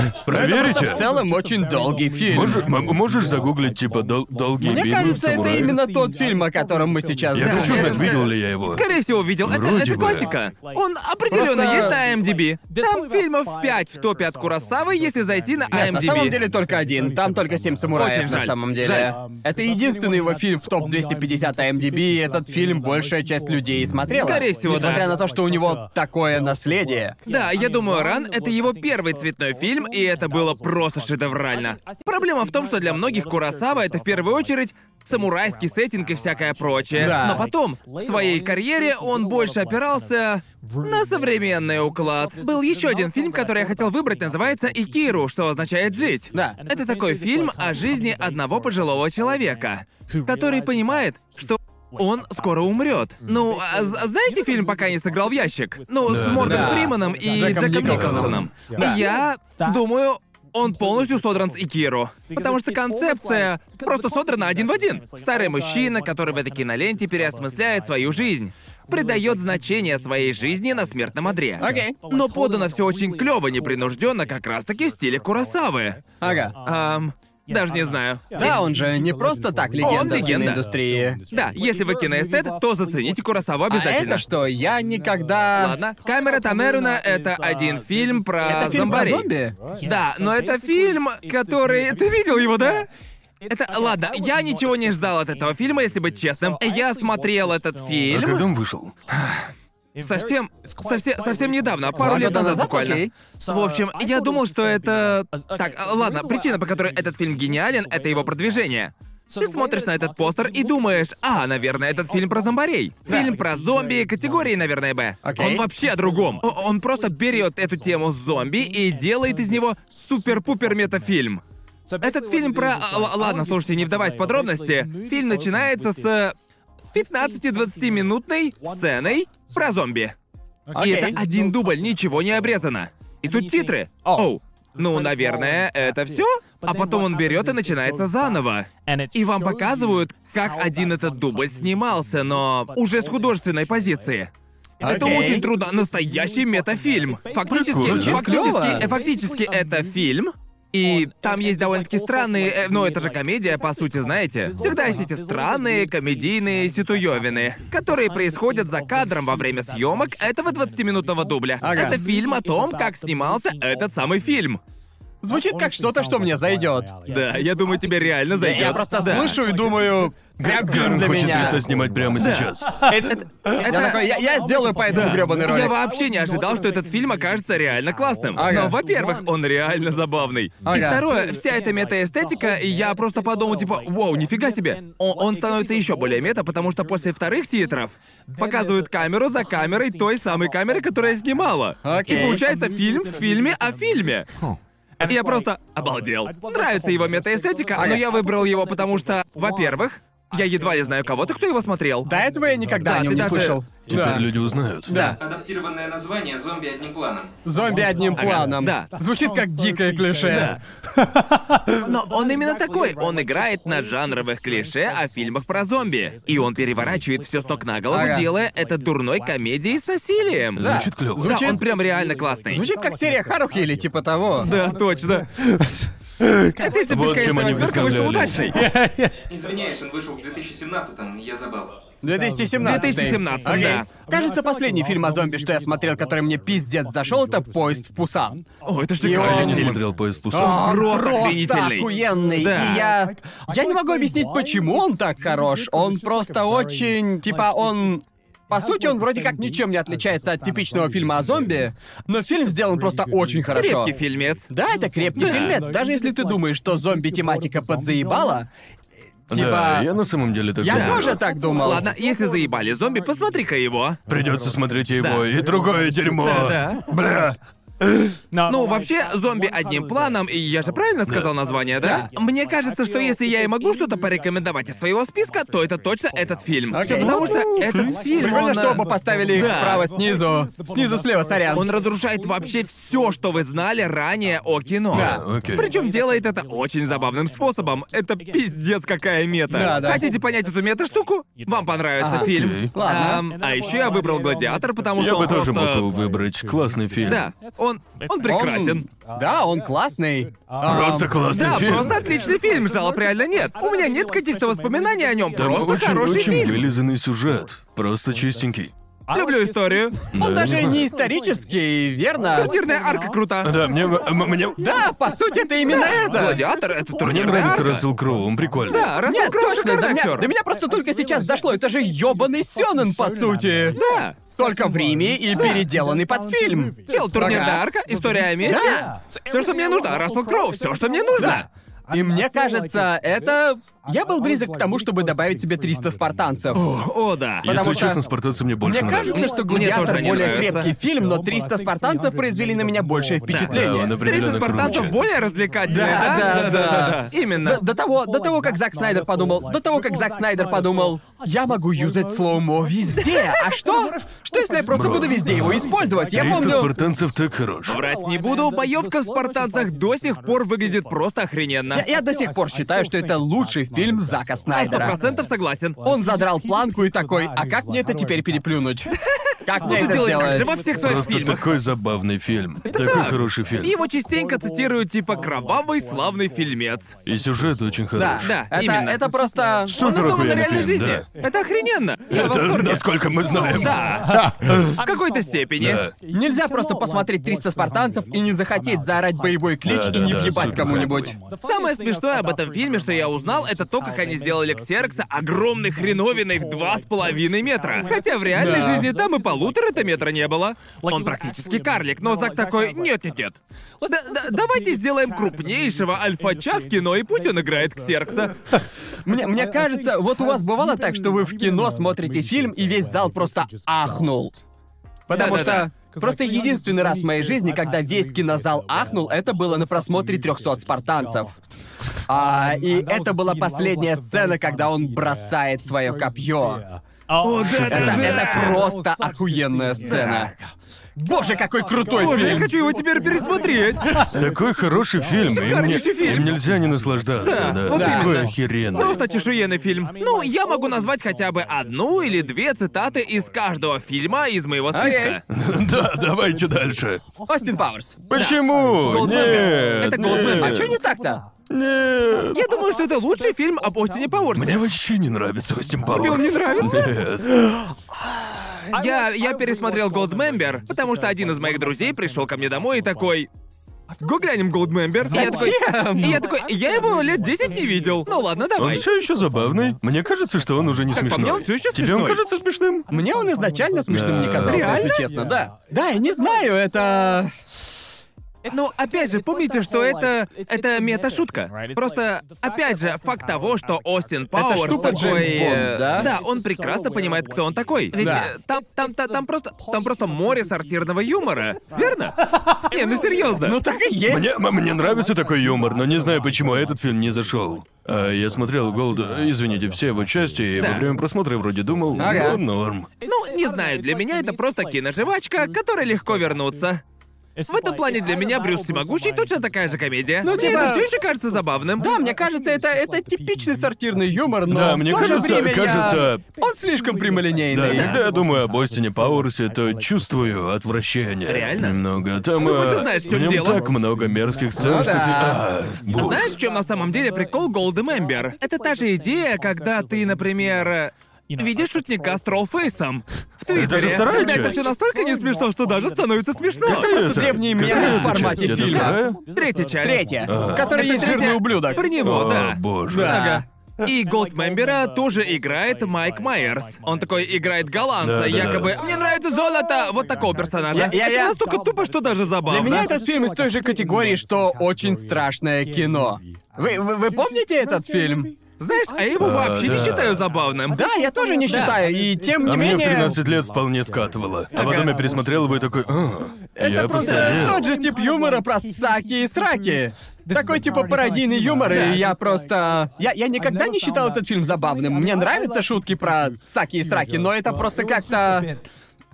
S3: В
S4: Проверите?
S3: целом, очень долгий фильм.
S4: Можешь, м- можешь загуглить, типа, дол- долгие
S3: Мне
S4: битвы в
S3: кажется, это
S4: самураях?
S3: именно тот фильм, о котором мы сейчас
S4: Я хочу
S3: говорим.
S4: знать, видел ли я его.
S1: Скорее всего, видел. Это,
S4: Вроде
S1: это
S4: бы.
S1: классика. Он определенно
S3: Просто-
S1: есть на IMDb. Там фильмов 5 в топе от Курасавы, если зайти на IMDb.
S3: Нет, на самом деле только один. Там только «Семь самураев»
S1: Очень
S3: на
S1: жаль.
S3: самом деле.
S1: Жаль.
S3: Это единственный его фильм в топ-250 IMDb, и Эм этот фильм большая часть людей смотрела.
S1: Скорее всего, да.
S3: Несмотря на то, что у него такое наследие.
S1: Да, я думаю, Ран — это его первый цветной фильм, и это было просто шедеврально. Проблема в том, что для многих Курасава это в первую очередь самурайский сеттинг и всякое прочее.
S3: Да.
S1: Но потом, в своей карьере он больше опирался на современный уклад. Был еще один фильм, который я хотел выбрать, называется «Икиру», что означает «жить».
S3: Да.
S1: Это такой фильм о жизни одного пожилого человека, который понимает, что Он скоро умрет. Ну, а з- знаете фильм «Пока не сыграл в ящик»? Ну, с
S4: Да.
S1: Морганом
S3: Да.
S1: Фриманом и
S3: Джеком
S1: Джеком
S3: Николсоном.
S1: Николсоном.
S5: Да.
S1: Я думаю, он полностью содран с Икиру. Потому что концепция просто содрана один в один. Старый мужчина, который в этой киноленте переосмысляет свою жизнь. Придает значение своей жизни на смертном одре.
S3: Окей.
S1: Но подано все очень клево, непринужденно, как раз таки в стиле Курасавы.
S3: Ага.
S1: Ам, даже не знаю.
S3: Um, Да, он же не просто так легенда,
S1: Он легенда.
S3: индустрии.
S1: Да, если вы киноэстет, то зацените Курасаву
S3: А
S1: обязательно.
S3: это что? Я никогда...
S1: Ладно, камера Тамеруна это один фильм про
S3: Это фильм про
S1: зомбарей.
S3: зомби?
S1: Да, но это фильм, который. Ты видел его, да? Это. Ладно, я ничего не ждал от этого фильма, если быть честным. Я смотрел этот
S4: А
S1: фильм
S4: когда он вышел?
S1: совсем. совсем, совсем недавно, пару
S3: Два
S1: лет
S3: года
S1: назад,
S3: назад,
S1: буквально.
S3: окей.
S1: В общем, я думал, что это. Так, а, ладно, причина, по которой этот фильм гениален, это его продвижение. Ты смотришь на этот постер и думаешь, а, наверное, этот фильм про зомбарей. Фильм про зомби категории, наверное, Б.
S3: Окей.
S1: Он вообще о другом. О- Он просто берет эту тему зомби и делает из него супер-пупер метафильм. Этот фильм про... а, л- Ладно, слушайте, не вдаваясь в подробности. Фильм начинается с 15-20-минутной сценой про зомби. И
S3: Окей.
S1: это один дубль, ничего не обрезано. И тут титры. Оу. Ну, наверное, это все. А потом он берет и начинается заново. И вам показывают, как один этот дубль снимался, но уже с художественной позиции. Это
S3: Окей. Ну,
S1: очень трудно. Настоящий метафильм. Фактически,
S4: Прикольно.
S1: фактически,
S3: Клёво.
S1: э, фактически это фильм. И там есть довольно-таки странные, э, ну это же комедия, по сути, знаете. Всегда есть эти странные комедийные ситуевины, которые происходят за кадром во время съемок этого 20-минутного дубля.
S3: Ага.
S1: Это фильм о том, как снимался этот самый фильм.
S3: Звучит как что-то, что мне зайдет.
S1: Да, я думаю, тебе реально зайдет.
S3: Я просто
S1: Да.
S3: слышу и думаю, как фильм
S4: Гарн
S3: для
S4: хочет
S3: меня.
S4: перестать снимать прямо сейчас.
S1: Это-
S3: Я такой, я, я сделаю по этому грёбаный ролик.
S1: Ну, Я вообще не ожидал, что этот фильм окажется реально классным.
S3: Ага.
S1: Но, во-первых, он реально забавный. И
S3: Ага.
S1: второе, вся эта мета-эстетика, и я просто подумал, типа, вау, нифига себе. О- Он, становится еще более мета, потому что после вторых титров показывают камеру за камерой той самой камеры, которая снимала.
S3: Окей.
S1: И получается фильм в фильме о фильме. И Я просто обалдел. Нравится его мета-эстетика, но
S3: Ага.
S1: я выбрал его, потому что, во-первых, я едва ли знаю кого-то, кто его смотрел.
S3: До этого я никогда
S1: Да,
S3: о нем
S1: ты
S3: не
S1: даже- Типа
S3: слышал.
S4: Теперь
S3: Да.
S4: люди узнают.
S3: Да.
S2: Адаптированное название «Зомби одним планом».
S3: Зомби одним
S1: Ага,
S3: планом.
S1: да.
S3: Звучит как дикое клише.
S1: Но он именно такой. Он играет на жанровых клише о фильмах про зомби. И он переворачивает все с ног на голову,
S3: Ага.
S1: делая это дурной комедией с насилием.
S4: Звучит клево.
S1: Да, он прям реально классный.
S3: Звучит как серия Харухи или типа того.
S1: Да, точно. Это если бы
S4: Вот чем они
S1: «Восьмерка» вышла
S4: вдохновлялись.
S1: удачной.
S2: Извиняюсь, он вышел в 2017-м, я забыл.
S3: 2017.
S1: 2017,
S3: Окей.
S1: да.
S3: Кажется, последний фильм о зомби, что я смотрел, который мне пиздец зашел, это поезд в Пусан.
S1: О, это
S4: А я
S1: шикарный
S4: не
S1: фильм.
S4: смотрел поезд в
S3: А.
S4: Пусан.
S1: Он просто
S3: просто
S1: охренительный.
S3: охуенный.
S1: Да.
S3: И я. Я не могу объяснить, почему он так хорош. Он просто очень. Типа, он. По сути, он вроде как ничем не отличается от типичного фильма о зомби, но фильм сделан просто очень хорошо.
S1: Крепкий фильмец.
S3: Да, это крепкий
S1: Да.
S3: фильмец. Даже если ты думаешь, что зомби-тематика подзаебала,
S4: Да,
S3: типа-
S4: я на самом деле так
S3: я
S4: думаю.
S3: тоже так думал.
S1: Ладно, если заебали зомби, посмотри-ка его.
S4: Придется смотреть его и другое дерьмо.
S1: Да-да.
S4: Бля.
S1: Ну, вообще, зомби одним планом, и я же правильно сказал название, да? Мне кажется, что если я и могу что-то порекомендовать из своего списка, то это точно этот фильм.
S3: Окей.
S1: Всё потому что этот фильм,
S3: Прикольно,
S1: он,
S3: что
S1: э,
S3: оба поставили их
S1: Да.
S3: справа снизу. Снизу слева, сорян.
S1: Он разрушает вообще все, что вы знали ранее о кино.
S3: Да.
S4: Окей.
S1: Причем делает это очень забавным способом. Это пиздец какая мета.
S3: Да, да.
S1: Хотите понять эту мета-штуку? Вам понравится
S3: Ага.
S1: фильм.
S4: Окей.
S3: Ладно.
S1: Ам, а еще я выбрал Гладиатор, потому
S4: Я
S1: что
S4: бы
S1: он
S4: тоже
S1: Ну, просто...
S4: мог его выбрать. Классный фильм.
S1: Да, он, он
S3: Он-
S1: прекрасен.
S3: Да, он классный.
S4: Просто
S3: Ам,
S4: классный
S1: Да,
S4: фильм.
S1: просто отличный фильм, жалоб реально нет. У меня нет каких-то воспоминаний о нем,
S4: Там
S1: просто
S4: очень,
S1: хороший
S4: очень
S1: фильм.
S4: вылизанный сюжет. Просто чистенький.
S1: Люблю историю.
S3: Он
S4: Да, я
S3: даже
S4: знаю.
S3: не исторический, верно?
S1: Турнирная арка крута.
S4: Да, мне... м- мне...
S3: Да, по сути, это именно это.
S1: Гладиатор — это
S4: Мне
S1: турнирная
S4: нравится
S1: арка.
S4: Рассел Кроу, он прикольный.
S1: Да, Рассел
S3: Нет,
S1: Кроу
S3: точно,
S1: шикарный
S3: до меня,
S1: актер.
S3: до меня просто только сейчас дошло. Это же ёбаный Сёнэн, по сути.
S1: Да.
S3: Только в Риме и переделанный под фильм.
S1: Чел, турнирная
S3: Ага.
S1: арка, история о месте.
S3: Да.
S1: Все, что мне нужно, Рассел Кроу, все, что мне нужно.
S3: Да. И мне кажется, это Я был близок к тому, чтобы добавить себе 300 спартанцев.
S1: О, о, да.
S4: Если
S3: Потому что-
S4: честно, спартанцы мне
S3: Мне
S4: больше нравятся.
S3: кажется, что
S1: Мне тоже
S3: «Гладиатор»
S1: они
S3: более
S1: нравятся.
S3: крепкий фильм, но 300 спартанцев произвели на меня большее
S4: Да, он
S3: впечатление.
S4: определенно
S1: 300 спартанцев
S4: круче.
S1: более развлекательные,
S3: Да, да,
S1: да?
S3: да.
S1: Именно.
S3: До, до того, до того, как Зак Снайдер подумал, до того, как Зак Снайдер подумал, «А я могу юзать слоумо везде. А что? Что, если я просто
S4: Бро.
S3: буду везде его использовать? Я
S4: 300
S3: помню...
S4: спартанцев так хорош.
S1: Врать не буду, боевка в спартанцах до сих пор выглядит просто охрененно.
S3: Я, я до сих пор считаю, что это лучший фильм Зака
S1: На сто
S3: Снайдера.
S1: процентов согласен.
S3: Он задрал планку и такой, а как мне это теперь переплюнуть? Как мне
S1: Буду
S3: это
S1: делать так
S3: сделать?
S1: же во всех своих
S4: Просто
S1: фильмах.
S4: такой забавный фильм. Такой хороший фильм.
S1: Его частенько цитируют типа «кровавый славный фильмец».
S4: И сюжет очень
S3: Да,
S4: хороший.
S1: Да,
S3: это,
S1: именно.
S3: это просто... Ну,
S1: Он
S4: Супер
S1: основан на
S4: охуенный
S1: реальной
S4: фильм,
S1: жизни.
S4: да.
S1: Это охрененно. Я в
S4: Это
S1: восторге.
S4: насколько мы знаем.
S1: Да. В какой-то степени.
S4: Да.
S3: Нельзя просто посмотреть 300 спартанцев и не захотеть заорать боевой клич и не
S4: Да-да-да,
S3: въебать
S4: супер.
S3: кому-нибудь.
S1: Самое смешное об этом фильме, что я узнал, это то, как они сделали ксеркса огромной хреновиной в два с половиной метра. Хотя в реальной
S3: Да.
S1: жизни там и полутора-то метра не было. Он практически карлик, но Зак такой «нет-нет-нет». Да- да- давайте сделаем крупнейшего альфача в кино, и пусть он играет ксеркса.
S3: Мне, мне кажется, вот у вас бывало так, что вы в кино смотрите фильм, и весь зал просто ахнул. Потому что...
S1: Да-да-да.
S3: Просто единственный раз в моей жизни, когда весь кинозал ахнул, это было на просмотре 300 спартанцев. А, и это была последняя сцена, когда он бросает свое копье.
S5: О,
S3: Это, это просто охуенная сцена. Боже, какой крутой
S1: Боже, я
S3: фильм!
S1: хочу его теперь пересмотреть.
S4: Такой хороший фильм. Им, не-
S1: Шикарнейший фильм.
S4: им нельзя не наслаждаться.
S1: Да,
S4: Да,
S1: вот
S4: такой
S1: именно. Ну,
S4: охеренный.
S1: Просто чешуенный фильм. Ну, я могу назвать хотя бы одну или две цитаты из каждого фильма из моего списка.
S4: Да, давайте дальше.
S3: Остин Пауэрс.
S4: Почему?
S1: Голдмембер.
S4: Нет,
S1: Это Голдмембер.
S3: А что не так-то?
S4: Нет.
S1: Я думаю, что это лучший фильм об Остине Пауэрсе.
S4: Мне вообще не нравится Остин Пауэрс.
S1: он не
S4: нравится? Нет.
S1: Я, я пересмотрел Голдмембер, потому что один из моих друзей пришел ко мне домой и такой... Го глянем Голдмембер. И я такой- И я такой, я его лет 10 не видел. Ну ладно,
S4: Он
S1: давай.
S4: все еще забавный. Мне кажется, что он уже не
S1: Как по
S4: смешной.
S1: мне, он всё еще
S4: Тебе он
S1: смешной.
S4: кажется смешным?
S3: Мне он изначально смешным не
S4: Да.
S3: казался,
S1: Реально?
S3: если честно, да. Да, я не знаю, это...
S1: Но Ну, опять же, помните, что это... Это мета-шутка. Просто, опять же, факт того, что Остин Пауэрс
S3: штука
S1: такой...
S3: Джеймс Бонд,
S1: э,
S3: да?
S1: Да, он прекрасно понимает, кто он такой. Ведь
S3: Да.
S1: э, там, там, та- там просто... Там просто море сортирного юмора, верно? Не, ну серьезно.
S3: Ну так и есть.
S4: Мне, м- мне нравится такой юмор, но не знаю, почему этот фильм не зашел. А я смотрел Голд, извините, все его части, и во время просмотра вроде думал,
S3: Ага.
S4: ну, норм.
S1: Ну, не знаю, для меня это просто киножевачка, к которой легко вернуться. В этом плане для меня Брюс Всемогущий точно такая же комедия.
S3: Ну,
S1: Ну,
S3: типа-
S1: Мне это все еще кажется забавным.
S3: Да, мне кажется, это, это типичный сортирный юмор, но
S4: Да,
S3: в
S4: мне
S3: то же
S4: кажется-
S3: время я-
S4: кажется-
S3: Он слишком
S4: Да,
S3: прямолинейный.
S4: когда я думаю об Остине Пауэрсе, то чувствую отвращение.
S1: Реально?
S4: Немного. Там,
S1: Думаю,
S4: а,
S1: ты знаешь, в чём
S4: в нем
S1: дело.
S4: так много мерзких сцен,
S3: Ну
S4: что ты...
S3: да.
S4: А, бу-
S1: Знаешь, в чем на самом деле прикол Голдемембер? Это та же идея, когда ты, например, э, видишь шутника с троллфейсом в Твиттере.
S4: вторая
S1: Когда это
S4: часть.
S1: все настолько не смешно, что даже становится смешно.
S4: Какая
S3: просто
S4: это?
S3: древние меры
S4: Какая
S3: в
S4: это
S3: формате
S4: часть? Это
S3: фильма.
S4: вторая?
S1: Третья часть.
S3: Третья, в которой
S1: Это
S3: есть
S1: третья-
S3: жирный ублюдок.
S1: Про него,
S4: А. О,
S1: да.
S4: боже.
S1: Ага. И Голдмембера тоже играет Майк Майерс. Он такой играет голландца,
S4: Да-да-да.
S1: якобы «Мне нравится золото!» Вот такого персонажа.
S3: Я- я- я-
S1: Это настолько тупо, что даже
S3: Для
S1: забавно.
S3: меня этот фильм из той же категории, что очень страшное кино. Вы, вы, вы помните этот фильм?
S1: Знаешь, а я его вообще не
S4: да.
S1: считаю забавным.
S3: Да, я тоже не
S1: Да.
S3: считаю, и тем не
S4: А мне в
S3: менее...
S4: 13 лет вполне вкатывало. А потом я пересмотрел его и такой, «А,
S3: Это
S4: я
S3: просто
S4: постарел».
S3: тот же тип юмора про саки и сраки. Такой типа пародийный юмор, и я просто... Я, я никогда не считал этот фильм забавным. Мне нравятся шутки про саки и сраки, но это просто как-то...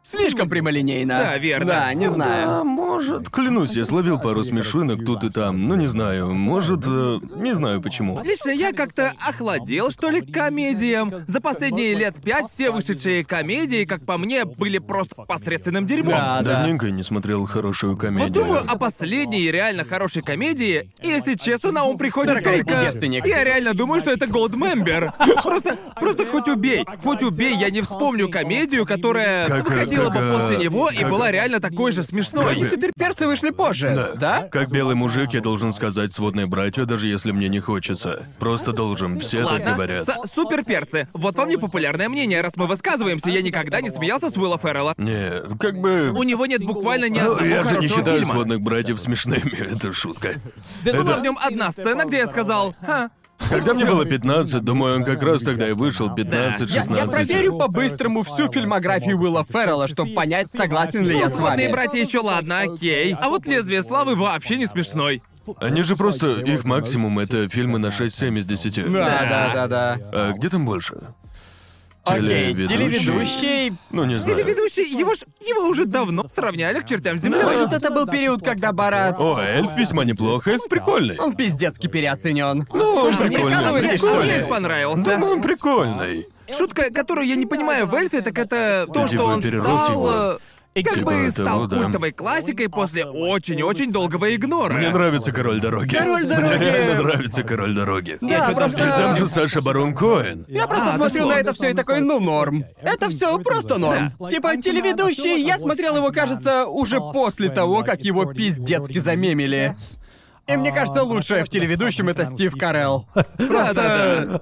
S3: Слишком прямолинейно.
S1: Да, верно.
S3: Да, не знаю.
S4: А, может, клянусь, я словил пару смешинок тут и там, ну не знаю, может, э, не знаю почему.
S1: Лично я как-то охладел, что ли, к комедиям. За последние лет пять все вышедшие комедии, как по мне, были просто посредственным дерьмом.
S3: Да, да. а
S4: Давненько не смотрел хорошую
S1: Вот
S4: комедию.
S1: думаю о последней реально хорошей комедии, и, если честно, на ум приходит
S3: «Сорокалетний
S1: только...
S3: девственник».
S1: Я реально думаю, что это Голдмембер. Просто, просто хоть убей, хоть убей, я не вспомню комедию, которая
S4: Как, э,
S1: выходила
S4: как,
S1: бы
S4: э,
S1: после него и
S4: как-
S1: была реально такой же смешной.
S4: Как-
S3: И суперперцы вышли позже, да?
S4: Как белый мужик, я должен сказать сводные братья, даже если мне не хочется. Просто должен, все так
S1: Ладно,
S4: говорят.
S1: с- суперперцы. Вот вам непопулярное мнение, раз мы высказываемся, я никогда не смеялся с Уилла Феррелла.
S4: Не, как бы...
S1: У него нет буквально ни
S4: Ну,
S1: одного
S4: я же
S1: хорошего
S4: не считаю
S1: фильма.
S4: сводных братьев смешными, это шутка.
S3: ну
S1: Была
S4: Это-
S1: в нем одна сцена, где я сказал, «Ха,
S4: Когда мне было 15, думаю, он как раз тогда и вышел, 15-16.
S3: Я, я проверю по-быстрому всю фильмографию Уилла Феррелла, чтобы понять, согласен ли я с
S1: Сводные
S3: вами.
S1: братья еще ладно, окей. А вот лезвие славы вообще не смешной.
S4: Они же просто... Их максимум — это фильмы на 6-7 из 10.
S3: Да, да, да, да.
S4: А где там больше?
S3: Окей,
S4: Телеведущий?
S3: телеведущий.
S4: Ну, не знаю.
S1: Телеведущий, его ж его уже давно сравняли к чертям земли.
S3: Может, это был период, когда Барат.
S4: О, эльф весьма неплох, эльф прикольный.
S3: Он пиздецки переоценен.
S4: Ну, он
S3: мне
S4: прикольный.
S3: оказываете, что ли?
S1: Мне понравился.
S4: Думаю, он прикольный.
S1: Шутка, которую я не понимаю в Эльфе, так это то,
S4: Типа
S1: что он
S4: перерос
S1: стал...
S4: его.
S1: э, Как
S4: Типа
S1: бы
S4: того,
S1: стал
S4: да.
S1: культовой классикой после очень-очень долгого игнора.
S4: Мне нравится король дороги.
S3: Король дороги.
S4: Мне реально нравится король дороги.
S3: Да,
S1: чё-то
S4: И
S3: просто...
S4: там же Саша Барон Коэн.
S3: Я просто
S1: А,
S3: смотрю
S1: дошло.
S3: на это все и такой, ну норм. Это все просто норм.
S5: Да.
S3: Типа телеведущий, я смотрел его, кажется, уже после того, как его пиздецки замемили. И мне кажется, лучшее в телеведущем это Стив Карелл. Просто...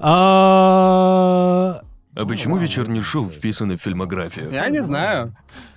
S5: А,
S4: А почему вечерний шоу вписаны в фильмографию?
S3: Я не знаю.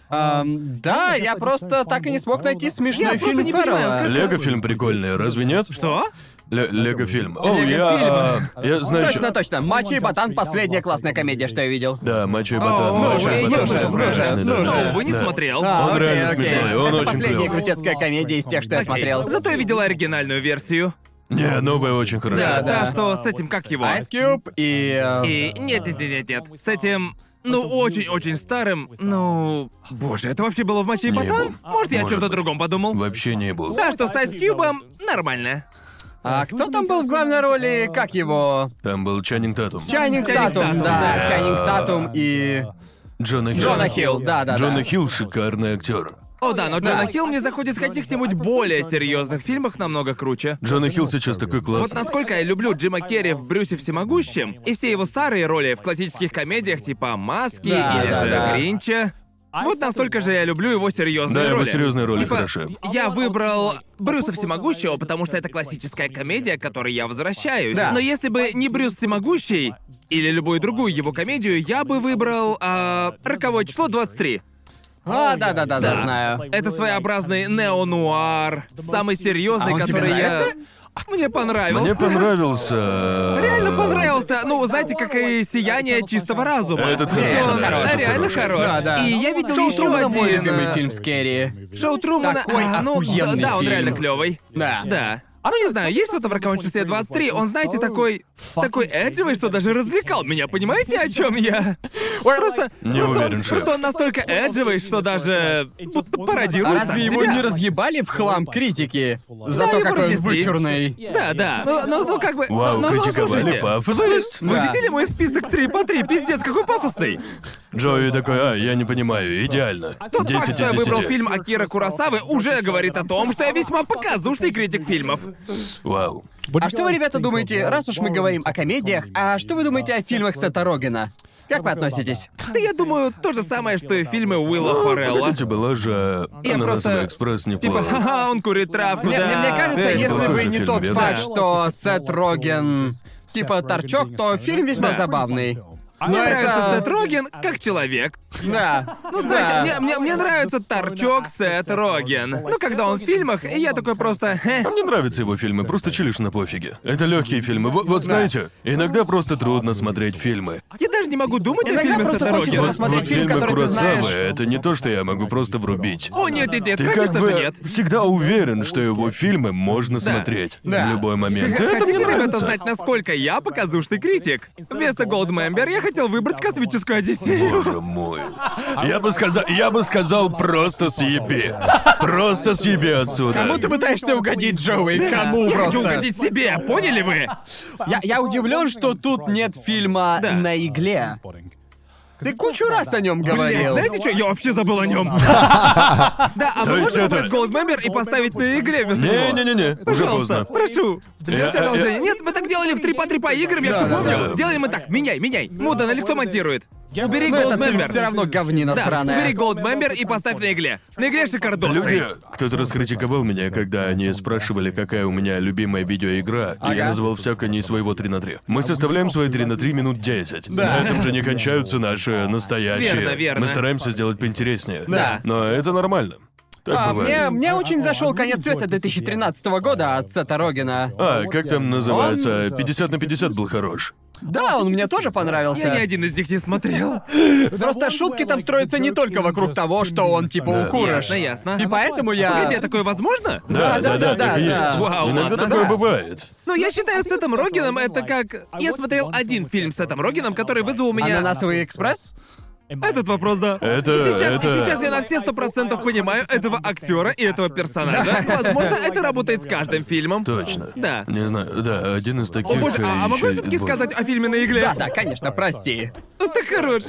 S3: Ам, да, я просто так и не смог найти смешной
S1: Я просто
S3: фильм
S1: не понимаю,
S3: Феррелла.
S1: как-
S4: Лего фильм прикольный, разве нет?
S1: Что?
S4: Ле- Лего фильм. О,
S3: Лего
S4: я. а, Я знаю.
S3: Точно,
S4: что-
S3: точно. Мачо и Ботан — последняя классная комедия, что я видел.
S4: Да, Мачо и
S1: О,
S4: Ботан.
S1: ну,
S4: Мачо и
S1: я
S4: Ботан
S1: слышал,
S4: очень прикольный,
S3: ну,
S4: да.
S1: О,
S3: да.
S1: вы не
S4: Да.
S1: смотрел?
S3: А,
S4: Он
S3: окей,
S4: реально
S3: окей.
S4: смешной, он
S3: это
S4: очень
S3: последняя
S4: клёвый.
S3: крутецкая комедия из тех, что я
S5: Окей.
S3: смотрел.
S1: Зато я видела оригинальную версию.
S4: Не, новая очень
S1: Да, да,
S4: хорошая.
S3: да.
S1: что с этим, как его?
S3: Ice Cube и... э,
S1: И нет, нет, нет, нет, нет. С этим, ну, очень-очень старым, ну... Боже, это вообще было в матче и
S4: Не
S1: ботан?
S4: был.
S1: Может, я о
S4: Может
S1: чем-то
S4: быть.
S1: другом подумал?
S4: Вообще не был.
S1: Да, что с Айс Кьюбом нормально.
S3: А кто там был в главной роли? Как его?
S4: Там был Чаннинг Татум.
S3: Чайнинг
S1: Чайнинг
S3: Татум,
S1: Татум,
S3: да.
S1: да.
S3: Чайнинг Татум и...
S4: Джона Хилл.
S3: Джона Хилл, да, да,
S4: Джона
S3: да.
S4: Хилл шикарный актер.
S1: О да, но Джона
S3: Да.
S1: Хилл мне заходит в каких-нибудь более серьезных фильмах намного круче.
S4: Джона Хилл сейчас такой
S1: Вот
S4: классный.
S1: насколько я люблю Джима Керри в «Брюсе всемогущем» и все его старые роли в классических комедиях типа «Маски»
S3: Да,
S1: или
S4: да,
S1: же
S3: да.
S1: «Гринча», вот настолько же я люблю его серьезные
S4: Да, его
S1: роли.
S4: серьезные роли
S1: Типа,
S4: хороши.
S3: А
S1: Я выбрал Брюса Всемогущего, потому что это классическая комедия, к которой я возвращаюсь.
S3: Да.
S1: Но если бы не Брюс Всемогущий или любую другую его комедию, я бы выбрал а, «Роковое число 23».
S3: А, да-да-да, да,
S1: Да.
S3: знаю.
S1: Это своеобразный неонуар, самый серьезный,
S3: А он тебе
S1: который я...
S3: нравится?
S1: Мне понравился.
S4: Мне понравился.
S1: Реально понравился. Ну, знаете, как и сияние чистого разума.
S4: Этот
S1: Ведь
S4: хороший,
S1: он,
S4: да,
S1: да,
S4: очень
S1: реально
S4: хороший.
S1: хорош.
S3: Да, да.
S1: И я видел
S3: Шоу
S1: еще
S3: Трумана
S1: один.
S3: мой любимый
S1: э,
S3: фильм с Керри.
S1: Шоу Трумана.
S3: Такой
S1: а, ну, да,
S3: охуенный
S1: да, он
S3: фильм.
S1: реально клевый.
S3: Да.
S1: Да. А ну не знаю, есть что-то в роковом числе 23, он, знаете, такой... Такой эджевый, что даже развлекал меня, понимаете, о чем я? Просто...
S4: Не
S1: просто
S4: уверен,
S1: он,
S4: шеф.
S1: Просто он настолько эджевый, что даже... Будто пародирует
S3: А
S1: сам
S3: разве его
S1: себя.
S3: не разъебали в хлам критики? За
S1: Да,
S3: то,
S1: его
S3: какой он
S1: разнесли.
S3: вычурный.
S1: Да, да. Ну, ну, ну, как бы...
S4: Вау,
S1: ну, ну,
S4: критиковали
S1: слушайте.
S4: пафос есть?
S1: Вы
S3: Да.
S1: видели мой список 3 по 3? Пиздец, какой пафосный!
S4: Джои такой, а, я не понимаю, идеально.
S1: Тот факт,
S4: 10
S1: что я
S4: из
S1: выбрал
S4: 10.
S1: фильм Акира Курасавы, уже говорит о том, что я весьма показушный критик фильмов.
S4: Вау.
S3: А что вы, ребята, думаете, раз уж мы говорим о комедиях, а что вы думаете о фильмах Сета Рогена? Как вы относитесь?
S1: Да я думаю, то же самое, что и фильмы Уилла Форелла.
S4: Ну, Погодите, была же
S1: Я
S4: «Ананасовый
S1: просто-
S4: экспресс»
S1: Типа,
S4: неплохо.
S1: ха-ха, он курит травку,
S3: Мне,
S1: Ну да.
S3: мне- мне кажется,
S4: Это
S3: если бы
S4: похоже
S3: не
S4: фильм,
S3: тот
S4: да.
S3: факт, что Сет Роген типа торчок, то фильм весьма
S1: Да.
S3: забавный.
S1: Мне
S3: Но
S1: нравится
S3: это-
S1: Сет Роген как человек.
S3: Да.
S1: Ну, знаете,
S3: Да.
S1: мне, мне, мне нравится торчок Сет Роген. Ну, когда он в фильмах, я такой просто... «Э, «Хе».
S4: А мне нравятся его фильмы, просто чилишь на пофиге. Это легкие фильмы. Вот, вот знаете, иногда просто трудно смотреть фильмы.
S1: Я даже не могу думать о
S3: Иногда
S1: фильме
S3: просто
S1: Сета
S3: хочется
S1: Рогена.
S4: Вот,
S3: посмотреть
S4: вот
S3: фильм,
S4: фильмы
S3: который ты знаешь.
S4: Куросавы, это не то, что я могу просто врубить.
S1: О, нет, нет, нет,
S4: Ты
S1: конечно
S4: как бы
S1: же нет.
S4: всегда уверен, что его фильмы можно смотреть
S3: Да.
S4: в любой момент. И Это
S1: Хотите,
S4: мне
S1: ребята,
S4: нравится.
S1: знать, насколько я показушный критик? Вместо Голдмембер я хотел выбрать космическую Одиссею.
S4: Боже мой. Я бы сказал, я бы сказал просто съеби. Просто съеби отсюда.
S3: Кому ты пытаешься угодить, Джоуи? Кому
S1: Я
S3: просто?
S1: хочу угодить себе, поняли вы?
S3: Я, я удивлен, что тут нет фильма
S1: Да.
S3: на игле. Ты кучу раз о нем
S1: Блять,
S3: говорил.
S1: знаете что? Я вообще забыл о нем. Да, а
S4: То
S1: мы
S4: есть
S1: можем
S4: это-
S1: выбрать Голдмембер и поставить на игле вместо него?
S4: Не-не-не-не, уже
S1: Пожалуйста,
S4: поздно.
S1: прошу. Сделайте
S4: я-
S1: одолжение. Нет, вы так делали в 3 по 3 по играм, я
S3: Да,
S1: что
S3: да,
S1: помню.
S4: да.
S1: Делаем мы так. Меняй, меняй. Мудан, или кто монтирует? Убери
S3: Ну, этот фильм
S1: Голдмембер.
S3: все равно говнина
S1: Да,
S3: сраная.
S1: убери Голдмембер и поставь на игле. На игле
S4: Люди,
S1: шикардосный.
S4: кто-то раскритиковал меня, когда они спрашивали, какая у меня любимая видеоигра, и я
S3: Ага.
S4: назвал всякое не своего 3 на 3. Мы составляем свои 3 на 3 минут 10.
S3: Да.
S4: На этом же не кончаются наши настоящие.
S1: Верно, верно.
S4: Мы стараемся сделать поинтереснее.
S1: Да.
S4: Но это нормально. Так
S3: А мне,
S4: бывает.
S3: мне очень зашел конец света 2013 года от Сета Рогина.
S4: А, как там называется? 50 на 50 был хорош.
S3: Да, он мне тоже понравился.
S1: Я ни один из них не смотрел.
S3: Просто шутки там строятся не только вокруг того, что он типа
S4: Да.
S3: укурыш.
S1: Ясно, ясно.
S3: И поэтому я...
S1: Погоди, а такое возможно?
S3: Да, да, да,
S4: так и
S3: да,
S4: есть.
S3: да.
S1: Вау,
S4: Иногда
S1: ладно,
S4: такое
S3: да.
S4: бывает.
S1: Но Ну, я считаю, с Сетом Рогином это как... Я смотрел один фильм с Сетом Рогином, который вызвал у меня...
S3: Ананасовый экспресс?
S1: Этот вопрос, да.
S4: Это-
S1: и сейчас,
S4: это-
S1: и сейчас я на все сто процентов понимаю этого актера и этого персонажа. Возможно, это работает с каждым фильмом.
S4: Точно.
S1: Да.
S4: Не знаю, да, один из таких.
S1: О боже, а, а
S4: э,
S1: могу я
S4: ещё
S1: все-таки
S4: был.
S1: сказать о фильме на игле?
S3: Да, А, да, конечно, прости.
S1: Он так хорош.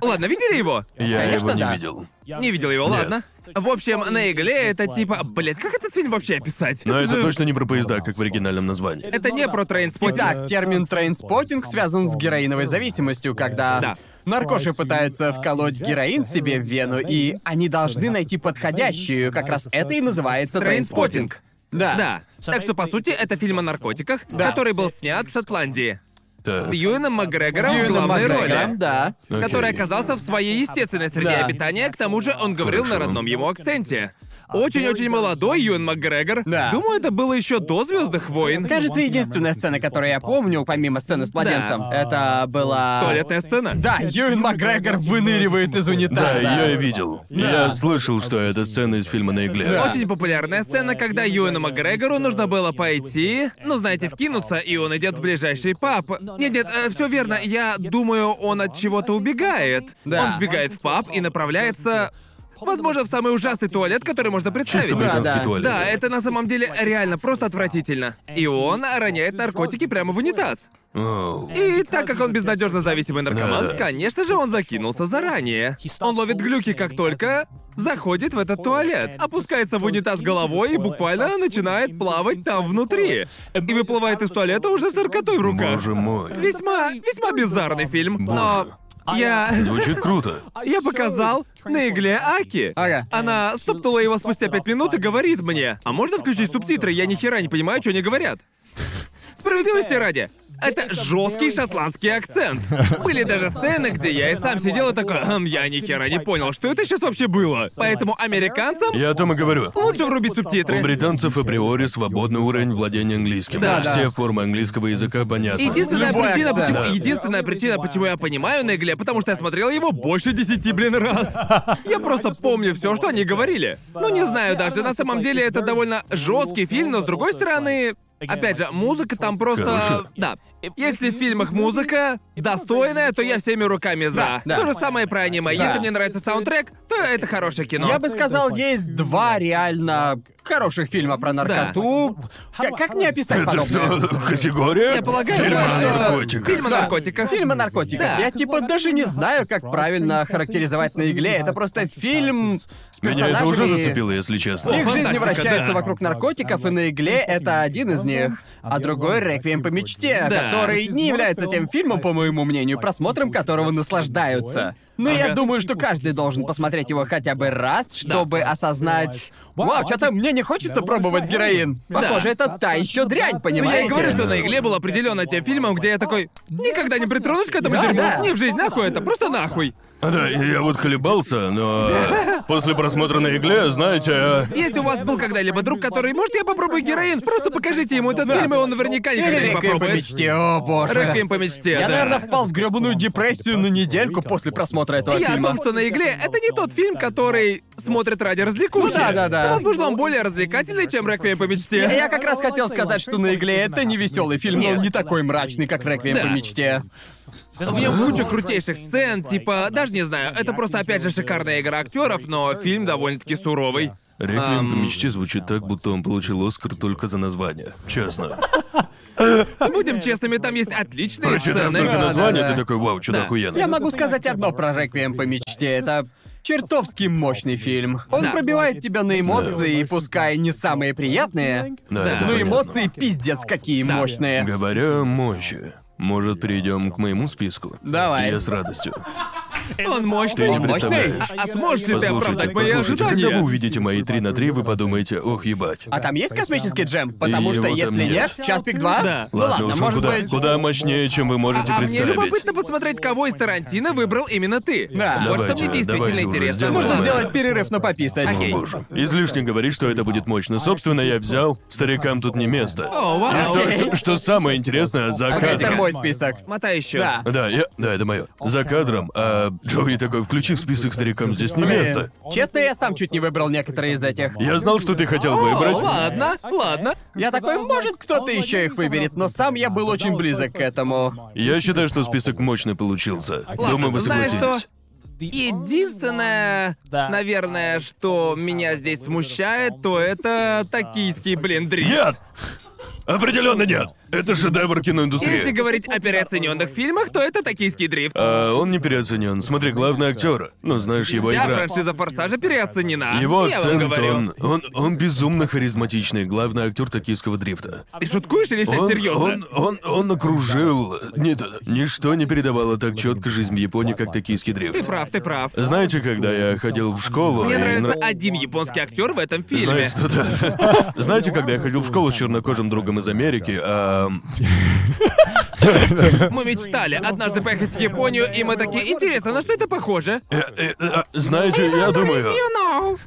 S1: Ладно, видели его?
S4: Я
S3: Конечно,
S4: его не
S3: да.
S4: видел.
S1: Не видел его,
S4: Нет.
S1: ладно. В общем, на игле это типа... Блять, как этот фильм вообще описать?
S4: Но Ну, это
S1: же-
S4: точно не про поезда, как в оригинальном названии.
S1: Это не про трейнспотинг.
S3: Итак, термин трейнспотинг связан с героиновой зависимостью, когда
S1: Да.
S3: наркоши пытаются вколоть героин себе в вену, и они должны найти подходящую. Как раз это и называется трейнспотинг.
S1: Трейнспотинг.
S3: Да.
S1: Да. Так что, по сути, это фильм о наркотиках, который был снят в Шотландии.
S4: Так,
S1: С Юэном Макгрегором
S3: С
S1: в
S3: Юэном
S1: главной
S3: Макгрегором,
S1: роли.
S3: Да.
S4: окей.
S1: Который оказался в своей естественной среде
S3: Да.
S1: обитания, к тому же он говорил на
S4: Хорошо.
S1: родном ему акценте. Очень-очень молодой Юэн Макгрегор.
S3: А, Да.
S1: Думаю, это было еще до Звездных войн.
S3: Кажется, единственная сцена, которую я помню, помимо сцены с младенцем,
S1: Да.
S3: это была...
S1: Туалетная сцена.
S3: Да, Юэн Макгрегор выныривает из
S4: Да,
S3: унитаза.
S4: ее я видел. Я слышал, что это сцена из фильма на игле.
S1: Очень популярная сцена, когда Юэну Макгрегору нужно было пойти, ну знаете, вкинуться, и он идет в ближайший паб. Нет-нет, все верно, я думаю, он от чего-то убегает.
S3: Да.
S1: Он вбегает в паб и направляется, возможно, в самый ужасный туалет, который можно
S4: Чисто
S1: представить.
S3: Да,
S4: британский
S3: да.
S4: туалет.
S1: Да, это на самом деле реально просто отвратительно. И он роняет наркотики прямо в унитаз.
S4: Оу.
S1: И так как он безнадежно зависимый наркоман,
S4: Да.
S1: конечно же, он закинулся заранее. Он ловит глюки, как только заходит в этот туалет, опускается в унитаз головой и буквально начинает плавать там внутри. И выплывает из туалета уже с наркотой в руках.
S4: Боже мой.
S1: Весьма, весьма бизарный фильм, но...
S4: Боже.
S1: Я...
S4: Звучит круто.
S1: Я показал на игле Аки.
S3: Ага.
S1: Она стоптала его спустя пять минут и говорит мне, а можно включить субтитры? Я ни хера не понимаю, что они говорят. Справедливости ради. Это жесткий шотландский акцент. Были даже сцены, где я и сам сидел и такой, «Хм, я ни хера не понял, что это сейчас вообще было. Поэтому американцам
S4: Я о том и говорю.
S1: лучше врубить
S4: У
S1: субтитры.
S4: британцев априори свободный уровень владения английским.
S1: Да,
S4: Все
S3: да.
S4: формы английского языка понятны.
S1: Единственная
S3: Любой
S1: причина,
S3: акцент.
S1: почему,
S3: Да.
S1: единственная причина, почему я понимаю на игле, потому что я смотрел его больше десяти, блин, раз. Я просто помню все, что они говорили. Ну, не знаю даже, на самом деле это довольно жесткий фильм, но с другой стороны... Опять же, музыка там просто...
S4: Хорошо.
S1: Да. Если в фильмах музыка достойная, то я всеми руками за.
S3: Да, да.
S1: То же самое про аниме.
S3: Да.
S1: Если мне нравится саундтрек, то это хорошее кино.
S3: Я бы сказал, есть два реально хороших фильма про наркоту. К- Как не описать
S4: Это
S3: подобное?
S4: что, категория?
S1: Я полагаю,
S4: Фильм
S1: да,
S4: о
S1: что-
S4: наркотиках.
S1: Фильм о
S3: Да.
S1: наркотиках.
S3: Фильм о наркотиках.
S1: Да.
S3: Я типа даже не знаю, как правильно характеризовать на игле. Это просто фильм с
S4: Меня это
S3: персонажами-
S4: уже зацепило, если честно.
S3: Их жизни
S1: Фантастика,
S3: вращается
S1: да.
S3: вокруг наркотиков, и на игле это один из них, а другой — «Реквием по мечте»,
S1: Да.
S3: который не является тем фильмом, по моему мнению, просмотром которого наслаждаются. Но я
S1: Ага.
S3: думаю, что каждый должен посмотреть его хотя бы раз, чтобы осознать... Вау, что-то мне не хочется пробовать героин. Похоже, это та еще дрянь,
S1: Ну,
S3: понимаете?
S1: я и говорю, что на игле был определенно тем фильмом, где я такой никогда не притронусь к этому
S3: Да,
S1: дерьму.
S3: да.
S1: Не в жизнь, нахуй это, просто нахуй.
S4: А, Да, и я вот колебался, но после просмотра на игле, знаете, э,
S1: Если у вас был когда-либо друг, который, может, я попробую героин, просто покажите ему этот фильм, и он наверняка никогда
S3: Или
S1: не
S3: «Реквием по
S1: попробует.
S3: мечте», о боже.
S1: Реквием по мечте,
S3: Я,
S1: да.
S3: наверное, впал в грёбаную депрессию на недельку после просмотра этого
S1: Я о
S3: фильма.
S1: том, что на игле это не тот фильм, который смотрит ради
S3: Ну
S1: развлекухи.
S3: да, да, да.
S1: Но, возможно, он более развлекательный, чем «Реквием по
S3: Я,
S1: мечте».
S3: я как раз хотел сказать, что на игле это не веселый фильм, но он не такой мрачный, как Реквием по
S1: Да.
S3: мечте.
S1: В нем куча крутейших сцен, типа, даже не знаю, это просто опять же шикарная игра актеров, но фильм довольно-таки суровый.
S4: «Реквием по
S1: Ам.
S4: мечте» звучит так, будто он получил Оскар только за название. Честно.
S1: Будем честными, там есть отличные
S4: Прочитав
S1: сцены.
S4: только
S3: да,
S4: название,
S3: да.
S4: ты такой, вау, чудо
S1: Да.
S3: Я
S4: охуенно.
S3: могу сказать одно про «Реквием по мечте». Это чертовски мощный фильм. Он
S1: Да.
S3: пробивает тебя на эмоции, пускай не самые приятные,
S4: Да,
S1: Да.
S4: это
S1: Ну,
S3: но
S4: понятно.
S3: эмоции пиздец какие мощные.
S4: Говоря о мощи, может, перейдем к моему списку?
S3: Давай.
S4: Я с радостью.
S1: Он мощный.
S4: Ты не
S3: Он мощный?
S4: представляешь.
S1: А сможешь ли ты
S4: Послушайте,
S1: оправдать мои
S4: послушайте, когда вы
S1: ожидания?
S4: увидите мои 3 на 3, вы подумаете, ох, ебать.
S3: А там есть космический джем? Потому
S4: И
S3: что
S4: его там
S3: если нет,
S4: нет.
S3: час пик два?
S1: Да.
S3: Ну
S4: ладно,
S3: ладно,
S4: уж он
S3: может
S4: куда,
S3: быть. э,
S4: куда мощнее, чем вы можете
S1: А мне
S4: представить.
S1: любопытно посмотреть, кого из Тарантино выбрал именно ты.
S3: Да.
S1: Вот что мне
S4: Давайте,
S1: действительно
S4: давайте уже
S1: интересно.
S4: сделаем
S3: Можно
S4: Давай.
S3: сделать перерыв, но пописать.
S1: Окей.
S4: О, боже. Излишне говорить, что это будет мощно. Собственно, я взял, старикам тут не место.
S1: О,
S4: И
S1: вау.
S4: Ну что, что- что самое интересное, за
S3: Так, это
S4: кадром...
S3: мой список.
S1: Мотай еще.
S3: Да.
S4: Да, я... Да, это мое. За кадром, а Джоуи такой, включи в список старикам, здесь не место.
S3: Честно, я сам чуть не выбрал некоторые из этих.
S4: Я знал, что ты хотел
S1: О,
S4: выбрать.
S1: ладно, ладно.
S3: Я такой, может, кто-то еще их выберет, но сам я был очень близок к этому.
S4: Я считаю, что список мощно получился.
S1: Ладно,
S4: Думаю, вы
S1: знаешь
S4: согласитесь.
S1: что? Единственное,
S3: Э,
S1: наверное, что меня здесь смущает, то это токийский блендри.
S4: Нет! Определенно нет! Это шедевр
S1: Если
S4: киноиндустрии.
S1: говорить о переоцененных фильмах, то это токийский дрифт.
S4: А, он не переоценен. Смотри, главный актер. Ну, знаешь, его
S1: Вся
S4: игра.
S1: франшиза Форсажа переоценена.
S4: Его
S1: Я вам
S4: акцент,
S1: говорю.
S4: он, он, он безумно харизматичный, главный актер токийского дрифта.
S1: Ты шуткуешь или сейчас
S4: Он,
S1: серьезно?
S4: он, он, он окружил. Нет, ничто не передавало так четко жизнь в Японии, как токийский дрифт.
S1: Ты прав, ты прав.
S4: Знаете, когда я ходил в школу...
S1: Мне
S4: и
S1: нравится
S4: на-
S1: один японский актер в этом фильме.
S4: Знаешь, что да. Знаете, когда я ходил в школу с чернокожим другом из Америки, а,
S1: Мы мечтали однажды поехать в Японию, и мы такие, интересно, на что это похоже?
S4: э, э, э, знаете, я думаю...
S1: You know.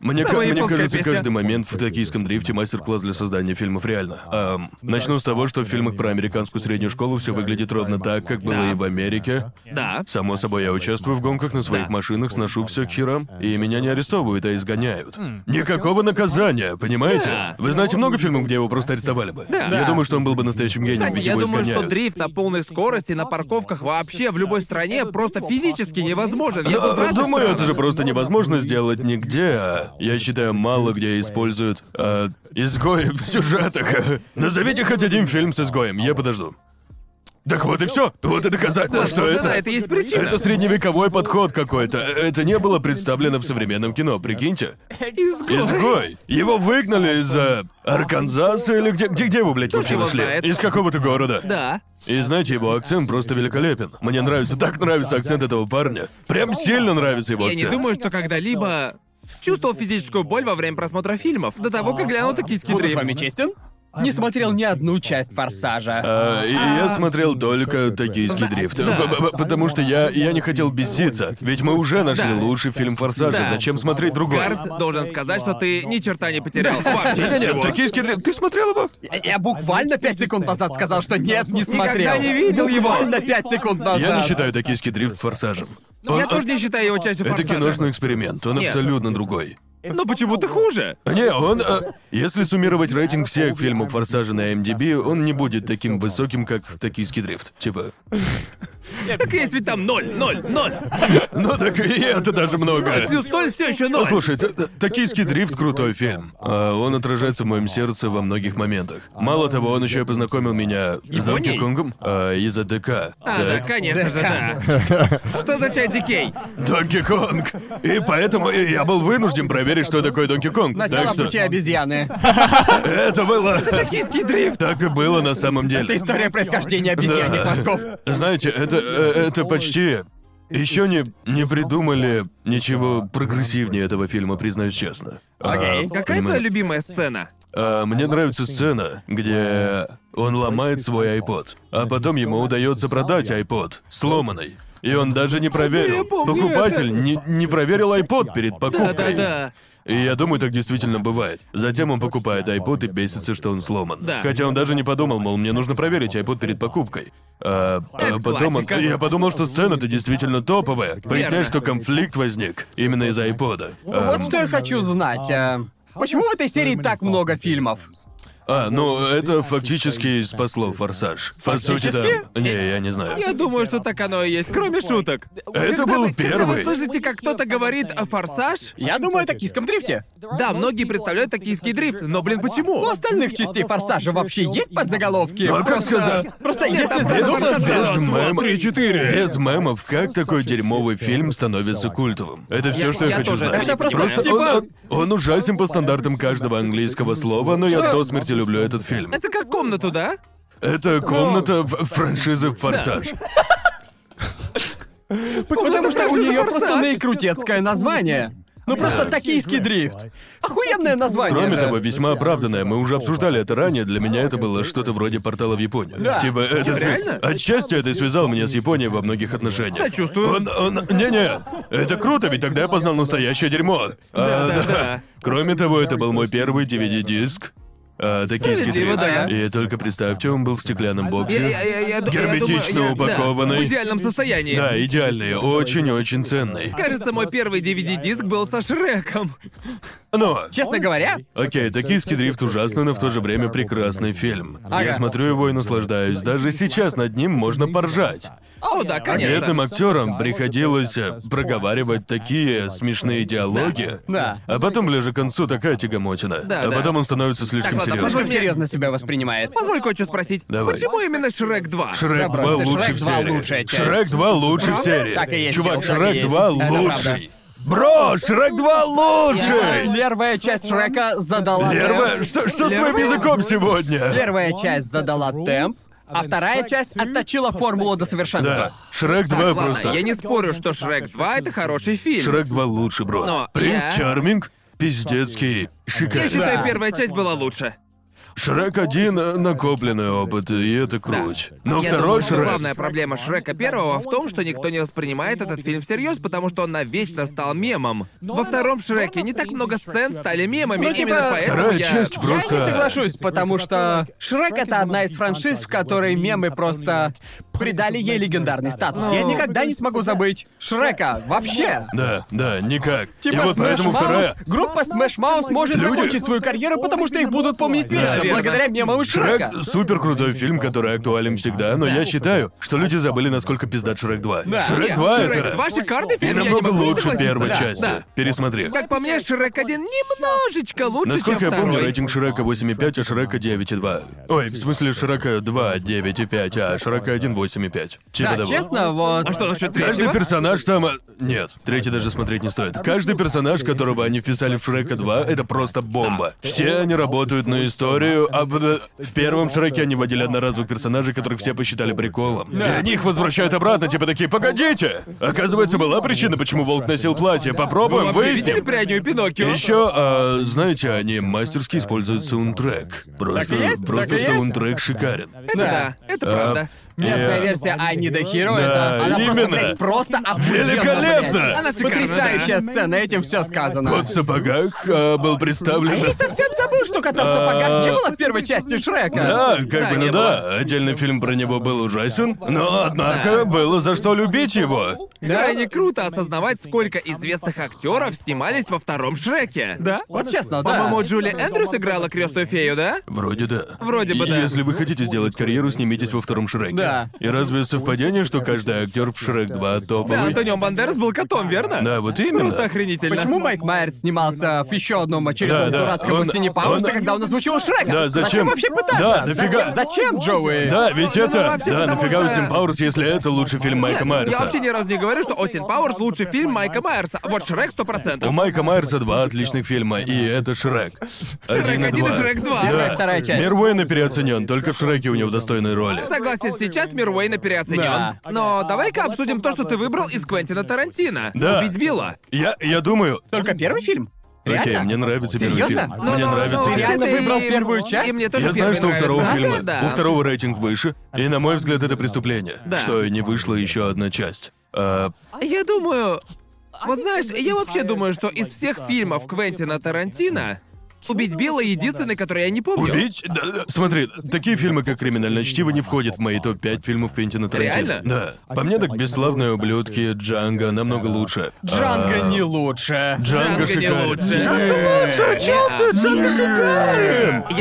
S4: Мне, ка-
S1: Самая
S4: мне
S1: японская
S4: кажется,
S1: песня.
S4: каждый момент в токийском дрифте мастер-класс для создания фильмов реально. Ам, начну с того, что в фильмах про американскую среднюю школу все выглядит ровно так, как было
S1: Да.
S4: и в Америке.
S1: Да.
S4: Само собой, я участвую в гонках на своих
S1: Да.
S4: машинах, сношу все к херам, и меня не арестовывают, а изгоняют. Никакого наказания, понимаете?
S1: Хм. Да.
S4: Вы знаете много фильмов, где его просто арестовали бы?
S1: Да.
S4: Я думаю, что он был бы настоящим гением,
S1: Кстати,
S4: ведь
S1: я
S4: его
S1: думаю, что
S4: изгоняют.
S1: дрифт на полной скорости на парковках вообще в любой стране просто физически невозможен. Я был в
S4: Ну,
S1: разных
S4: думаю,
S1: странах.
S4: это же просто невозможно сделать нигде. а Я считаю, мало где используют а, изгоев в сюжетах. Назовите хоть один фильм с изгоем, я подожду. Так вот и все. Вот и доказательство, что
S1: Да,
S4: это.
S1: да, это есть причина.
S4: Это средневековой подход какой-то. Это не было представлено в современном кино, прикиньте.
S1: Изгой.
S4: Изгой. Его выгнали из э, Арканзаса или где, где, где его, блядь, вообще
S1: его
S4: нашли?
S1: знает.
S4: Из какого-то города.
S1: Да.
S4: И знаете, его акцент просто великолепен. Мне нравится, так нравится акцент этого парня. Прям сильно нравится его
S1: Я не
S4: акцент.
S1: думаю, что когда-либо чувствовал физическую боль во время просмотра фильмов, до того, как глянул «Токийский
S3: Буду с
S1: дрифт».
S3: вами честен? Не смотрел ни одну часть «Форсажа».
S4: А, и я смотрел только «Токийский дрифт». П- п- п- Потому что я, я не хотел беситься. Ведь мы уже нашли
S1: Да.
S4: лучший фильм «Форсажа».
S1: Да.
S4: Зачем смотреть другой?
S1: Гард должен сказать, что ты ни черта не потерял. Вообще
S4: Нет, нет,
S1: ничего.
S4: «Токийский дрифт». Ты смотрел его?
S3: Я- Я буквально пять секунд назад сказал, что нет, не смотрел.
S1: не видел его.
S3: Буквально пять секунд назад.
S4: Я не считаю «Токийский дрифт» «Форсажем». Он-
S1: Ну, Я тоже не считаю его частью
S4: Это
S1: «Форсажа».
S4: киношный эксперимент, он
S1: Нет.
S4: абсолютно другой.
S3: э,
S1: Но почему-то хуже.
S4: Не, он... э, если суммировать рейтинг всех фильмов «Форсажа» на MDB, он не будет таким высоким, как «Токийский дрифт». Типа...
S1: Так и есть ведь там ноль, ноль, ноль.
S4: Ну так и это даже много.
S1: Плюс ноль все еще ноль.
S4: Послушай, т- т- «Токийский дрифт» — крутой фильм. А, Он отражается в моем сердце во многих моментах. Мало того, он еще и познакомил меня с Донки
S1: Японией?
S4: Конгом а, из АДК.
S1: А, да, конечно же, да. Что означает дикей?
S4: Донки Конг! И поэтому и я был вынужден проверить, что такое Донки Конг.
S3: Начало
S4: Так что
S3: пути обезьяны.
S4: это было...
S1: Токийский дрифт.
S4: Так и было на самом
S3: Это
S4: деле.
S3: история происхождения обезьяньих
S4: Да. Эм.
S3: мозгов.
S4: Знаете, это, э, это почти... Еще не, не придумали ничего прогрессивнее этого фильма, признаюсь честно. А,
S3: Окей.
S1: Какая
S4: понимаешь?
S1: твоя любимая сцена?
S4: А, мне нравится сцена, где он ломает свой iPod, а потом ему удается продать iPod сломанный. И он даже не проверил.
S1: Да, я помню
S4: Покупатель
S1: это.
S4: не, не проверил iPod перед покупкой.
S1: Да-да-да.
S4: И я думаю, так действительно бывает. Затем он покупает iPod и бесится, что он сломан.
S1: Да.
S4: Хотя он даже не подумал, мол, мне нужно проверить iPod перед покупкой. А, а
S1: Это
S4: потом он-
S1: классика.
S4: я подумал, что сцена-то действительно топовая.
S1: Верно.
S4: Поясняет, что конфликт возник именно из-за iPod.
S3: Вот что я хочу знать. а, Почему в этой серии так много фильмов?
S4: А, ну это фактически спасло форсаж. По сути, да.
S1: Фактически?
S4: Не, я не знаю.
S1: Я думаю, что так оно и есть, кроме шуток.
S4: Это
S1: Когда
S4: был
S1: вы- Когда вы
S4: первый.
S1: слышите, как кто-то говорит о «Форсаж»,
S3: Я думаю о токийском дрифте.
S1: да, многие представляют токийский дрифт, но, блин, почему?
S3: У остальных частей «Форсажа» вообще есть подзаголовки?
S4: Ну, а как
S3: Просто-
S4: сказать?
S3: Просто если
S1: там просто
S3: задуматься...
S1: «Форсаж»
S4: без
S1: раз, два,
S4: мема-
S1: три, четыре.
S4: Без мемов, как такой дерьмовый фильм становится культовым? Это все,
S1: Я-
S4: что я,
S1: я
S4: хочу
S1: тоже
S4: знать.
S1: это не понимаю.
S4: он,
S3: Типа-
S4: он- он ужасен по стандартам каждого английского слова, но я до смерти люблю этот фильм.
S1: Это как комнату, да?
S4: Это комната в- франшизы Форсаж.
S3: Потому что у
S1: Покажи
S3: нее
S1: за
S3: просто
S1: форсаж.
S3: наикрутецкое название. Ну просто токийский дрифт. Охуенное название.
S4: Кроме
S3: же.
S4: того, весьма оправданное, мы уже обсуждали это ранее, для меня это было что-то вроде портала в Японию.
S3: Да.
S4: Типа, это... сви-
S1: Реально?
S4: Отчасти это связал меня с Японией во многих отношениях.
S1: Сочувствую.
S4: Он, он... Не-не, это круто, ведь тогда я познал настоящее дерьмо. А,
S1: Да, да, да.
S4: Кроме того, это был мой первый DVD-диск. А, токийский
S1: Справедливо,
S4: дрифт.
S1: да.
S4: И только представьте, он был в стеклянном боксе.
S1: Я- я- я- я ду- я
S4: Герметично
S1: думаю, я- да,
S4: упакованный.
S1: в идеальном состоянии.
S4: Да, идеальный, очень-очень ценный.
S1: Кажется, мой первый DVD-диск был со Шреком.
S4: Но,
S3: Честно говоря,
S4: окей, «Токийский дрифт» ужасный, но в то же время прекрасный фильм.
S3: Ага.
S4: Я смотрю его и наслаждаюсь. Даже сейчас над ним можно поржать.
S1: О, А, да, конечно.
S4: Бедным актерам приходилось э, проговаривать такие смешные диалоги.
S3: Да.
S4: А потом ближе к концу такая тягомотина.
S1: Да,
S4: а
S1: да.
S4: потом он становится
S3: а
S4: слишком
S1: ладно,
S4: серьезным.
S1: позволь
S3: слишком
S1: мне-
S3: серьезно себя воспринимает.
S1: Позволь кое-что спросить.
S4: Давай.
S1: Почему именно Шрек 2?
S4: Шрек
S3: Да
S4: 2
S3: просто,
S4: лучше
S3: Шрек
S4: в
S3: 2
S4: серии.
S3: лучшая часть.
S4: Шрек 2 лучше в серии.
S3: Так и есть,
S4: Чувак,
S3: так и
S4: Шрек
S3: есть.
S4: 2
S3: Это
S4: лучший. Бро, Шрек 2 лучший!
S3: Первая часть Шрека задала
S4: Лерва,
S3: темп.
S4: что, что с
S1: Лерва?
S4: твоим языком сегодня?
S3: Первая часть задала темп, а вторая часть отточила формулу до
S4: Да,
S3: совершенства.
S4: Шрек 2
S1: Так,
S4: просто...
S1: ладно, я не спорю, что Шрек 2 это хороший фильм.
S4: Шрек 2 лучше, бро.
S1: Но
S4: Принц
S1: я-
S4: Чарминг, пиздецкий,
S1: Я
S4: шикарный.
S1: считаю,
S3: Да.
S1: первая часть была лучше.
S4: Шрек 1 э, накопленный опыт, и это круть. Но
S1: Я
S4: второй
S1: думаю, что
S4: Шрек...
S1: главная проблема Шрека первого в том, что никто не воспринимает этот фильм всерьез, потому что он навечно стал мемом. Во втором Шреке не так много сцен стали мемами,
S3: Ну, типа,
S1: именно поэтому
S4: Вторая
S1: я...
S4: часть просто...
S3: Я не соглашусь, потому что Шрек это одна из франшиз, в которой мемы просто придали ей легендарный статус. Ну, Я никогда не смогу забыть Шрека вообще.
S4: Да, да, никак.
S3: Типа
S4: и вот поэтому
S3: Smash Mouth-
S4: вторая...
S3: группа Smash Mouth может
S4: Люди-
S3: закончить свою карьеру, потому что их будут помнить вечно,
S1: верно.
S3: благодаря мемам из Шрека.
S4: Шрек супер крутой фильм, который актуален всегда, но я считаю, что люди забыли, насколько пиздат Шрек 2. Шрек 2
S1: Шрек
S4: это.
S1: 2 шикарный
S4: И
S1: фильм, я не
S4: намного
S1: могу не
S4: лучше
S1: согласиться.
S4: первой
S1: Да,
S4: части.
S1: да.
S4: Пересмотри.
S1: Как по мне, Шрек 1 немножечко лучше,
S4: Насколько я
S1: чем
S4: помню,
S1: второй.
S4: рейтинг Шрека 8,5, а Шрека 9,2. Ой, в смысле, Шрека 2, 9,5, а Шрека 1, 8,5. Типа
S3: Да,
S4: того.
S3: честно, вот.
S1: А что насчет
S4: Каждый
S1: третьего?
S4: персонаж там... э, Нет, третий даже смотреть не стоит. Каждый персонаж, которого они вписали в Шрека 2, это просто бомба. Все они работают на историю, а в в первом Шреке они вводили одноразовых персонажей, которых все посчитали приколом. И они их возвращают обратно, типа такие, погодите! Оказывается, была причина, почему Волк носил платье. Попробуем,
S1: Вообще, Ну, а видели
S4: выясним.
S1: пряню и Пиноккио?
S4: Еще, а, знаете, они мастерски используют саундтрек. Просто,
S3: Так и есть,
S4: просто
S3: так и есть.
S4: саундтрек шикарен.
S1: Это да, это правда.
S3: Местная
S4: Э,
S3: версия Ани до Хиро,
S4: Да,
S3: это. Она просто,
S4: именно.
S3: блядь, просто охуенно,
S4: Великолепно!
S3: блядь.
S1: Она шикарна,
S3: Потрясающая сцена, этим все сказано.
S4: Кот в сапогах а, был представлен.
S3: Я совсем забыл, что кота в сапогах не было в первой части Шрека.
S4: А, Да, как бы,
S1: не
S4: ну да, отдельный фильм про него был ужасен, но, однако, было за что любить его.
S1: Крайне круто осознавать, сколько известных актеров снимались во втором Шреке. Да?
S3: Вот честно, да.
S1: По-моему, Джулия Эндрюс играла крестную фею, да?
S4: Вроде да.
S1: Вроде бы
S4: И
S1: да.
S4: Если вы хотите сделать карьеру, снимитесь во втором Шреке.
S3: Да.
S4: И разве совпадение, что каждый актер в Шрек 2 топовый?
S1: Да, Антонио Бандерас был котом, верно?
S4: Да, вот именно.
S1: Просто охренительно.
S3: Почему Майк Майерс снимался в еще одном очередном
S4: Да, да,
S3: дурацком
S4: он-
S3: Остине Пауэрса,
S4: он-
S3: когда он озвучил Шрека?
S4: Да, зачем?
S3: вообще пытаться?
S4: Да, нафига?
S3: Зачем, зачем, Джоуи?
S4: Да, ведь
S1: Ну, ну, ну,
S4: это...
S1: вообще,
S4: да,
S1: потому
S4: нафига
S1: что-
S4: Остин Пауэрс, если это лучший фильм Майка Майерса?
S1: Я вообще ни разу не говорю, что Остин Пауэрс лучший фильм Майка Майерса. А Вот Шрек сто
S4: У
S1: процентов.
S4: Майка Майерса два отличных фильма, и это Шрек. Один и
S1: один и
S4: два.
S1: Шрек два.
S3: Первая и вторая часть.
S4: Мир Уэйна переоценен, только в Шреке у него достойные роли.
S1: Согласен, сейчас мир Уэйна переоценен.
S3: Да.
S1: Но давай-ка обсудим то, что ты выбрал из Квентина Тарантино.
S4: Да.
S1: Убить Билла.
S4: Я, я думаю...
S3: Только первый фильм?
S4: Окей,
S3: Реально?
S4: мне нравится первый
S3: Серьёзно?
S4: фильм.
S3: Ну,
S4: Мне
S1: ну,
S4: нравится
S1: ну,
S4: первый
S3: реально
S1: это и-
S3: выбрал первую часть?
S1: И мне тоже
S4: Я знаю,
S1: первый
S4: что у
S1: нравится.
S4: второго
S1: Да,
S4: фильма,
S1: да,
S4: у второго рейтинг выше, и на мой взгляд это преступление,
S1: Да.
S4: что и не вышла еще одна часть. А,
S1: Я думаю... Вот знаешь, я вообще думаю, что из всех фильмов Квентина Тарантино «Убить Билла» единственный, который я не помню.
S4: убить? Да, да. Смотри, такие фильмы, как «Криминальное чтиво», не входят в мои топ-5 фильмов Квентина Тарантино.
S1: Реально?
S4: Да. По мне так «Бесславные ублюдки», «Джанго» намного лучше.
S3: Джанго
S4: А,
S3: не лучше.
S4: Джанго
S1: Джанго не
S4: шикарен.
S1: лучше.
S4: Джанго лучше, о чём ты? Джанго
S1: Я
S4: шикарен.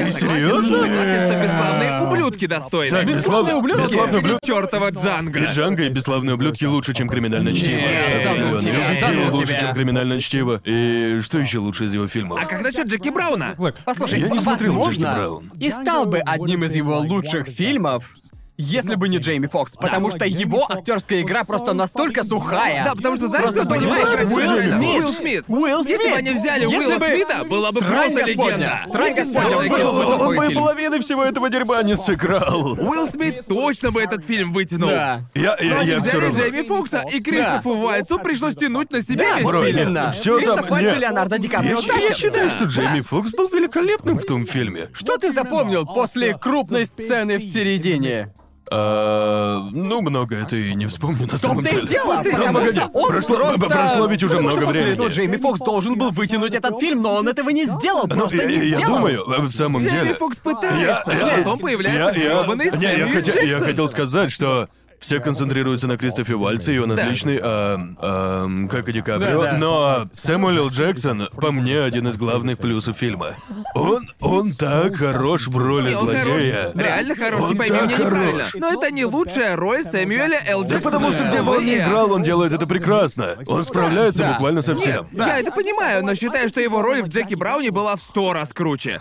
S4: Ты
S1: согласен, согласен, что бесславные ублюдки достойны.
S4: Так,
S3: Бесславные ублюдки?
S4: Бесславные ублюдки.
S1: Чёртова Джанго.
S4: И Джанго, и бесславные ублюдки лучше, чем криминальное чтиво.
S3: Не, да ну
S4: Определённо.
S3: тебя, да
S4: И «Убить Билла»
S3: ну
S4: лучше,
S3: тебя.
S4: чем криминальное чтиво. И что еще лучше из его фильмов?
S1: А как насчет Джеки Брауна?
S3: Послушай,
S4: Я не смотрел
S3: возможно,
S4: Джеки Браун.
S3: и стал бы одним из его лучших фильмов, если бы не Джейми Фокс, потому что его актерская игра просто настолько сухая.
S1: Да, потому что знаешь,
S3: Просто
S1: что понимаешь,
S3: понимаешь,
S1: Уилл
S4: Уилл
S1: Смит.
S4: Смит.
S1: Уилл
S3: Уилл
S1: Смит. Если бы
S3: Смит.
S1: они взяли
S3: Если
S1: Уилла
S3: бы-
S1: Смита, была бы
S3: Срань
S1: просто
S3: Господня.
S1: легенда.
S3: Срань Господня,
S1: Да,
S3: он
S1: он
S3: вышел
S1: был-
S3: бы
S4: Он,
S3: такой
S4: бы и
S3: фильм.
S4: половины всего этого дерьба не сыграл.
S1: Уилл Смит точно бы этот фильм вытянул.
S3: Да.
S4: Я, я,
S1: Но они
S4: я все
S1: взяли
S4: равно.
S1: Джейми Фокса, и Кристофу Уайтсу пришлось тянуть на себя
S3: Да,
S1: весь
S4: Бро,
S1: фильм.
S3: именно.
S4: всё там-
S3: Кристоф Вальц и
S4: нет.
S3: Леонардо Ди Каприо.
S4: Я,
S3: Да,
S4: я
S3: щас-
S4: считаю,
S3: да.
S4: что Джейми Фокс был великолепным в том фильме.
S3: Что ты запомнил после крупной сцены в середине?
S4: А, ну, много это и не вспомню на самом
S3: том-то
S4: деле.
S3: и дело,
S4: Да,
S3: потому
S4: погоди,
S3: что он
S4: прошло,
S3: просто...
S4: прошло ведь уже
S3: потому
S4: много
S3: что после
S4: времени.
S3: этого Джейми Фокс должен был вытянуть этот фильм, но он этого не сделал,
S4: Ну,
S3: просто
S4: я,
S3: не
S4: я
S3: сделал.
S4: думаю, э, в самом
S1: Джейми
S4: деле.
S1: Фокс пытается,
S4: Я- я-
S1: а потом
S4: Я,
S1: появляется
S4: я,
S1: грёбаный
S4: не, я,
S1: Сэмюэл
S4: хотя- я
S1: Джексон.
S4: хотел сказать, что все концентрируются на Кристофе Вальце, и он отличный, а, а, как и Ди Каприо.
S3: Да, да.
S4: Но Сэмюэл Джексон, по мне, один из главных плюсов фильма. Он, он так хорош в роли
S1: Не, он хорош,
S4: злодея.
S1: реально хорош,
S4: Он
S3: типа,
S1: не пойми
S4: так
S1: меня неправильно.
S4: хорош.
S1: Но это не лучшая роль Сэмюэля Л.
S4: Да
S1: Джексона.
S4: потому что где бы он ни
S1: Увы.
S4: играл, он делает это прекрасно. Он справляется
S3: Да.
S4: буквально со всем.
S1: Я это понимаю, но считаю, что его роль в Джеки Брауне была в сто раз круче.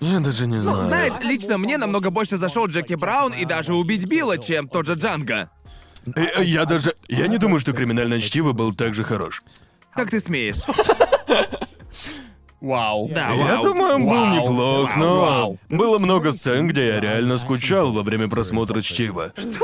S4: Я даже не знаю.
S1: Ну, знаешь, лично мне намного больше зашел Джеки Браун и даже убить Билла, чем тот же Джанго.
S4: Э, э, Я даже... Я не думаю, что «Криминальное чтиво» был так же хорош.
S1: Как ты смеешь?
S3: Вау.
S1: Да,
S4: Я
S1: А, вау.
S4: думаю, он был
S3: Вау.
S4: неплох,
S3: Вау,
S4: но
S3: вау.
S4: было много сцен, где я реально скучал во время просмотра чтива. Что?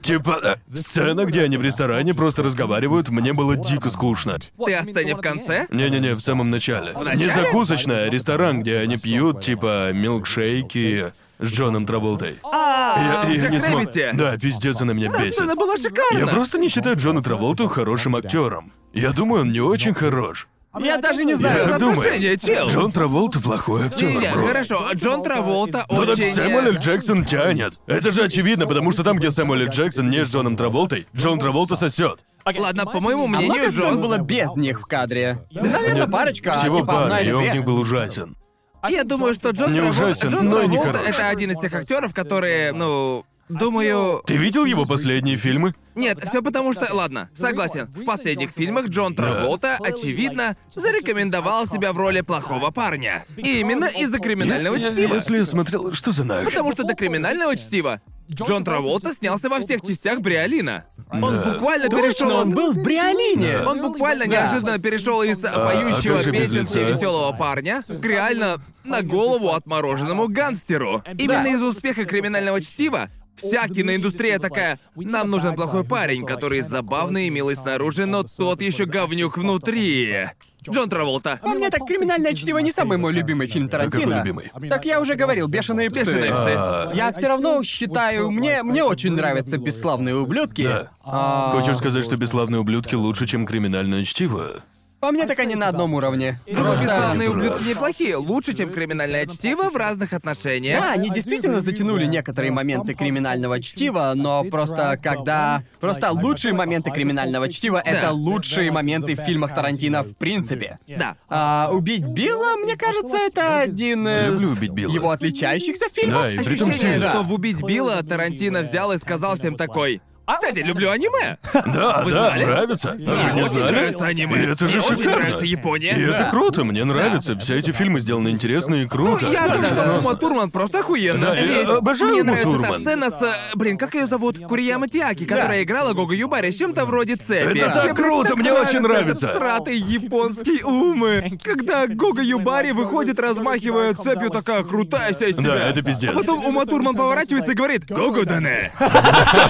S4: Типа, э, сцена, где они в ресторане просто разговаривают, мне было дико скучно.
S1: Ты о сцене в конце?
S4: Не-не-не, в самом начале. Не закусочная, а ресторан, где они пьют, типа, милкшейки с Джоном Траволтой.
S1: А,
S4: Я,
S1: в
S4: я не смог-
S1: Джек
S4: Да, пиздец, она меня бесит.
S1: Сцена была шикарна.
S4: Я просто не считаю Джона Траволту хорошим актером. Я думаю, он не очень хорош.
S3: А Я даже не знаю.
S4: Я
S1: Это
S4: думаю,
S1: отношение, чел.
S4: Джон Траволта плохой актер,
S1: Не-не,
S4: бро.
S1: хорошо, а Джон Траволта
S4: Ну так
S1: очень...
S4: Сэмюэль Л.
S1: э,
S4: Джексон тянет. Это же очевидно, потому что там, где Сэмюэль Л. Джексон не с Джоном Траволтой, Джон Траволта сосет.
S1: Ладно, по моему
S3: А
S1: мнению,
S3: много сцен
S1: Джон...
S3: было без них в кадре. Да, наверное, парочка,
S4: Всего
S3: типа
S4: пара,
S3: одна
S4: и
S3: или
S4: он в
S3: две.
S4: них был ужасен.
S1: Я думаю, что Джон
S4: Не
S1: Траволта...
S4: ужасен,
S1: Джон
S4: но и не
S1: Траволта —
S4: хорош.
S1: это один из тех актеров, которые, ну... Думаю...
S4: Ты видел его последние фильмы?
S1: Нет, все потому что... Ладно, согласен. В последних фильмах Джон Траволта, очевидно, зарекомендовал себя в роли плохого парня. И именно из-за криминального
S4: если,
S1: чтива.
S4: если я смотрел, что за нах?
S1: Потому что до криминального чтива Джон Траволта снялся во всех частях Бриолина. Он
S4: Да.
S1: буквально перешел
S3: Точно, он
S1: от-
S3: был в Бриолине.
S1: Он буквально
S3: Да.
S1: неожиданно перешел из
S4: а
S1: поющего
S4: как же без
S1: песенки
S4: лица?
S1: веселого парня к реально на голову отмороженному гангстеру. Именно из-за успеха криминального чтива вся киноиндустрия такая «Нам нужен плохой парень, который забавный и милый снаружи, но тот еще говнюк внутри». Джон Траволта.
S3: По мне, так «Криминальное чтиво» не самый мой любимый фильм Тарантино.
S4: А Какой любимый?
S3: Так я уже говорил, «Бешеные псы».
S1: Бешеные псы.
S4: А.
S3: Я все равно считаю, мне, мне очень нравятся бесславные ублюдки.
S4: Да.
S3: А,
S4: Хочешь сказать, что бесславные ублюдки лучше, чем криминальное чтиво?
S3: По мне, так они на одном уровне. Просто-
S1: Бесславные
S4: Да.
S1: ублюдки неплохие, лучше, чем криминальное чтиво в разных отношениях.
S3: Да, они действительно затянули некоторые моменты криминального чтива, но просто когда... Просто лучшие моменты криминального чтива — это лучшие моменты в фильмах Тарантино в принципе.
S1: Да.
S3: А «Убить Билла», мне кажется, это один из
S4: Люблю «Убить Билла».
S3: его отличающихся фильмов.
S4: Да, и при том
S1: Ощущение,
S4: сильно.
S1: что в «Убить Билла» Тарантино взял и сказал всем такой «Кстати, люблю аниме».
S4: Да,
S1: А Вы
S4: да,
S1: знали?
S4: нравится. Вы
S1: Мне
S4: не
S1: А, очень
S4: знали?
S1: нравится аниме.
S4: И это же
S1: Мне очень
S4: шикарно.
S1: нравится Япония.
S4: И
S1: Да.
S4: это круто, мне нравится. Все эти фильмы сделаны интересно и
S1: Ну,
S4: круто.
S1: я
S4: Даже
S1: думаю, что
S4: сносно.
S1: Ума Турман просто охуенно.
S4: Да, я обожаю
S1: Мне
S4: Уму
S1: нравится
S4: Турман.
S1: та сцена с... э, Блин, как ее зовут? Курияма Тиаки, которая играла Гога Юбари с чем-то вроде цепи.
S4: Это так
S1: Мне
S4: круто, мне очень нравится.
S1: Этот сратый японский умы. Когда Гога Юбари выходит, размахивая цепью, такая крутая вся из себя.
S4: Да, это пиздец.
S1: А потом Ума Турман поворачивается и говорит «Гого Дане».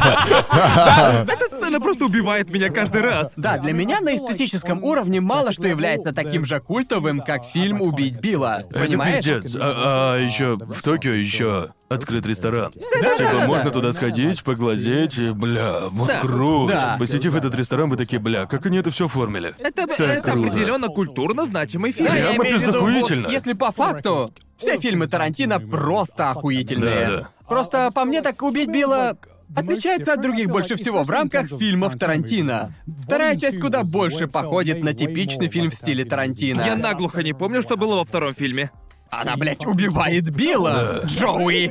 S1: Эта сцена просто убивает меня каждый раз.
S3: Да, для меня на эстетическом уровне мало что является таким же культовым, как фильм «Убить Билла».
S4: Это
S3: Понимаешь?
S4: пиздец. А, еще в Токио еще открыт ресторан.
S3: да,
S4: типа
S3: да, да.
S4: можно туда сходить, поглазеть, и бля, вот
S1: Да.
S4: круто.
S3: Да.
S4: Посетив этот ресторан, вы такие, бля, как они это все оформили?
S1: Это,
S4: Так
S1: это
S4: круто.
S1: определенно культурно значимый фильм.
S3: Да, я
S4: Прямо
S3: имею в виду,
S4: пиздохуительно.
S3: вот если по факту, все фильмы Тарантино просто охуительные.
S4: Да, да.
S3: Просто по мне так «Убить Билла» отличается от других больше всего в рамках фильмов Тарантино. Вторая часть куда больше походит на типичный фильм в стиле Тарантино.
S1: Я наглухо не помню, что было во втором фильме.
S3: Она, блядь, убивает Билла! Джоуи!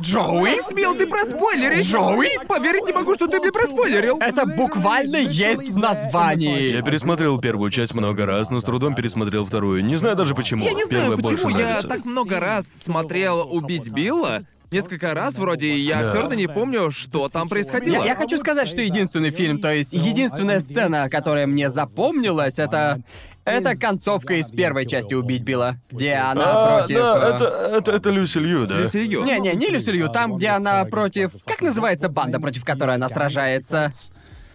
S3: Джоуи?
S1: Смел ты проспойлерить!
S3: Джоуи?
S1: Поверить не могу, что ты мне проспойлерил!
S3: Это буквально есть в
S4: Я
S3: названии.
S4: пересмотрел первую часть много раз, но с трудом пересмотрел вторую. Не знаю даже почему.
S1: Я не знаю,
S4: Первая больше
S1: почему я
S4: нравится.
S1: так много раз смотрел «Убить Билла», Несколько раз вроде я
S4: Да.
S1: твердо не помню, что там происходило.
S3: Я, я хочу сказать, что единственный фильм, то есть единственная сцена, которая мне запомнилась, это... Это концовка из первой части «Убить Билла», где она
S4: А,
S3: против...
S4: да,
S3: э,
S4: это, это, это Люси Лью, да?
S1: Люсилью.
S3: Не, не, не Люсилью, там, где она против... Как называется банда, против которой она сражается?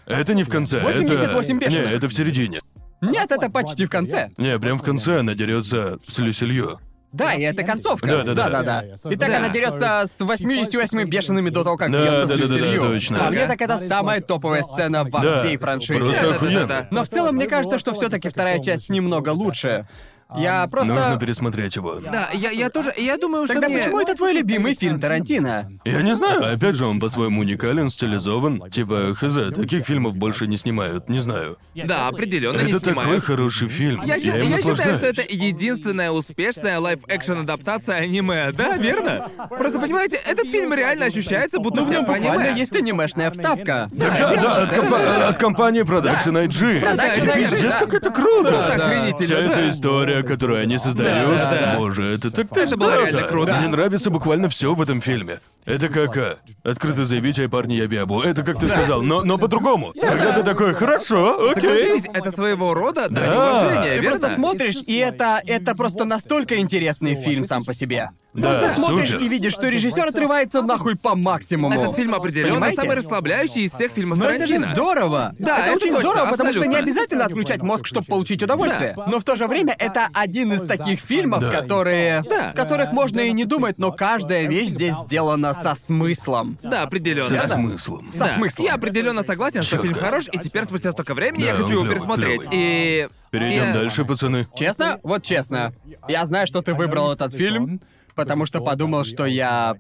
S4: Это не в конце.
S3: 88
S4: это... Не,
S3: бешеных.
S4: это в середине.
S3: Нет, это почти в конце.
S4: Не, прям в конце она дерется с Люси Лью.
S3: Да, и это концовка.
S4: Да-да-да.
S3: да. И так
S1: Да.
S3: она дерется с 88 бешеными до того, как
S4: Да,
S3: бьется с
S4: да-да-да-да,
S3: Люсилью.
S4: точно.
S3: По мне, так это самая топовая сцена во
S4: Да.
S3: всей франшизе.
S4: Просто охуенно.
S1: Да-да-да-да.
S3: Но в целом, мне кажется, что все таки вторая часть немного лучше. Я просто...
S4: Нужно пересмотреть его.
S1: Да, я, я тоже. Я думаю, что
S3: Тогда
S1: мне-
S3: почему это твой любимый фильм Тарантино?
S4: Я не знаю, опять же, он по-своему уникален, стилизован. Типа, хз, таких фильмов больше не снимают, не знаю.
S1: Да, определенно не
S4: Это такой
S1: снимаю.
S4: хороший фильм.
S1: Я,
S4: Я,
S1: щи-
S4: им
S1: я считаю,
S4: наслаждаюсь.
S1: что это единственная успешная лайф-экшн адаптация аниме, да, верно? Просто понимаете, этот фильм реально ощущается,
S4: Ну,
S1: будто в нем
S3: Ну, Буквально
S1: аниме.
S3: есть анимешная вставка.
S4: Да, да, от, компа- от компании Production IG.
S3: Production IG,
S4: Пиздец,
S3: да.
S4: как это круто!
S1: Просто охренительно,
S4: Вся
S1: да.
S4: эта история, которую они создают,
S1: Да, да, да.
S4: боже, это так
S1: Это было
S4: пиздато.
S1: реально круто.
S4: Мне нравится буквально все в этом фильме. Это как, а, открыто заявить, ай, парни, я биабу. Это как ты сказал, но, но по-другому. Когда ты такой, хорошо, окей.
S1: Согласитесь, это своего рода дань
S4: Да.
S1: уважения,
S4: Ты
S1: верно?
S3: Просто смотришь, и это, это просто настолько интересный фильм сам по себе. Просто
S4: Да,
S3: смотришь
S4: супер.
S3: и видишь, что режиссер отрывается нахуй по максимуму.
S1: Этот фильм определенно
S3: Понимаете?
S1: самый расслабляющий из всех фильмов
S3: Но это
S1: Тарантино.
S3: же здорово!
S1: Да,
S3: это,
S1: это
S3: очень
S1: точно,
S3: здорово, потому что не
S1: абсолютно.
S3: обязательно отключать мозг, чтобы получить удовольствие.
S5: Да.
S3: Но в то же время это один из таких фильмов,
S5: Да.
S3: которые.
S5: Да.
S3: в которых можно и не думать, но каждая вещь здесь сделана со смыслом.
S1: Да, определенно.
S4: Со смыслом.
S3: Со смыслом.
S1: Я определенно согласен, что
S4: Чётко.
S1: фильм хорош, и теперь спустя столько времени я
S4: Да,
S1: хочу
S4: он
S1: его
S4: клёвый,
S1: пересмотреть.
S4: клёвый.
S1: И.
S4: Перейдем
S1: и-
S4: дальше, пацаны.
S3: Честно? Вот честно. Я знаю, что ты выбрал этот фильм, потому что подумал, что я...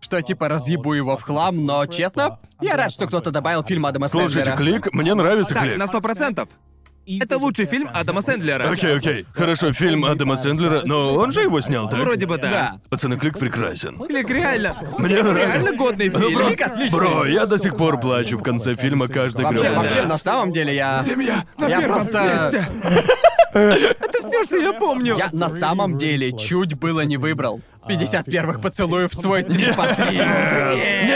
S3: Что типа разъебу его в хлам, но честно, я рад, что кто-то добавил фильм Адама
S4: Слушайте,
S3: Сэндлера.
S4: клик, мне нравится
S1: Так,
S4: клик.
S1: на сто процентов. Это лучший фильм Адама Сэндлера.
S4: Окей, окей. Хорошо, фильм Адама Сэндлера, но он же его снял, так?
S1: Вроде бы да.
S4: Пацаны, клик прекрасен.
S1: Клик реально.
S4: Мне
S1: Реально
S4: нравится.
S1: годный
S4: Ну
S1: фильм.
S4: просто, бро, я до сих пор плачу в конце фильма каждый
S3: Вообще,
S4: грёбаный
S3: вообще,
S4: раз.
S3: на самом деле я...
S1: Семья на
S3: Я
S1: первом
S3: просто-
S1: месте. Это все, что я помню.
S3: Я на самом деле чуть было не выбрал 51-х поцелуев в свой три по три.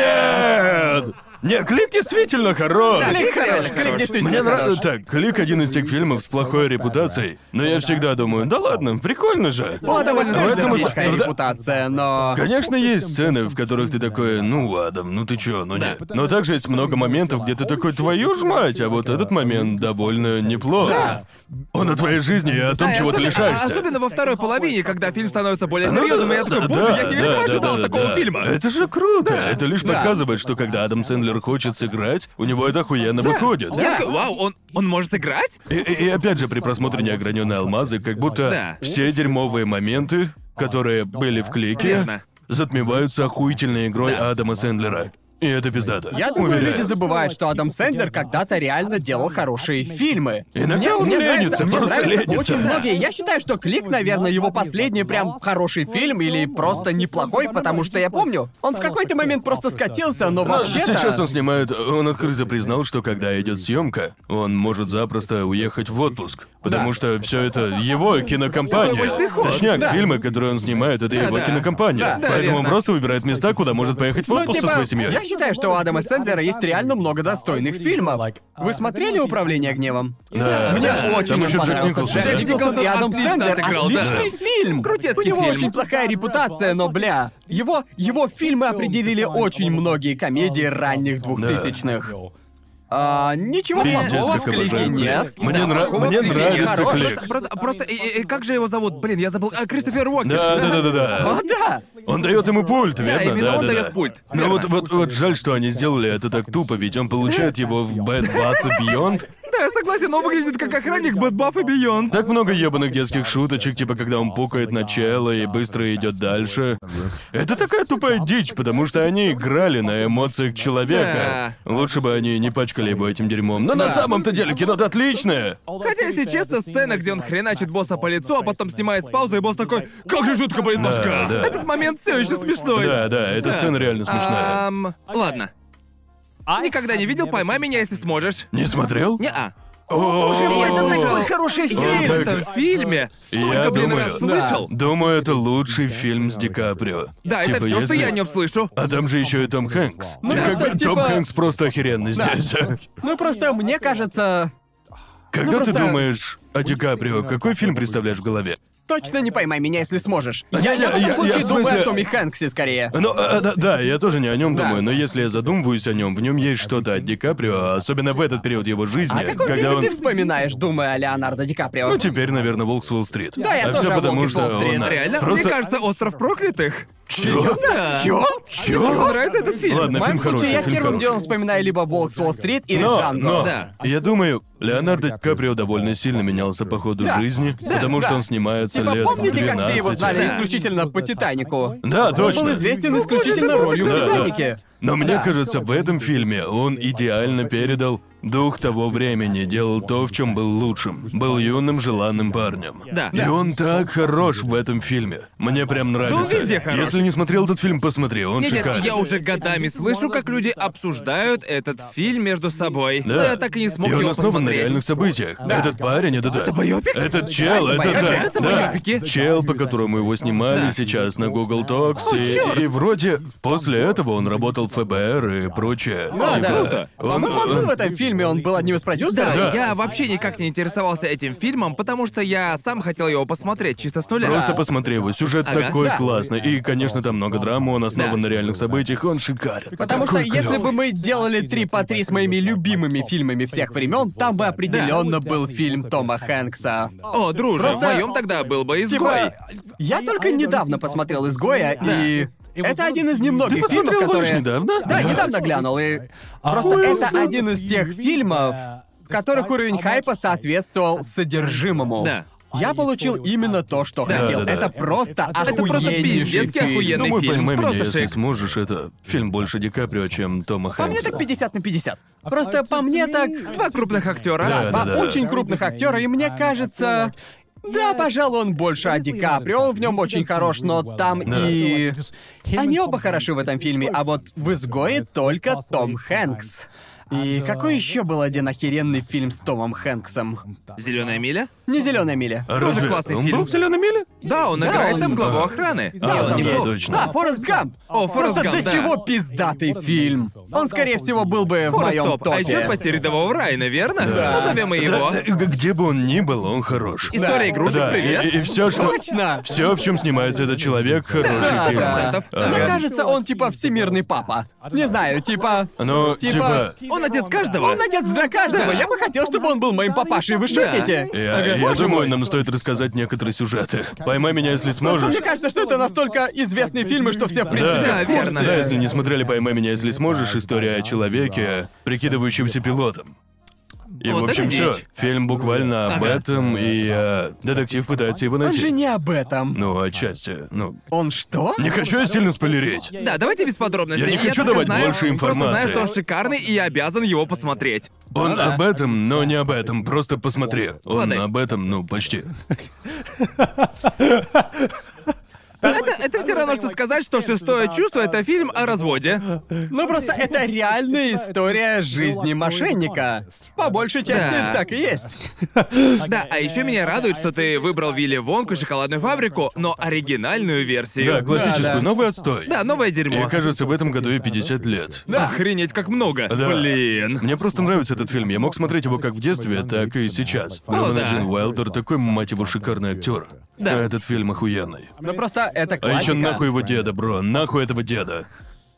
S4: Нет! Не, клик действительно хорош!
S1: Да,
S3: Клик хорош,
S1: Клик
S3: клик
S1: хорош.
S3: действительно
S4: Мне
S3: хорош.
S4: нравится так, клик один из тех фильмов с плохой репутацией, но я всегда думаю, да ладно, прикольно же.
S3: Была довольно
S4: Но этому-
S3: плохая
S4: ну да,
S3: репутация, но...
S4: Конечно, есть сцены, в которых ты такой, ну, Адам, ну ты чё, ну нет. Но также есть много моментов, где ты такой, твою ж мать, а вот этот момент довольно неплох. Он о твоей жизни и о том,
S1: Да, и
S4: чего ты
S1: особенно-
S3: А,
S4: лишаешься.
S1: Особенно во второй половине, когда фильм становится более
S4: Ну
S1: серьезным,
S4: да,
S1: и я такой,
S4: да,
S1: боже,
S4: да,
S1: я никогда
S4: да,
S1: не
S4: да,
S1: ожидал
S4: да,
S1: такого
S4: да.
S1: фильма.
S4: Это же круто. Это лишь доказывает, что когда Адам Сэндлер хочет сыграть, у него это охуенно выходит.
S1: Я такой, вау, он, он может играть?
S4: И, и- и опять же, при просмотре неограненные алмазы, как будто
S1: Да.
S4: все дерьмовые моменты, которые были в клике,
S1: Верно.
S4: затмеваются охуительной игрой Адама Сэндлера. И это пиздато.
S3: А Я думаю,
S4: Уверяю.
S3: люди забывают, что Адам Сэндлер когда-то реально делал хорошие фильмы.
S4: Иногда
S3: мне,
S4: он
S3: мне
S4: ленится,
S3: нравится, мне
S4: просто
S3: нравятся
S4: ленится.
S3: очень многие. Я считаю, что Клик, наверное, его последний прям хороший фильм или просто неплохой, потому что я помню, он в какой-то момент просто скатился, но
S4: Но
S3: вообще-то...
S4: сейчас он снимает, он открыто признал, что когда идет съемка, он может запросто уехать в отпуск. Потому
S3: Да.
S4: что все это его кинокомпания.
S1: мощный ход,
S4: Точняк,
S1: да.
S4: фильмы, которые он снимает, это его
S1: да.
S4: кинокомпания.
S1: Да,
S4: Поэтому он
S1: верно.
S4: просто выбирает места, куда может поехать в
S3: Ну,
S4: отпуск
S3: типа,
S4: со своей семьей.
S3: Я считаю, что у Адама Сэндлера есть реально много достойных фильмов. Вы смотрели «Управление гневом»?
S4: Да,
S3: Мне
S4: да.
S3: очень
S4: Там
S3: он
S4: еще Джек
S3: понравился.
S4: Николсон.
S3: Джек
S4: да?
S3: Николсон и Адам
S1: отлично
S3: Сэндлер
S1: отыграл, да.
S3: отличный фильм.
S1: Крутецкий
S3: У него
S1: фильм.
S3: очень плохая репутация, но бля, его его фильмы определили очень многие комедии ранних двухтысячных. А, ничего
S4: Пиздец,
S3: плохого в
S4: как
S3: клике
S4: обожаю клик.
S3: нет.
S4: Мне,
S1: Да,
S4: нра-
S1: плохого
S4: мне
S1: в клике нет.
S4: нравится
S3: Хорош.
S4: клик.
S1: Просто, просто, и- и- и как же его зовут? Блин, я забыл. А, Кристофер А, Уокен.
S4: Да, да, да, да, да.
S3: О, да!
S4: Он дает ему пульт, верно?
S1: именно
S4: да,
S1: он
S4: да,
S1: дает
S4: да.
S1: пульт.
S4: Ну вот, вот, вот жаль, что они сделали это так тупо, ведь он получает его в Bad Bath Beyond.
S1: Да, я согласен, он выглядит как охранник Bad Buff и Beyond.
S4: Так много ебаных детских шуточек, типа когда он пукает начало и быстро идет дальше. Это такая тупая дичь, потому что они играли на эмоциях человека. Лучше бы они не пачкали его этим дерьмом. Но на самом-то деле кино-то отличное.
S1: Хотя, если честно, сцена, где он хреначит босса по лицу, а потом снимает с паузы, и босс такой, как же жутко болит башка.
S4: да.
S1: Этот момент все еще смешной.
S4: Да, да, эта сцена реально смешная.
S1: Ам, ладно. Никогда не видел, поймай меня, если сможешь.
S4: Не смотрел?
S1: Не-а.
S4: О,
S1: Боже мой, это такой
S3: хороший
S1: Я
S3: фильм!
S1: в этом фильме столько,
S4: Я
S1: блин,
S4: думаю-
S1: раз слышал.
S4: Думаю, это лучший фильм с Ди Каприо.
S1: Да, это
S4: Типа,
S1: все, что
S4: если-
S1: я о нем слышу.
S4: А там же еще и Том Хэнкс.
S3: Ну,
S4: И как
S3: просто
S4: бы
S3: типа-
S4: Том Хэнкс просто охеренный здесь.
S3: Ну просто мне кажется,
S4: Когда
S3: Ну,
S4: ты
S3: просто- ну,
S4: думаешь о Ди Каприо, какой фильм представляешь в голове?
S3: точно не поймай меня, если сможешь. Я,
S4: Я-
S3: я в этом
S4: я-
S3: случае
S4: я в
S3: думаю о
S4: смысле-
S3: Томми Хэнксе скорее.
S4: Ну, а, да, да, я тоже не о нем
S3: Да.
S4: думаю, но если я задумываюсь о нем, в нем есть что-то от Ди Каприо, а особенно в этот период его жизни,
S3: А какой
S4: когда
S3: фильм
S4: он.
S3: ты вспоминаешь, думая о Леонардо Ди Каприо?
S4: Ну, теперь, наверное, Волк с Уолл-стрит.
S3: Да, я
S4: а
S3: тоже
S4: все
S3: о «Волке
S4: потому,
S3: с
S4: что
S3: Уолл-стрит».
S4: он, а,
S1: Реально?
S4: просто...
S1: Мне кажется, «Остров проклятых».
S4: Чё?
S1: Да.
S3: Чё?
S1: Ты что, нравится этот фильм?
S4: Ладно,
S3: В моем
S4: фильм хороший,
S3: случае я
S4: фильм
S3: первым
S4: хороший.
S3: делом вспоминаю либо «Волк с Уолл-стрит» или
S4: Но,
S3: «Джанго».
S4: но,
S1: Да.
S4: я думаю, Леонардо Ди Каприо довольно сильно менялся по ходу
S3: Да.
S4: жизни, потому что
S3: да.
S4: он снимается
S3: Типа,
S4: лет с
S3: помните,
S4: 12.
S3: как все его знали
S1: Да.
S3: исключительно по «Титанику»?
S4: Да,
S3: Он
S4: точно.
S3: был известен исключительно
S4: это
S3: ролью в
S4: было так круто.
S3: «Титанике».
S4: Но мне
S3: Да.
S4: кажется, в этом фильме он идеально передал дух того времени, делал то, в чем был лучшим. Был юным, желанным парнем.
S1: Да.
S4: И
S1: Да.
S4: он так хорош в этом фильме. Мне прям нравится.
S1: везде хорош.
S4: Если не смотрел этот фильм, посмотри, он
S1: Нет,
S4: шикарный.
S1: нет, я уже годами слышу, как люди обсуждают этот фильм между собой.
S4: Да.
S1: Но я так и не смог
S4: И он
S1: его
S4: основан на
S1: посмотреть.
S4: реальных событиях. Этот парень, это да. Это
S1: байопик?
S4: Этот чел,
S3: это
S4: это,
S3: байопик?
S4: да.
S1: Это
S4: да.
S1: байопики?
S4: Чел, по которому его снимали сейчас на Google Talks.
S1: чёрт!
S4: и, и вроде после этого он работал в ФБР и прочее.
S3: Ну, Да,
S4: Типа,
S3: да. Круто.
S4: Он,
S3: По-моему, он был в этом фильме, он был одним из продюсеров.
S1: Да,
S4: Да.
S1: я вообще никак не интересовался этим фильмом, потому что я сам хотел его посмотреть чисто с нуля.
S4: Просто посмотри его, сюжет
S1: Ага.
S4: такой
S3: Да.
S4: классный. И, конечно, там много драмы, он основан
S1: Да.
S4: на реальных событиях, он шикарен.
S3: Потому что
S4: Такой
S3: если
S4: клёвый.
S3: бы мы делали три по три с моими любимыми фильмами всех времен, там бы определенно был фильм Тома Хэнкса.
S1: О, друже,
S3: Просто-
S1: в моем тогда был бы изгой.
S3: Типа, я только недавно посмотрел «Изгоя», и... Это один из немногих
S4: Ты посмотрел
S3: фильмов,
S4: его лишь
S3: которые...
S4: недавно?
S3: Да, недавно глянул, и... Просто это один из тех фильмов, в которых уровень хайпа соответствовал содержимому.
S1: Да.
S3: Я получил именно то, что
S4: Да,
S3: хотел.
S4: да, да.
S3: Это просто
S1: Это просто
S3: охуеннейший
S1: пиздецки
S3: фильм. Ну,
S1: охуенный.
S4: Думаю,
S1: фильм.
S4: поймай меня,
S1: Просто
S4: если
S1: шик.
S4: сможешь, это фильм больше Ди Каприо, чем Тома
S3: По мне
S4: Хэнкса.
S3: так 50 на 50. Просто по мне так...
S1: Два крупных актера.
S4: Да,
S3: Два
S4: да, да.
S3: А, очень крупных актера, и мне кажется... Да, пожалуй, он больше о Ди Каприо, он в нем очень хорош, но там
S4: Да.
S3: и... Они оба хороши в этом фильме, а вот в «Изгое» только Том Хэнкс. И какой еще был один охеренный фильм с Томом Хэнксом?
S1: Зеленая миля?
S3: Не зеленая миля.
S4: А
S1: Тоже
S4: разве
S1: классный
S4: он
S1: фильм.
S4: был в «Зелёном миле»?
S1: Да, он играет
S3: он-
S1: там главу
S4: Ага.
S1: охраны.
S3: Да,
S1: И
S3: он там
S1: не
S4: был.
S3: есть.
S4: Точно.
S3: Да, Форрест Гамп.
S1: О, Форрест
S3: Просто
S1: Гамп,
S3: до
S1: да.
S3: чего пиздатый фильм. Он, скорее всего, был бы в
S1: Форрест
S3: моем
S1: Топ. А еще
S3: топе.
S1: спасти рядового Райана, верно? Назовем и его.
S4: Да, э, Где бы он ни был, он хорош.
S1: История игрушек,
S4: Да,
S1: привет.
S4: и, все, что...
S3: Точно.
S4: Все, в чем снимается этот человек, хороший
S1: да,
S4: фильм. Э,
S1: да.
S4: Ага.
S3: Мне кажется, он типа всемирный папа. Не знаю, типа...
S4: Ну,
S3: Типа-
S4: типа...
S1: Он отец каждого.
S3: Он отец для каждого. Я бы хотел, чтобы он был моим папашей. Вы
S1: Да.
S3: шутите?
S4: Я,
S1: типа,
S4: я думаю, нам стоит рассказать некоторые сюжеты. Поймай меня, если
S3: Просто
S4: сможешь.
S3: мне кажется, что это настолько известные фильмы, что все в принципе.
S4: Да,
S1: Да, верно.
S4: Да, если не смотрели «Поймай меня, если сможешь», история о человеке, прикидывающемся пилотом. И,
S1: Вот
S4: в общем,
S1: это
S4: все.
S1: дичь.
S4: Фильм буквально об
S1: Ага.
S4: этом, и э, детектив пытается его
S3: Он же
S4: найти.
S3: не об этом.
S4: Ну, отчасти. Ну,
S3: Он что?
S4: не хочу я сильно спойлерить.
S1: Да, давайте без подробностей.
S4: Я не хочу
S1: только
S4: давать
S1: знаю,
S4: больше
S1: Просто знаю,
S4: информации.
S1: что он шикарный, и я обязан его посмотреть.
S4: Он об этом, но не об этом. Просто посмотри. Он
S1: Ладно.
S4: об этом, ну, почти.
S1: Это, это все равно, что сказать, что «Шестое чувство» — это фильм о разводе.
S3: Ну просто это реальная история жизни мошенника. По большей части
S1: Да.
S3: так и есть.
S1: Да, а еще меня радует, что ты выбрал Вилли Вонку и шоколадную фабрику, но оригинальную версию.
S4: Да, классическую,
S3: да.
S4: новый отстой.
S1: Да, ну, новое дерьмо.
S4: И кажется, в этом году ей 50 лет.
S1: Да, охренеть, как много.
S4: Да.
S1: Блин.
S4: Мне просто нравится этот фильм. Я мог смотреть его как в детстве, так и сейчас.
S1: О,
S4: Роман
S1: Ну да.
S4: Джин Уайлдер такой, мать его, шикарный актер.
S1: Да.
S4: Этот фильм охуенный.
S3: Ну просто это
S4: А
S3: классика.
S4: еще нахуй его деда, бро. Нахуй этого деда.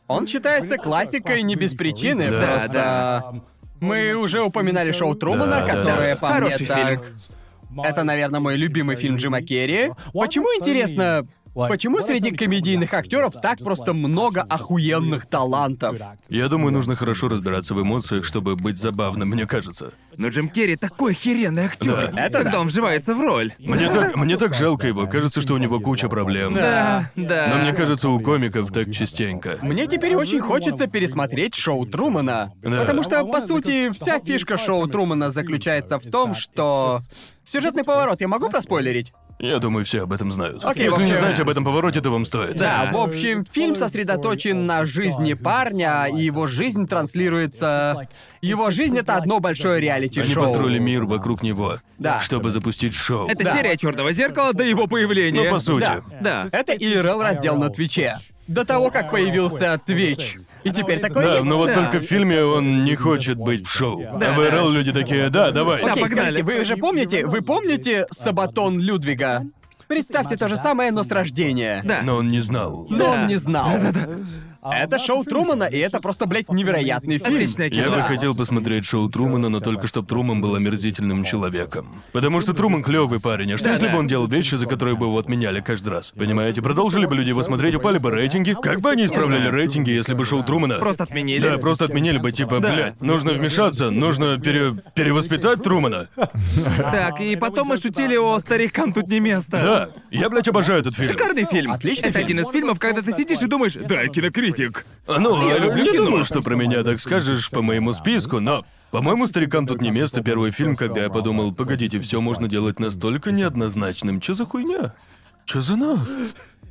S3: Он считается классикой не без причины,
S4: Да,
S3: просто...
S1: да.
S3: Мы уже упоминали шоу Трумана,
S4: Да, да,
S3: которое,
S4: да.
S3: по мне,
S1: э, Хороший
S3: так...
S1: фильм.
S3: Это, наверное, мой любимый фильм Джима Керри. Почему, интересно, почему среди комедийных актеров так просто много охуенных талантов?
S4: Я думаю, нужно хорошо разбираться в эмоциях, чтобы быть забавным, мне кажется.
S1: Но Джим Керри такой херенный актер,
S4: Да.
S1: когда он вживается в роль.
S4: Мне так, мне так жалко его. Кажется, что у него куча проблем.
S1: Да, да.
S4: Но мне кажется, у комиков так частенько.
S3: Мне теперь очень хочется пересмотреть шоу Трумана.
S4: Да.
S3: Потому что, по сути, вся фишка шоу Трумана заключается в том, что... Сюжетный поворот я могу проспойлерить?
S4: Я думаю, все об этом знают.
S3: Окей,
S4: Если не
S3: вообще-
S4: знаете об этом повороте, то вам стоит.
S3: Да,
S1: Да.
S3: в общем, фильм сосредоточен на жизни парня, и его жизнь транслируется... Его жизнь — это одно большое
S4: Они
S3: реалити-шоу.
S4: построили мир вокруг него,
S3: Да.
S4: чтобы запустить шоу.
S1: Это
S3: Да.
S1: серия черного зеркала до его появления.
S4: Ну, по сути.
S3: Да.
S1: Да.
S3: Это IRL раздел на Твиче. До того, как появился Твич. И теперь такой
S4: Да,
S3: есть.
S4: но вот
S1: Да.
S4: только в фильме он не хочет быть в шоу.
S5: Да.
S4: а в РЛ люди такие, да, давай.
S1: Да,
S3: Окей,
S1: погнали.
S3: скажите, вы же помните, вы помните Сабатон Людвига? Представьте то же самое, но с рождения.
S1: Да.
S4: Но он не знал.
S3: Но он
S1: Да.
S3: не знал. Это шоу Трумана, и это просто, блядь, невероятный фильм.
S1: Отличное
S4: Я бы
S1: кино.
S4: хотел посмотреть шоу Трумана, но только чтобы Труман был омерзительным человеком. Потому что Труман клевый парень, а что
S1: Да,
S4: если
S1: да.
S4: бы он делал вещи, за которые бы его отменяли каждый раз? Понимаете, продолжили бы люди его смотреть, упали бы рейтинги. Как бы они исправляли рейтинги, если бы шоу Трумана...
S1: Просто отменили.
S4: Да, просто отменили бы, типа,
S1: Да.
S4: блядь, нужно вмешаться, нужно пере... перевоспитать Трумана.
S1: Так, и потом мы шутили о старикам тут не место.
S4: Да, я, блядь, обожаю этот фильм.
S1: Шикарный фильм.
S3: Отличный
S1: Это
S3: фильм.
S1: один из фильмов, когда ты сидишь и думаешь, да, я кинокритик.
S4: А, Ну, я люблю
S1: люблю кино.
S4: думаю, что про меня так скажешь по моему списку, но... По-моему, старикам тут не место. Первый фильм, когда я подумал, погодите, все можно делать настолько неоднозначным. Че за хуйня? Че за нах?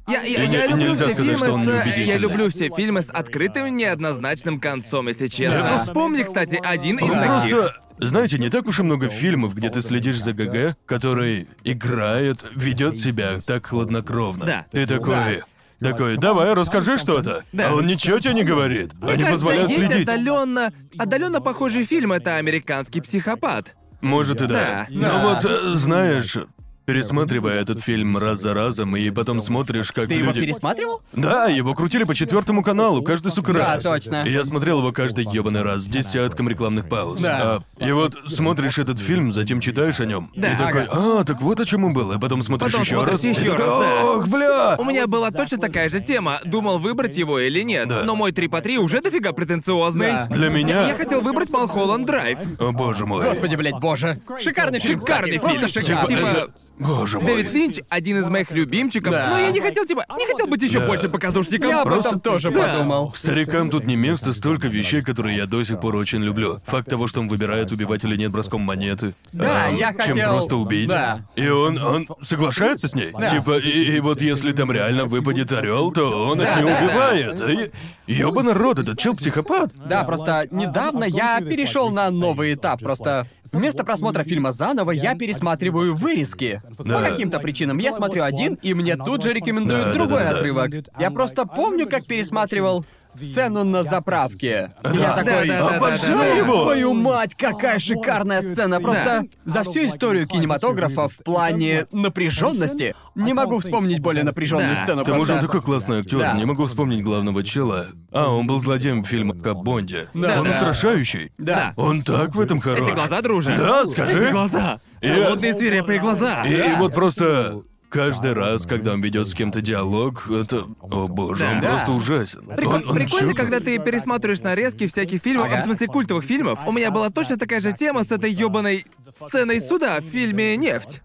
S1: Я, я-
S4: И не-
S1: я
S4: и
S1: люблю
S4: нельзя
S1: все
S4: сказать, что он
S1: фильмы с... э,
S4: неубедительный.
S1: Я люблю все фильмы с открытым неоднозначным концом, если
S4: Да.
S1: честно. Вспомни, кстати, один из
S4: Ну,
S1: таких.
S4: просто, знаете, не так уж и много фильмов, где ты следишь за ГГ, который играет, ведет себя так хладнокровно.
S1: Да.
S4: Ты такой... Такой, давай, расскажи что-то.
S1: Да.
S4: А он ничего тебе не говорит. Они
S1: кажется,
S4: позволяют
S1: есть
S4: следить.
S1: отдаленно, отдаленно похожий фильм это американский психопат.
S4: Может и да.
S1: Да.
S4: Но вот, э, знаешь, пересматривая этот фильм раз за разом, и потом смотришь, как
S3: Ты его
S4: люди...
S3: пересматривал?
S4: Да, его крутили по четвертому каналу, каждый сука
S3: Да,
S4: раз.
S3: точно.
S4: И Я смотрел его каждый ебаный раз с десятком рекламных пауз.
S3: Да.
S4: А, и вот смотришь этот фильм, затем читаешь о нем.
S1: Да.
S4: И такой, а, так вот о чем он был. И потом смотришь
S1: Потом
S4: еще
S1: смотришь
S4: раз.
S1: ещё
S4: и такой,
S1: раз, да.
S4: Ох, бля!
S1: У меня была точно такая же тема. Думал, выбрать его или нет.
S4: Да.
S1: Но мой 3 по 3 уже дофига претенциозный.
S3: Да.
S4: Для меня.
S1: Я хотел выбрать Малхолланд Драйв.
S4: О, боже мой.
S3: Господи, блядь, боже. Шикарный фильм, кстати,
S1: Шикарный
S3: просто
S1: фильм.
S4: Типа,
S3: шикарный.
S1: Типа,
S4: это- Боже мой.
S1: Дэвид Линч один из моих любимчиков,
S3: Да.
S1: но я не хотел типа, не хотел быть еще
S4: Да.
S1: больше показушником.
S3: Я об
S4: Просто-
S3: этом тоже
S1: Да.
S3: подумал.
S4: Старикам тут не место, столько вещей, которые я до сих пор очень люблю. Факт того, что он выбирает, убивать или нет броском монеты. Эм,
S3: Да, я
S4: Чем
S3: хотел-
S4: просто убить.
S3: да.
S4: И он, он соглашается с ней. Типа, и, и вот если там реально выпадет орел, то он их не
S3: да, да.
S4: убивает. И- Ёба народ, этот чел психопат.
S3: Да, просто недавно я перешел на новый этап. Просто вместо просмотра фильма заново я пересматриваю вырезки.
S4: Да.
S3: По каким-то причинам. Я смотрю один, и мне тут же рекомендуют
S4: Да, да,
S3: другой
S4: да, да.
S3: отрывок. Я просто помню, как пересматривал сцену на заправке. И Я
S4: Да,
S3: такой,
S1: да, да, да,
S4: Обожаю да, да. его!»
S3: Твою мать, какая шикарная сцена! Просто за всю историю кинематографа в плане напряженности не могу вспомнить более напряженную
S1: Да.
S3: сцену.
S4: К тому же он
S3: просто-
S4: такой классный актер,
S3: Да.
S4: не могу вспомнить главного чела. А, он был злодеем в фильме о Бонде.
S3: Да,
S4: он
S3: да.
S4: устрашающий.
S3: Да.
S4: Он так в этом хорош.
S1: Эти глаза, друже.
S4: Да, скажи.
S1: Эти глаза.
S4: Я-
S1: Холодные свирепые глаза.
S4: И, и вот просто каждый раз, когда он ведет с кем-то диалог, это. О боже, он
S1: Да.
S4: просто ужасен.
S1: Прик-
S4: Он- он
S1: Прикольно,
S4: чё-
S1: когда ты пересматриваешь нарезки всяких фильмов, а в смысле культовых фильмов. У меня была точно такая же тема с этой ёбаной сценой суда в фильме «Нефть».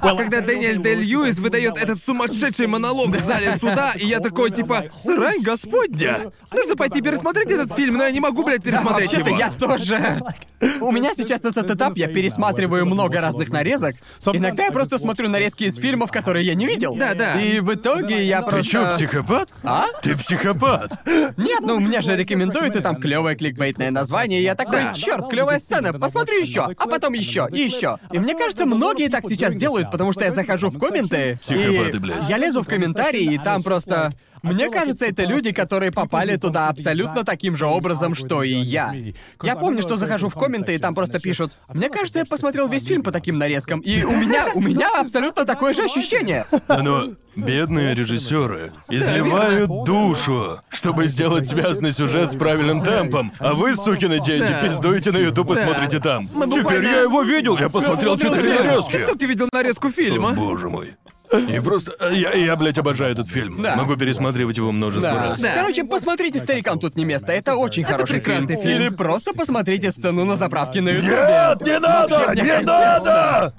S1: Когда Дэниэль Дэй Льюис выдает этот сумасшедший монолог в зале суда, и я такой типа «Срань господня!» Нужно пойти пересмотреть этот фильм, но я не могу, блядь, пересмотреть
S3: Вообще-то
S1: его.
S3: я тоже. У меня сейчас этот этап, я пересматриваю много разных нарезок. Иногда я просто смотрю нарезки из фильмов, которые я не видел.
S1: Да, да.
S3: И в итоге я
S4: Ты
S3: просто...
S4: чё, психопат?
S3: А?
S4: Ты психопат!
S3: Нет, ну мне же рекомендуют, и там клевое кликбейтное название. и Я такой,
S1: Да.
S3: черт, клевая сцена, посмотрю еще, а потом еще, и еще. И мне кажется, многие так сейчас делают, потому что я захожу в комменты. и
S4: Психопаты, блядь.
S3: Я лезу в комментарии, и там просто. Мне кажется, это люди, которые попали туда абсолютно таким же образом, что и я. Я помню, что захожу в комменты, и там просто пишут: Мне кажется, я посмотрел весь фильм по таким нарезкам. И у меня, у меня абсолютно такое же ощущение.
S4: Но бедные режиссеры изливают душу, чтобы сделать связный сюжет с правильным темпом. А вы, сукины дети,
S1: Да.
S4: пиздуете на YouTube и смотрите там. Теперь
S1: буквально-
S4: я его видел, я посмотрел
S1: Ты
S4: четыре
S1: уверен?
S4: нарезки.
S1: Ты только видел нарезку
S4: О,
S1: фильма.
S4: боже мой. И просто... а, Я, я, блядь, обожаю этот фильм.
S3: Да.
S4: Могу пересматривать его множество
S3: Да.
S4: раз.
S1: Да.
S3: Короче, посмотрите «Старикам тут не место». Это очень хороший
S1: прекрасный фильм.
S3: Или просто посмотрите сцену на заправке на ютубе.
S4: Нет, не надо! Не надо!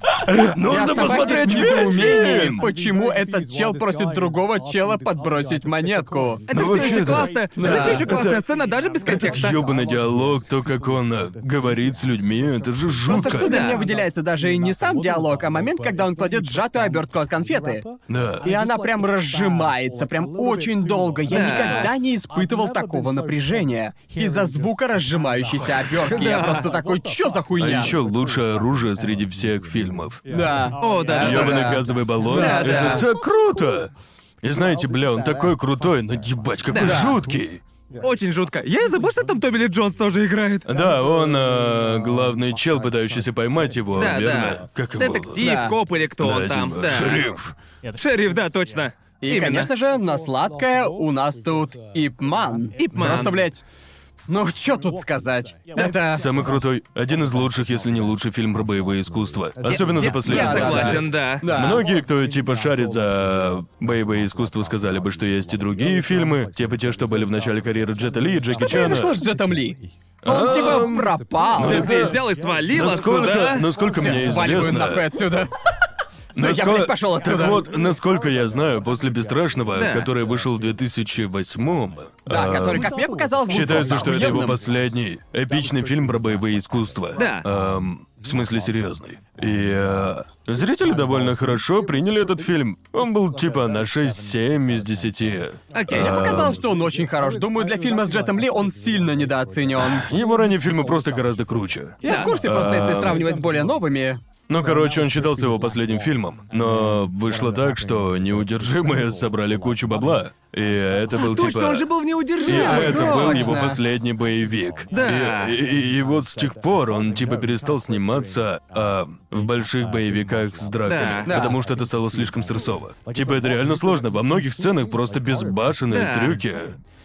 S4: Нужно
S3: Я в табаке
S4: посмотреть
S3: в
S4: весь
S3: недоумении,
S4: фильм!
S3: Почему этот чел просит другого чела подбросить монетку?
S1: Это все еще
S4: вообще-то,
S1: классно. Это
S4: Ну, да.
S1: все еще классная
S4: Это-
S1: сцена, даже без контекста.
S4: Ёбаный диалог, то, как он э, говорит с людьми, это же
S3: Просто что
S4: жутко.
S3: для
S1: Да.
S3: меня выделяется даже и не сам диалог, а момент, когда он кладет сжатую обертку от конфеты.
S4: Да.
S3: И она прям разжимается, прям очень долго. Я
S1: Да.
S3: никогда не испытывал такого напряжения из-за звука разжимающейся обертки. Я просто такой, чё за
S4: А
S3: хуйня?
S4: еще лучшее оружие среди всех фильмов.
S3: Да.
S1: О, да, да,
S4: Ёбаный
S3: да.
S4: газовый баллон.
S1: Да, да.
S4: это так круто! И знаете, бля, он такой крутой, но ебать, какой
S1: Да.
S4: жуткий.
S1: Очень жутко. Я и забыл, что там Томми Ли Джонс тоже играет.
S4: Да, он э, главный чел, пытающийся поймать его,
S1: Да,
S4: верно?
S1: да.
S4: Как его?
S1: Детектив,
S3: Да.
S1: коп или кто
S4: Да,
S1: он там.
S4: типа,
S1: да.
S4: Шериф.
S1: Шериф, да, точно.
S3: И,
S1: Именно.
S3: конечно же, на сладкое у нас тут Ипман.
S1: Ипман.
S3: Просто, блядь, ну что тут сказать? Это...
S4: Самый крутой, один из лучших, если не лучший фильм про боевое искусство. Особенно за последние
S1: Я
S4: 20 лет.
S1: согласен, да.
S4: Ну,
S3: Да.
S4: Многие, кто типа шарит за боевые искусства, сказали бы, что есть и другие фильмы, типа те, что были в начале карьеры Джета Ли и Джеки
S3: Что
S4: Чана.
S3: произошло с Джетом Ли?
S4: А,
S3: Он типа пропал.
S1: Ты, ты
S4: да.
S1: взял и свалил а?
S4: Насколько,
S1: отсюда.
S4: насколько мне
S3: Сваливаю нахуй
S4: известно,
S3: отсюда.
S4: насколько,
S3: Я, блядь, пошёл
S4: Так
S3: отсюда.
S4: вот, насколько я знаю, после «Бесстрашного»,
S1: Да.
S4: который вышел в 2008
S3: Да,
S4: а,
S3: который, как мне показалось, был
S4: Считается,
S3: просто
S4: что это его
S3: охуенным.
S4: последний эпичный фильм про боевые искусства.
S1: Да.
S4: Эм, в смысле серьезный. И э, зрители довольно хорошо приняли этот фильм. Он был типа на 6-7 из 10.
S1: Окей.
S3: Мне
S4: А,
S3: показалось, что он очень хорош. Думаю, для фильма с Джетом Ли он сильно недооценен.
S4: Его ранние фильмы просто гораздо круче.
S3: Я в курсе, просто если сравнивать с более новыми.
S4: Ну, короче, он считался его последним фильмом. Но вышло так, что неудержимые собрали кучу бабла. И это был типа...
S1: Точно, он же был в
S4: И
S1: неудержимом.
S3: Да,
S4: это был его
S3: точно.
S4: последний боевик.
S1: ну Да.
S4: И, и- и вот с тех пор он типа перестал сниматься а, в больших боевиках с драками.
S1: Да.
S4: Потому что это стало слишком стрессово. Типа это реально сложно. Во многих сценах просто безбашенные
S1: Да.
S4: трюки.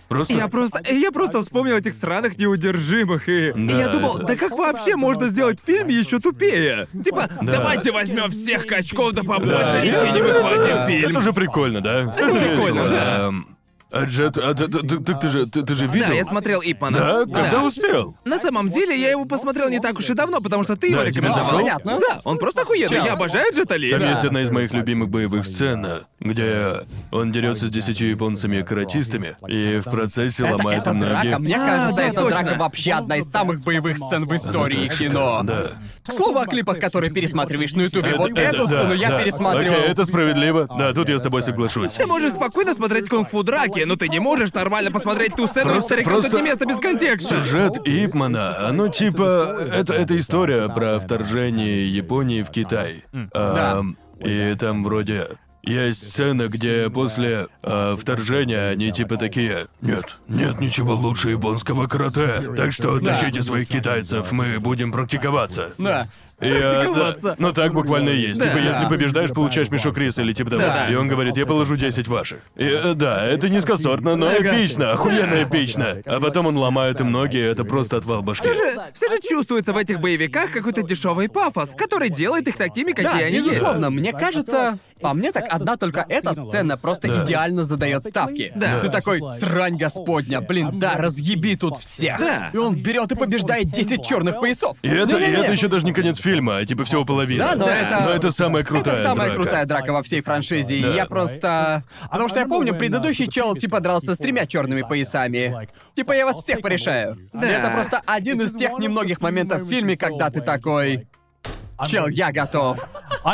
S4: Просто.
S1: Я просто, я просто вспомнил этих сраных неудержимых и, и
S4: Да,
S1: я думал,
S4: это-
S1: да как вообще можно сделать фильм еще тупее? Типа, давайте возьмем всех качков да побольше
S4: Да.
S1: и кинем их в один фильм.
S4: Это же прикольно, да? Это,
S1: прикольно,
S4: весело.
S1: да.
S4: Эм, А Джет, а ты, ты- ты- ты- ты же ты, ты же видел?
S1: Да, я смотрел Ипана.
S4: Да? Когда успел?
S1: На самом деле, я его посмотрел не так уж и давно, потому что ты его
S4: Да, тебе
S1: рекомендовал.
S4: зашёл?
S3: Понятно.
S1: Да, он просто охуенный.
S3: Чел.
S1: Я обожаю Джета Ли.
S4: Там
S1: Да.
S4: есть одна из моих любимых боевых сцен, где он дерется с десятью японцами каратистами и в процессе
S3: Это,
S4: ломает
S3: это
S4: им ноги.
S3: драка. Мне
S1: А,
S3: кажется,
S1: да,
S3: эта
S1: точно.
S3: драка вообще одна из самых боевых сцен в истории кино.
S4: Да.
S3: К слову о клипах, которые пересматриваешь на Ютубе.
S4: Это-
S3: Вот
S4: это-
S3: эту
S4: да,
S3: сцену я
S4: да.
S3: пересматривал.
S4: Окей, это справедливо. Да, тут я с тобой соглашусь.
S1: Ты можешь спокойно смотреть кунг-фу драки, но ты не можешь нормально посмотреть ту сцену
S4: Просто-
S1: с стариком
S4: просто-
S1: тут не место без контекста.
S4: Сюжет Ипмана, оно типа... Это, это история про вторжение Японии в Китай. А, и там вроде... Есть сцена, где после а, вторжения они типа такие «Нет, нет ничего лучше японского карате, так что тащите своих китайцев, мы будем практиковаться».
S3: Да.
S4: И, э,
S1: Практиковаться.
S4: да, ну так буквально и есть.
S1: Да.
S4: Типа, если побеждаешь, получаешь мешок риса или типа того.
S1: Да.
S4: И он говорит, я положу 10 ваших. И, э, да, это низкосортно, но эпично, охуенно эпично. А потом он ломает им ноги, и это просто отвал башки.
S1: Все же, всё же чувствуется в этих боевиках какой-то дешевый пафос, который делает их такими, какие
S3: Да,
S1: они есть.
S3: безусловно, мне кажется, по мне так одна только эта сцена просто идеально задает ставки.
S1: Да.
S3: Ты такой, срань господня, блин, да, разъеби тут всех.
S1: Да.
S3: И он берет и побеждает 10 черных поясов.
S4: И это, и
S3: Не-не-не.
S4: это еще даже не конец фильма, а типа всего половина.
S3: Да, но это-
S4: Но это самая крутая
S3: Это самая
S4: драка.
S3: крутая драка во всей франшизе. и
S4: Да.
S3: Я просто. Потому что я помню, предыдущий чел типа дрался с тремя черными поясами. Типа я вас всех порешаю.
S1: Да.
S3: Это просто один из тех немногих моментов в фильме, когда ты такой. Чел, я готов.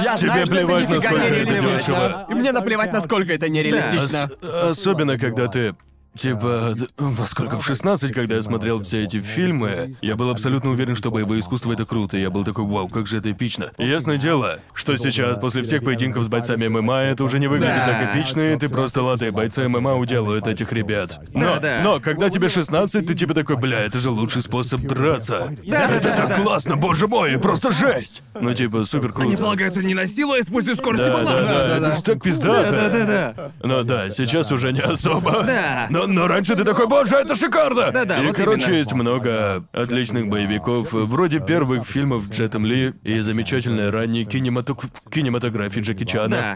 S3: Я
S4: Тебе
S3: знаю, что это
S4: плевать,
S3: нифига
S4: насколько
S3: не
S4: это
S3: реалистично.
S4: дешево.
S3: И мне наплевать, насколько это нереалистично.
S4: Ос- особенно, когда ты... Типа, д- во сколько? В 16, когда я смотрел все эти фильмы, я был абсолютно уверен, что боевое искусство — это круто. Я был такой, вау, как же это эпично. И Ясное дело, что сейчас, после всех поединков с бойцами ММА, это уже не выглядит
S1: Да.
S4: так эпично, и ты просто, лады, бойцы ММА уделают этих ребят. Но,
S1: Да, да.
S4: но, когда тебе 16, ты типа такой, бля, это же лучший способ драться.
S1: Да, да,
S4: это
S1: да,
S4: так
S1: да.
S4: классно, боже мой, просто жесть! Ну, типа, супер круто.
S1: Они полагаются не на силу, а используют скорость и
S4: Да, да,
S1: баланс.
S4: да, это же так пиздато.
S1: Да, да, да.
S4: Ну да, сейчас уже не особо.
S1: Да.
S4: Но Но, но раньше ты такой, боже, это шикарно!
S1: Да-да,
S4: И,
S1: вот
S4: короче,
S1: именно.
S4: есть много отличных боевиков, вроде первых фильмов Джетом Ли и замечательной ранней кинематок- кинематографии Джеки Чана.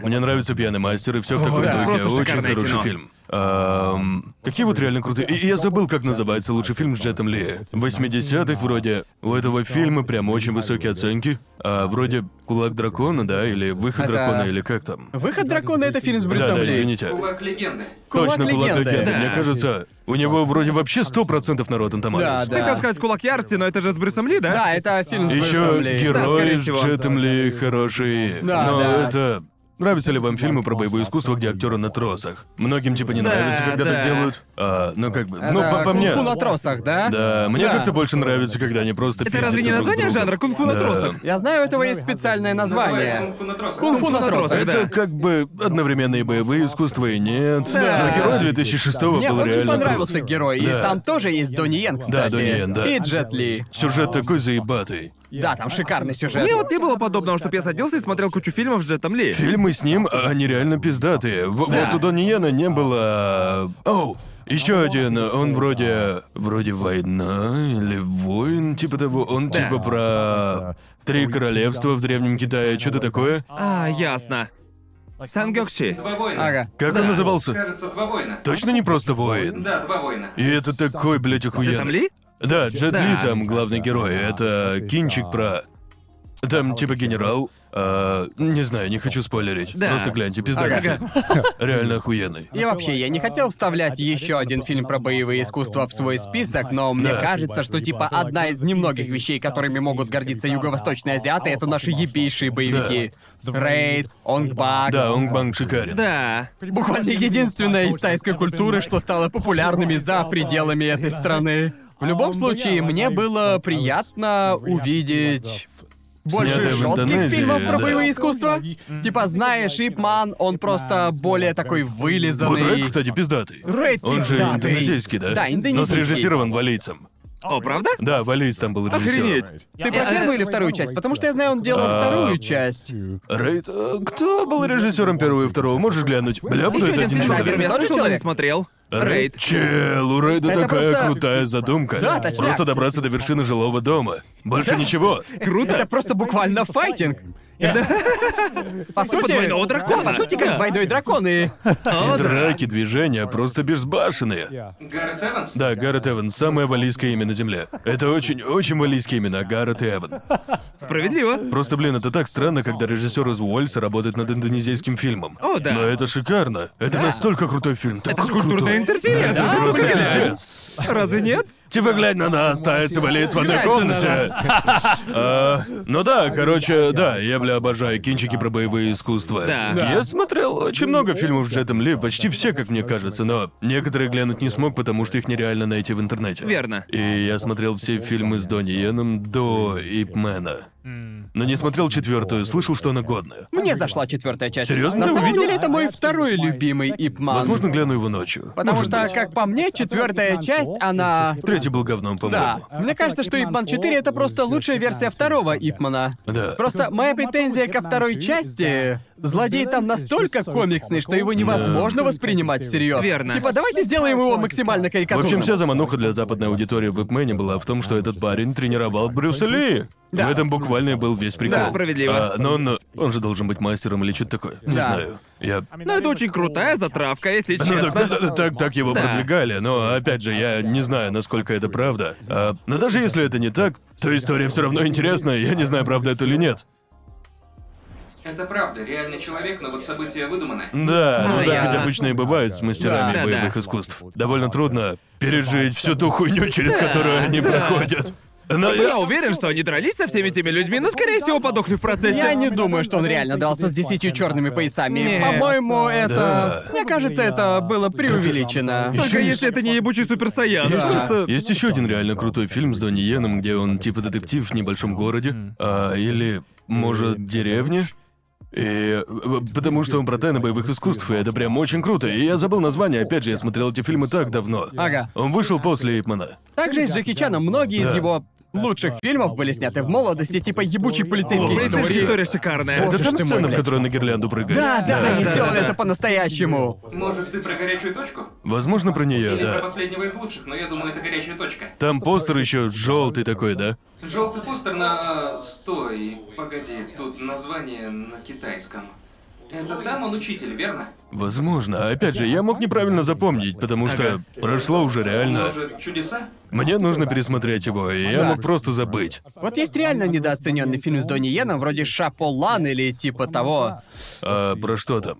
S1: Да.
S4: Мне нравится «Пьяный мастер» и все в таком
S1: да,
S4: духе.
S1: просто
S4: Очень
S1: шикарное
S4: хороший
S1: кино.
S4: фильм. Эм, какие вот реально крутые... И, и я забыл, как называется лучший фильм с Джетом Ли. 80-х вроде. У этого фильма прям очень высокие оценки. А вроде «Кулак дракона», да, или «Выход
S3: Это-
S4: дракона», или как там?
S3: Выход дракона это фильм с
S4: Да,
S3: Брюсом
S4: да,
S3: Ли.
S4: извините.
S2: Кулак легенды.
S3: Кулак
S4: Точно, кулак
S3: легенды.
S4: легенды.
S3: Да.
S4: Мне кажется, у него вроде вообще 100% на Rotten Tomatoes.
S3: Да, да.
S1: Хотел сказать кулак ярости, но это же с Брюсом Ли, да?
S3: Да, это фильм с
S4: Еще
S3: Брюсом Ли.
S1: Да,
S4: герой
S1: скорее
S4: с
S1: всего.
S4: Джетом Ли хороший.
S3: Да,
S4: Но
S3: да.
S4: это... Нравятся ли вам фильмы про боевое искусство, где актеры на тросах? Многим типа не
S1: Да,
S4: нравится, когда
S1: да.
S4: так делают. А, ну как бы.
S3: Это
S4: ну, по, по мне.
S3: «Кунг-фу на тросах, да?
S4: Да, мне
S3: Да.
S4: как-то больше нравится, когда они просто
S1: Это разве не
S4: пиздятся друг
S1: название
S4: с другом.
S1: жанра кунг-фу на
S4: Да.
S1: тросах?
S3: Я знаю, у этого есть специальное
S2: Называется
S3: название.
S2: кунг-фу на тросах.
S3: Кунг-фу на
S1: на тросах,
S3: тросах,
S1: да.
S4: Это как бы одновременно и боевые искусства, и нет.
S1: Да.
S4: Но герой 2006-го
S3: Мне
S4: был
S3: очень
S4: реально крут.
S3: понравился герой, и
S4: Да.
S3: там тоже есть Донни Йен, кстати.
S4: Донни Йен, да.
S3: И Джет Ли.
S4: Сюжет такой заебатый.
S3: Да, там шикарный сюжет.
S1: Мне вот не было подобного, что я садился и смотрел кучу фильмов с Джетом Ли.
S4: Фильмы с ним, а, они реально пиздатые. В- Вот у Донни Йена не было... а, Оу! Еще один, он вроде... Вроде «Война» или «Воин», типа того. Он
S1: Да.
S4: типа про... Три королевства в Древнем Китае, что-то такое.
S1: А, ясно. Сангёкши.
S2: Два воина.
S3: Ага.
S4: Как он назывался?
S2: Кажется, два воина.
S4: Точно не просто «Воин».
S2: Да, два воина.
S4: И это такой, блядь,
S1: С
S4: охуенно.
S1: Джетом Ли?
S4: Да, Джет
S1: Да.
S4: Ли там главный герой. Это кинчик про... Там типа генерал... а, не знаю, не хочу спойлерить.
S1: Да.
S4: Просто гляньте, пиздатый
S1: Ага.
S4: фильм. Реально охуенный.
S3: И вообще, я не хотел вставлять еще один фильм про боевые искусства в свой список, но мне
S4: Да.
S3: кажется, что типа одна из немногих вещей, которыми могут гордиться юго-восточные азиаты, это наши ебейшие боевики. Рейд, Онгбак.
S4: Да, он банк шикарен.
S1: Да.
S3: Буквально единственная из тайской культуры, что стала популярными за пределами этой страны. В любом случае, мне было приятно увидеть больше
S4: Снятое в
S3: жестких
S4: Индонезии,
S3: фильмов про
S4: да.
S3: боевые искусства. Типа, знаешь, Ипман, он просто более такой
S4: Вот Рейд,
S3: вылизанный.
S4: кстати, пиздатый.
S3: Рейд
S4: Он же
S3: пиздатый.
S4: индонезийский, да?
S3: Да, индонезийский.
S4: Но срежиссирован валийцем.
S1: О, правда?
S4: Да, валиец там был режиссером.
S1: Охренеть.
S3: Ты про
S1: Э, э,
S3: первую или вторую часть? Потому что я знаю, он делал
S4: А,
S3: вторую часть.
S4: Рейд, э, кто был режиссером первого и второго? Можешь глянуть? Бля, буду
S1: Еще
S4: это
S1: один
S4: один
S1: фильм, о котором
S4: человек.
S1: я
S3: Тоже
S1: слышал, но не
S3: человек?
S1: смотрел. Рейд.
S4: Чел, у Рейда
S3: Это
S4: такая
S3: просто-
S4: крутая задумка.
S3: Да, точняк.
S4: Просто добраться до вершины жилого дома. Больше ничего.
S3: Это просто буквально файтинг. По сути,
S1: двойного дракона.
S3: Да, по сути, как
S1: Да.
S3: двойной дракон, и
S1: О,
S4: И
S1: да.
S4: драки, движения просто безбашенные.
S2: Гаррет Эванс?
S4: Да, Гаррет Эван, самое валийское имя на земле. Это очень, очень валийские имена, Гаррет и Эван.
S1: Справедливо.
S4: Просто, блин, это так странно, когда режиссер из Уольса работает над индонезийским фильмом.
S1: О, да.
S4: Но это шикарно. Это настолько крутой фильм.
S1: Это
S4: такой
S1: же А,
S4: крутой.
S1: культурная интерференция.
S4: Да, это
S1: Да,
S4: просто
S1: блин.
S4: пиздец.
S1: Разве нет?
S4: Типа, глянь на нас, тайцы болеют в одной
S3: Гляньте на
S4: комнате. А, Ну да, короче, да, я, бля, обожаю кинчики про боевые искусства.
S1: Да. Да.
S4: Я смотрел очень много фильмов с Джетом Ли, почти все, как мне кажется, но некоторые глянуть не смог, потому что их нереально найти в интернете.
S1: Верно.
S4: И я смотрел все фильмы с Донни Йеном до Ипмена. Но не смотрел четвертую, слышал, что она годная.
S3: мне зашла четвертая часть.
S4: Серьезно?
S3: На
S4: Ты
S3: самом
S4: увидел?
S3: деле, это мой второй любимый Ипман.
S4: Возможно, гляну его ночью.
S3: Потому
S4: Может
S3: что,
S4: быть.
S3: как по мне, четвертая часть, она...
S4: Третий был говном,
S3: Да.
S4: по-моему.
S3: Мне кажется, что Ипман 4 это просто лучшая версия второго Ипмана.
S4: Да.
S3: Просто моя претензия ко второй части злодей там настолько комиксный, что его невозможно воспринимать всерьез.
S1: Верно.
S3: Типа, давайте сделаем его максимально
S4: В
S3: карикатурным.
S4: общем, вся замануха для западной аудитории в Ипмене была в том, что этот парень тренировал Брюса Ли.
S3: Да.
S4: В этом буквально и был весь прикол.
S1: Да, справедливо.
S4: А, но он, он же должен быть мастером или что-то такое. Не
S3: Да.
S4: знаю. Я...
S1: Но Ну, это очень крутая затравка, если
S4: Ну, так,
S1: честно.
S4: так- так- так его
S1: Да.
S4: продвигали, но опять же, я не знаю, насколько это правда. А, но даже если это не так, то история все равно интересная, я не знаю, правда это или нет.
S2: Это правда, реальный человек, но вот события выдуманы.
S4: Да, ну
S1: Ну,
S4: так
S1: ясно.
S4: ведь обычно и бывает с мастерами
S1: Да.
S4: боевых
S1: Да-да.
S4: искусств. Довольно трудно пережить всю ту хуйню, через которую они проходят. Но
S1: Я уверен, что они дрались со всеми теми людьми, но, скорее всего, подохли в процессе.
S3: Я не думаю, что он реально дрался с десятью черными поясами.
S1: Не.
S3: По-моему, это.
S4: Да.
S3: Мне кажется, это было преувеличено.
S4: Это-
S1: Только
S4: Ещё
S1: если это не ебучий суперсаян.
S4: Есть,
S1: Просто-
S3: Ну,
S4: есть еще один реально крутой фильм с Донни Йеном, где он типа детектив в небольшом городе, а, или, может, деревне. И в- потому что он про тайны боевых искусств, и это прям очень круто. И я забыл название, опять же, я смотрел эти фильмы так давно.
S3: Ага.
S4: Он вышел после Эйпмана.
S3: Также и с Джеки Чаном многие из
S4: Да.
S3: его лучших фильмов были сняты в молодости, типа «Ебучий полицейский
S4: Полицейская
S1: Полицейская
S3: истории».
S1: история шикарная.
S4: Это
S3: Боже ж
S4: там
S3: ты мой,
S4: сцена, в
S3: блядь.
S4: которой на гирлянду прыгает?
S3: Да, да, они
S1: да,
S3: сделали
S1: да.
S3: это по-настоящему.
S2: Может, ты про горячую точку?
S4: Возможно, про нее,
S2: Или про
S4: да.
S2: последнего из лучших, но я думаю, это горячая точка.
S4: Там постер еще желтый такой, да?
S2: Желтый постер на... а, Стой, погоди, тут название на китайском. Это там он учитель, верно?
S4: Возможно. Опять же, я мог неправильно запомнить, потому что прошло уже реально.
S2: Может, чудеса?
S4: Мне нужно пересмотреть его, и я
S3: Да.
S4: мог просто забыть.
S3: Вот есть реально недооцененный фильм с Донни Йеном, вроде «Шаполан» или типа того.
S4: А про что там?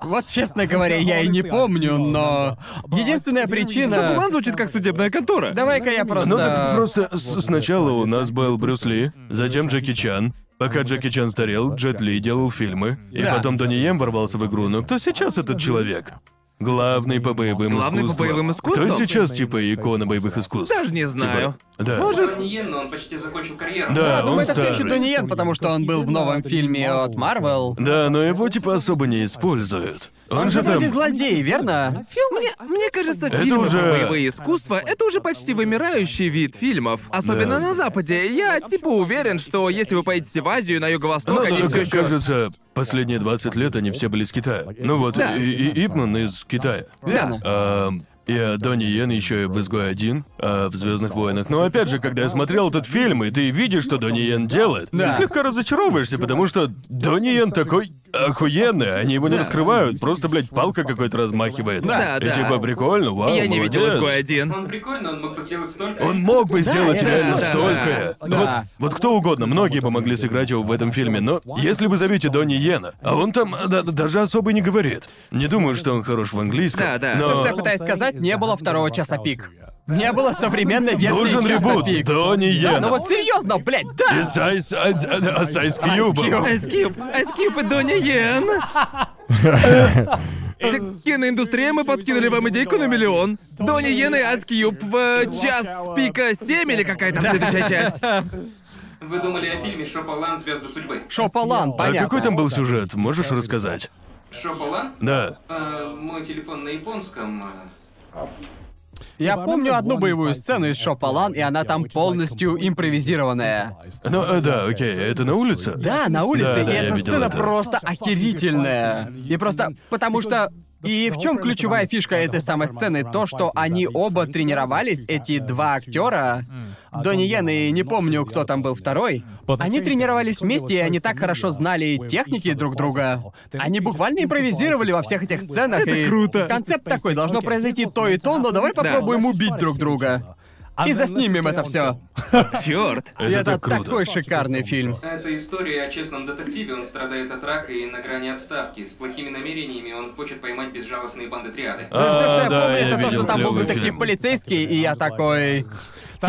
S3: Вот, честно говоря, я и не помню, но... Единственная причина...
S1: Шаблон звучит как судебная контора.
S3: Давай-ка я
S4: Ну так
S3: просто...
S4: просто с- сначала у нас был Брюс Ли, затем Джеки Чан. Пока Джеки Чан старел, Джет Ли делал фильмы. И
S3: Да.
S4: потом Донни Йен ворвался в игру. Но кто сейчас этот человек? Главный по боевым
S1: Главный по
S4: искусствам.
S1: боевым искусствам?
S4: Кто сейчас типа икона боевых искусств?
S1: Даже не знаю.
S4: Типа, да.
S1: Может,
S2: Он не Йен, но он почти закончил карьеру.
S4: Да,
S3: Думаю,
S4: он
S3: это все еще
S4: старый.
S3: Донни Йен, потому что он был в новом фильме от Марвел.
S4: Да, но его типа особо не используют. Он,
S3: Он же
S4: же там...
S3: вроде злодей, верно?
S1: Мне, мне кажется,
S4: Это
S1: фильмы
S4: уже-
S1: про боевые искусства — это уже почти вымирающий вид фильмов. Особенно
S4: Да.
S1: на Западе. Я типа уверен, что если вы поедете в Азию, на
S4: Ну,
S1: Юго-Восток,
S4: да,
S1: они все
S4: как-
S1: еще...
S4: кажется, последние 20 лет они все были из Китая. Ну вот,
S1: Да.
S4: и, и Ипман из Китая.
S3: Верно.
S4: А, и Донни Йен еще и в изгой один, а в Звездных войнах. Но опять же, когда я смотрел этот фильм, и ты видишь, что Донни Йен делает,
S3: Да.
S4: ты слегка разочаровываешься, потому что Донни Йен такой охуенный, они его не раскрывают, просто, блядь, палка какой-то размахивает.
S1: Да,
S4: и
S1: да.
S4: типа прикольно, вау,
S1: Я не видел
S4: молодец.
S1: изгой один.
S2: Он прикольный, он мог бы сделать столько.
S4: Он мог бы сделать
S3: это-
S4: реально
S1: да,
S4: столько. Ну
S3: да.
S4: Вот, вот кто угодно, многие бы могли сыграть его в этом фильме, но если вы зовете Донни Йена, а он там э, да- да- даже особо и не говорит. Не думаю, что он хорош в английском.
S1: Да, да.
S4: Но
S3: То, что я пытаюсь сказать, не было второго часа пик. Не было современной версии
S4: нужен
S3: часа
S4: ребут с
S3: пик.
S4: Донни
S3: Да,
S4: Йеном.
S3: ну вот серьезно, блядь, да!
S4: И с Айс- а- а- а- с Айс Кьюбом.
S1: Ice Cube, Ice Cube и Донни Йен. Так киноиндустрия мы подкинули вам идейку на миллион. Донни Йен и Ice Cube в э, час пика 7 или какая там следующая часть.
S2: Вы думали о фильме «Шопалан. Звезды судьбы».
S3: Шопалан,
S4: А
S3: понятно.
S4: какой там был сюжет? Можешь рассказать?
S2: «Шопалан»?
S4: Да.
S2: Э, мой телефон на японском. э,
S3: Я помню одну боевую сцену из Шопалан, и она там полностью импровизированная.
S4: Ну, э, да, окей, это на улице?
S3: Да, на улице,
S4: Да, да,
S3: и
S4: я
S3: эта
S4: видел
S3: сцена
S4: это.
S3: просто охерительная. И просто потому что... И в чем ключевая фишка этой самой сцены? То, что они оба тренировались, эти два актера, Донни Йен и не помню, кто там был второй, они тренировались вместе, и они так хорошо знали техники друг друга. Они буквально импровизировали во всех этих сценах, и...
S1: круто.
S3: Концепт такой, должно произойти то и то, но давай попробуем убить друг друга. И заснимем это все.
S1: Черт.
S4: Это, так круто.
S3: такой шикарный фильм.
S2: Это история о честном детективе. Он страдает от рака и на грани отставки. С плохими намерениями он хочет поймать безжалостные банды триады.
S4: А,
S3: все, Ну, что я
S4: да,
S3: помню,
S4: я
S3: это то, что
S4: видел
S3: там был
S4: клёвый
S3: детектив
S4: фильм.
S3: полицейский, и я такой.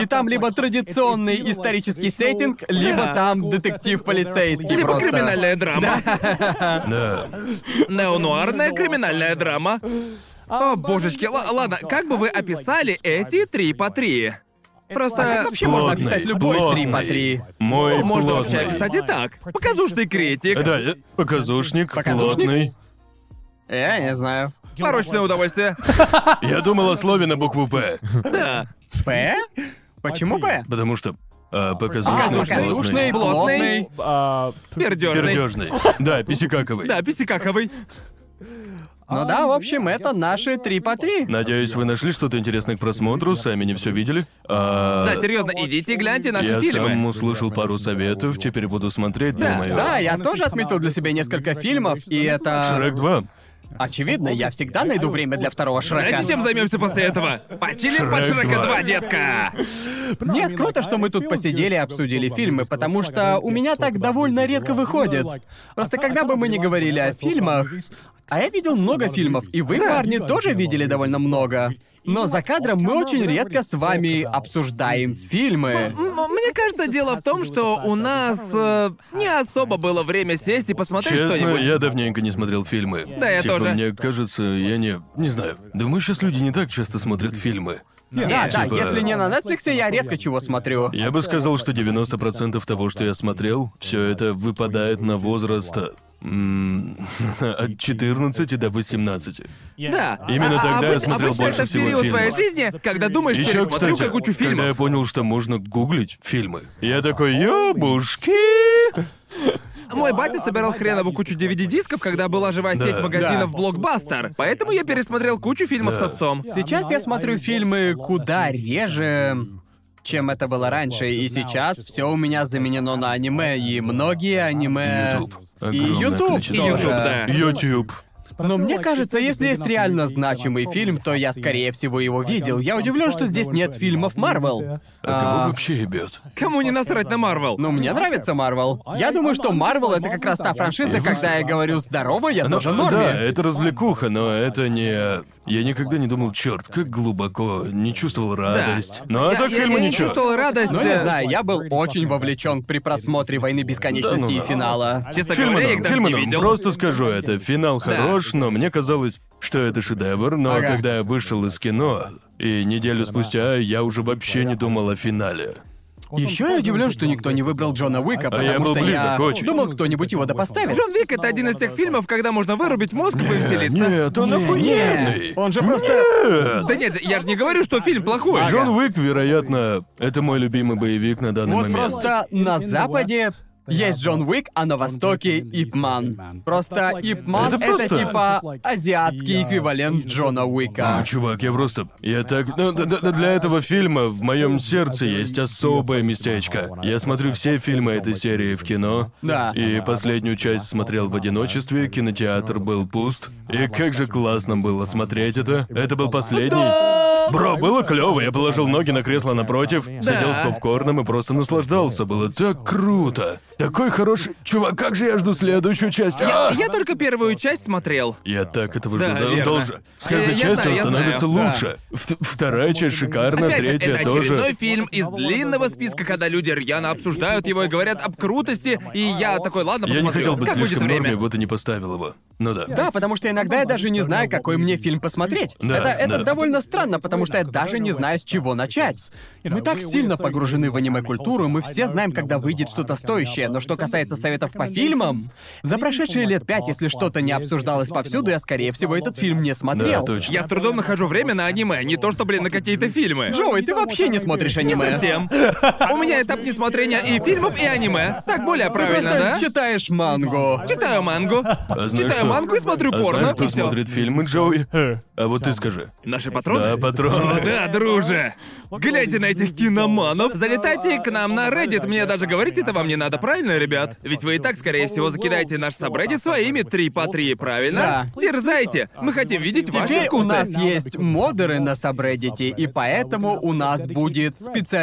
S3: И там либо традиционный исторический сеттинг, либо
S1: Да.
S3: там детектив полицейский.
S1: Либо
S3: просто.
S1: криминальная драма.
S4: Да.
S1: Неонуарная криминальная драма. О, божечки, л- ладно, как бы вы описали эти три по три? Просто...
S3: А как вообще можно
S4: Плотный,
S3: описать любой
S4: плотный.
S3: три по три?
S4: Мой
S1: Ну, можно
S4: плотный.
S1: вообще описать и так. Показушный критик,
S4: Э, Да, э, показушник,
S3: Показушник?
S4: плотный.
S3: Я не знаю.
S1: порочное удовольствие.
S4: Я думал о слове на букву П,
S1: Да.
S3: П? Почему П?
S4: потому что э,
S3: А,
S4: показушный,
S3: показушный,
S1: Плотный.
S4: плотный,
S3: плотный.
S1: Пердежный.
S4: пердежный. Да, писикаковый.
S1: Да, писикаковый.
S3: Ну да, в общем, это наши три по три.
S4: Надеюсь, вы нашли что-то интересное к просмотру, сами не все видели. А,
S1: Да, серьезно, идите и гляньте наши
S4: я
S1: фильмы.
S4: сам услышал пару советов, теперь буду смотреть, думаю.
S3: Да, я тоже отметил для себя несколько фильмов, и это...
S4: Шрек 2.
S3: Очевидно, я всегда найду время для второго Шрека.
S1: Знаете, чем займемся после этого? Почилим под
S4: Шрек
S1: Шрека
S4: 2.
S1: 2, детка!
S3: Нет, круто, что мы тут посидели и обсудили фильмы, потому что у меня так довольно редко выходит. Просто когда бы мы не говорили о фильмах, а я видел много фильмов, и вы, парни, тоже видели довольно много. Но за кадром мы очень редко с вами обсуждаем фильмы.
S1: М- Мне кажется, дело в том, что у нас э, не особо было время сесть и посмотреть
S4: Честно,
S1: что-нибудь.
S4: я давненько не смотрел фильмы.
S1: Да, я
S4: Типа,
S1: тоже.
S4: Мне кажется, я не... Не знаю. Думаю, сейчас люди не так часто смотрят фильмы.
S3: Да, да,
S4: типа-
S3: если не на Netflix, я редко чего смотрю.
S4: Я бы сказал, что 90% того, что я смотрел, все это выпадает на возраст м, от 14 до 18.
S1: Да.
S4: Именно
S1: А- а
S4: тогда я
S1: обы-
S4: смотрел
S1: обычно
S4: больше
S1: это
S4: всего
S1: период своей
S4: фильмов.
S1: жизни, когда думаешь,
S4: Еще,
S1: пересмотрю
S4: кстати,
S1: как кучу
S4: когда я
S1: фильмов.
S4: понял, что можно гуглить фильмы, я такой, ёбушки!
S1: Мой батя собирал хренову кучу DVD-дисков, когда была живая
S4: Да.
S1: сеть магазинов
S5: Да.
S1: Блокбастер, поэтому я пересмотрел кучу фильмов с
S4: Да.
S1: отцом.
S3: Сейчас я смотрю фильмы куда реже, чем это было раньше, и сейчас все у меня заменено на аниме, и многие аниме...
S4: Ютуб.
S3: И
S4: Огромное
S3: Ютуб
S4: количество.
S3: тоже.
S1: Э, Ютуб, да.
S4: Ютуб.
S3: Но мне кажется, если есть реально значимый фильм, то я, скорее всего, его видел. Я удивлен, что здесь нет фильмов Марвел.
S4: А кого
S3: А.
S4: вообще ебет?
S1: Кому не насрать на Марвел?
S4: Ну,
S3: Но мне нравится Марвел. Я думаю, что Марвел это как раз та франшиза, когда я говорю «здорово, я тоже
S4: Ну Да,
S3: норме».
S4: это развлекуха, но это не... Я никогда не думал, черт, как глубоко, не чувствовал радость. Ну а
S1: Я-
S4: так
S1: я-
S4: фильма
S1: я не
S4: ничего.
S1: чувствовал радость.
S3: Ну, не
S1: э,
S3: знаю, я был очень вовлечен при просмотре «Войны бесконечности»
S4: Да ну
S3: и
S4: да.
S3: «Финала».
S1: Честно
S4: Фильма
S1: говоря, я
S4: нам,
S1: их даже
S4: фильма
S1: не
S4: нам,
S1: видел.
S4: просто скажу это. Финал хорош, но мне казалось, что это шедевр, но
S3: Ага.
S4: когда я вышел из кино, и неделю спустя я уже вообще не думал о финале.
S3: Еще я удивлен, что никто не выбрал Джона Уика, потому
S4: А я был
S3: что я
S4: близок, очень.
S3: думал, кто-нибудь его допоставит.
S1: Джон Вик это один из тех фильмов, когда можно вырубить мозг и
S4: Э,
S1: повеселиться.
S4: Нет, он охуенный.
S3: Нет, он же просто...
S1: Да нет же, я же не говорю, что фильм плохой.
S3: Ага.
S4: Джон Уик, вероятно, это мой любимый боевик на данный
S3: Вот
S4: момент.
S3: просто на Западе есть Джон Уик, а на Востоке Ипман. Просто Ипман
S4: Это
S3: это,
S4: просто-
S3: типа азиатский эквивалент Джона Уика.
S4: Ну, чувак, я просто... Я так... ну, да- да- да, для этого фильма в моем сердце есть особое местечко. Я смотрю все фильмы этой серии в кино.
S3: Да.
S4: И последнюю часть смотрел в одиночестве, кинотеатр был пуст. И как же классно было смотреть это. Это был последний. Бро, было клево. Я положил ноги на кресло напротив, сидел с попкорном и просто наслаждался. Было так круто. Такой хороший... Чувак, как же я жду следующую часть? А!
S1: Я только первую часть смотрел.
S4: Я так этого
S1: Да,
S4: ждал.
S1: верно.
S4: должен. С каждой
S1: Я- я
S4: частью
S1: знаю, я
S4: он становится
S1: знаю.
S4: лучше. Ф- Вторая часть шикарна,
S1: Опять же,
S4: третья
S1: это очередной
S4: тоже.
S1: фильм из длинного списка, когда люди рьяно обсуждают его и говорят об крутости, и я такой, ладно,
S4: Я
S1: посмотрю,
S4: не хотел быть
S1: как будет
S4: слишком норме,
S1: время.
S4: вот и не поставил его. Ну да.
S3: Да, потому что иногда я даже не знаю, какой мне фильм посмотреть.
S4: Да,
S3: это, это
S4: да.
S3: довольно странно, потому что я даже не знаю, с чего начать. Мы так сильно погружены в аниме-культуру, мы все знаем, когда выйдет что-то стоящее, но что касается советов по фильмам, за прошедшие лет пять, если что-то не обсуждалось повсюду, я, скорее всего, этот фильм не смотрел.
S4: Да, точно.
S1: Я с трудом нахожу время на аниме, не то что, блин, на какие-то фильмы.
S3: Джоуи, ты вообще не смотришь
S1: Не
S3: аниме.
S1: совсем. У меня этап несмотрения и фильмов, и аниме. Так
S4: Ну,
S1: более
S3: Ты
S1: правильно,
S3: просто
S1: да?
S3: читаешь мангу.
S1: Читаю мангу.
S4: А знаешь
S1: Читаю
S4: что?
S1: мангу и смотрю
S4: А
S1: порно,
S4: знаешь, кто
S1: и всё.
S4: смотрит фильмы, Джоуи?
S1: Э,
S4: А вот ты скажи.
S1: Наши
S4: Да,
S1: патроны? О,
S4: патроны.
S1: да, друже! Глядя на этих киноманов, залетайте к нам на Reddit, мне даже говорить это вам не надо, правильно, ребят? Ведь вы и так, скорее всего, закидаете наш сабреддит своими три по три, правильно?
S6: Да.
S1: Дерзайте! Мы хотим видеть ваши
S3: Теперь у
S1: вкусы.
S3: нас есть модеры на сабреддите,
S1: А
S3: и поэтому у нас будет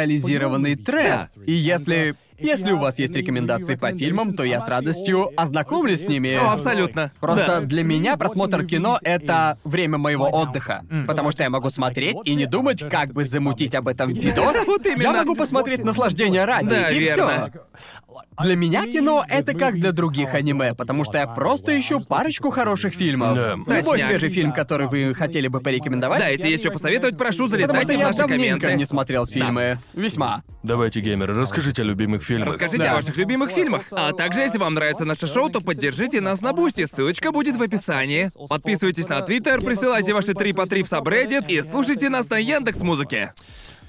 S3: специализированный тред. И если... Если у вас есть рекомендации по фильмам, то я с радостью ознакомлюсь с ними.
S1: О, Ну, абсолютно.
S3: Просто
S1: Да.
S3: для меня просмотр кино — это время моего отдыха. Потому что я могу смотреть и не думать, как бы замутить об этом видос.
S1: вот
S3: Я
S1: именно.
S3: могу посмотреть наслаждение ради,
S1: Да,
S3: и
S1: верно.
S3: все. Для меня кино — это как для других аниме, потому что я просто ищу парочку хороших фильмов.
S4: Да.
S3: Любой
S1: Точняк.
S3: свежий фильм, который вы хотели бы порекомендовать.
S1: Да, если есть что посоветовать, прошу,
S3: Потому что
S1: залетайте в
S3: я
S1: наши
S3: давненько
S1: комменты.
S3: не смотрел фильмы. Весьма.
S4: Давайте, геймеры, расскажите о любимых фильмах.
S1: Расскажите
S3: Да.
S1: о ваших любимых фильмах. А также, если вам нравится наше шоу, то поддержите нас на бусте. Ссылочка будет в описании. Подписывайтесь на Твиттер, присылайте ваши три по три в сабреддит и слушайте нас на Яндекс Музыке.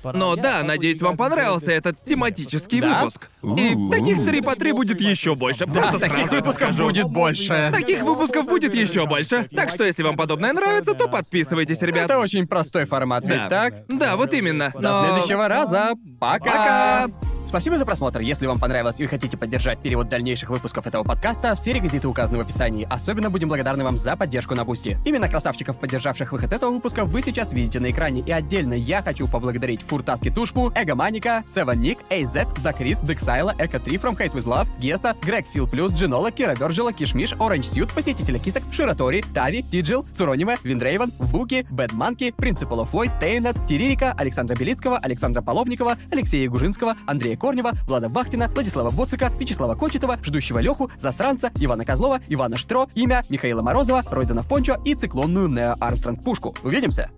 S1: Но да, надеюсь, вам понравился этот тематический
S3: Да?
S1: выпуск. И
S4: У-у-у.
S1: таких три по три будет еще больше.
S3: Да,
S1: Просто
S3: таких
S1: сразу это
S3: выпусков
S1: скажу.
S3: будет больше.
S1: Таких выпусков будет еще больше. Так что, если вам подобное нравится, то подписывайтесь, ребят.
S3: Это очень простой формат,
S1: Да.
S3: ведь так?
S1: Да, вот именно.
S3: До
S1: Но-
S3: следующего раза. Пока.
S1: Пока.
S3: Спасибо за просмотр. Если вам понравилось и вы хотите поддержать перевод дальнейших выпусков этого подкаста, все реквизиты указаны в описании. Особенно будем благодарны вам за поддержку на Бусти. Именно красавчиков, поддержавших выход этого выпуска, вы сейчас видите на экране. И отдельно я хочу поблагодарить Фуртаски Тушпу, Эгоманика, Севен Ник, Эйзет, Дакрис, Дексайла, Эко 3, From Hate With Love, Геса, Грег Фил Плюс, Джинола, Кира Вержила, Кишмиш, Оранж Сьют, Посетителя Кисок, Ширатори, Тави, Тиджил, Цурониме, Виндрейвен, Вуки, Бэдманки, Принципал оф Войд, Тейнет, Тиририка, Александра Белицкого, Александра Половникова, Алексея Ягужинского, Андрея Корнева, Влада Бахтина, Владислава Боцика, Вячеслава Кочетова, Ждущего Леху, Засранца, Ивана Козлова, Ивана Штро, Имя, Михаила Морозова, Ройдана Пончо и циклонную Нео Армстронг Пушку. Увидимся!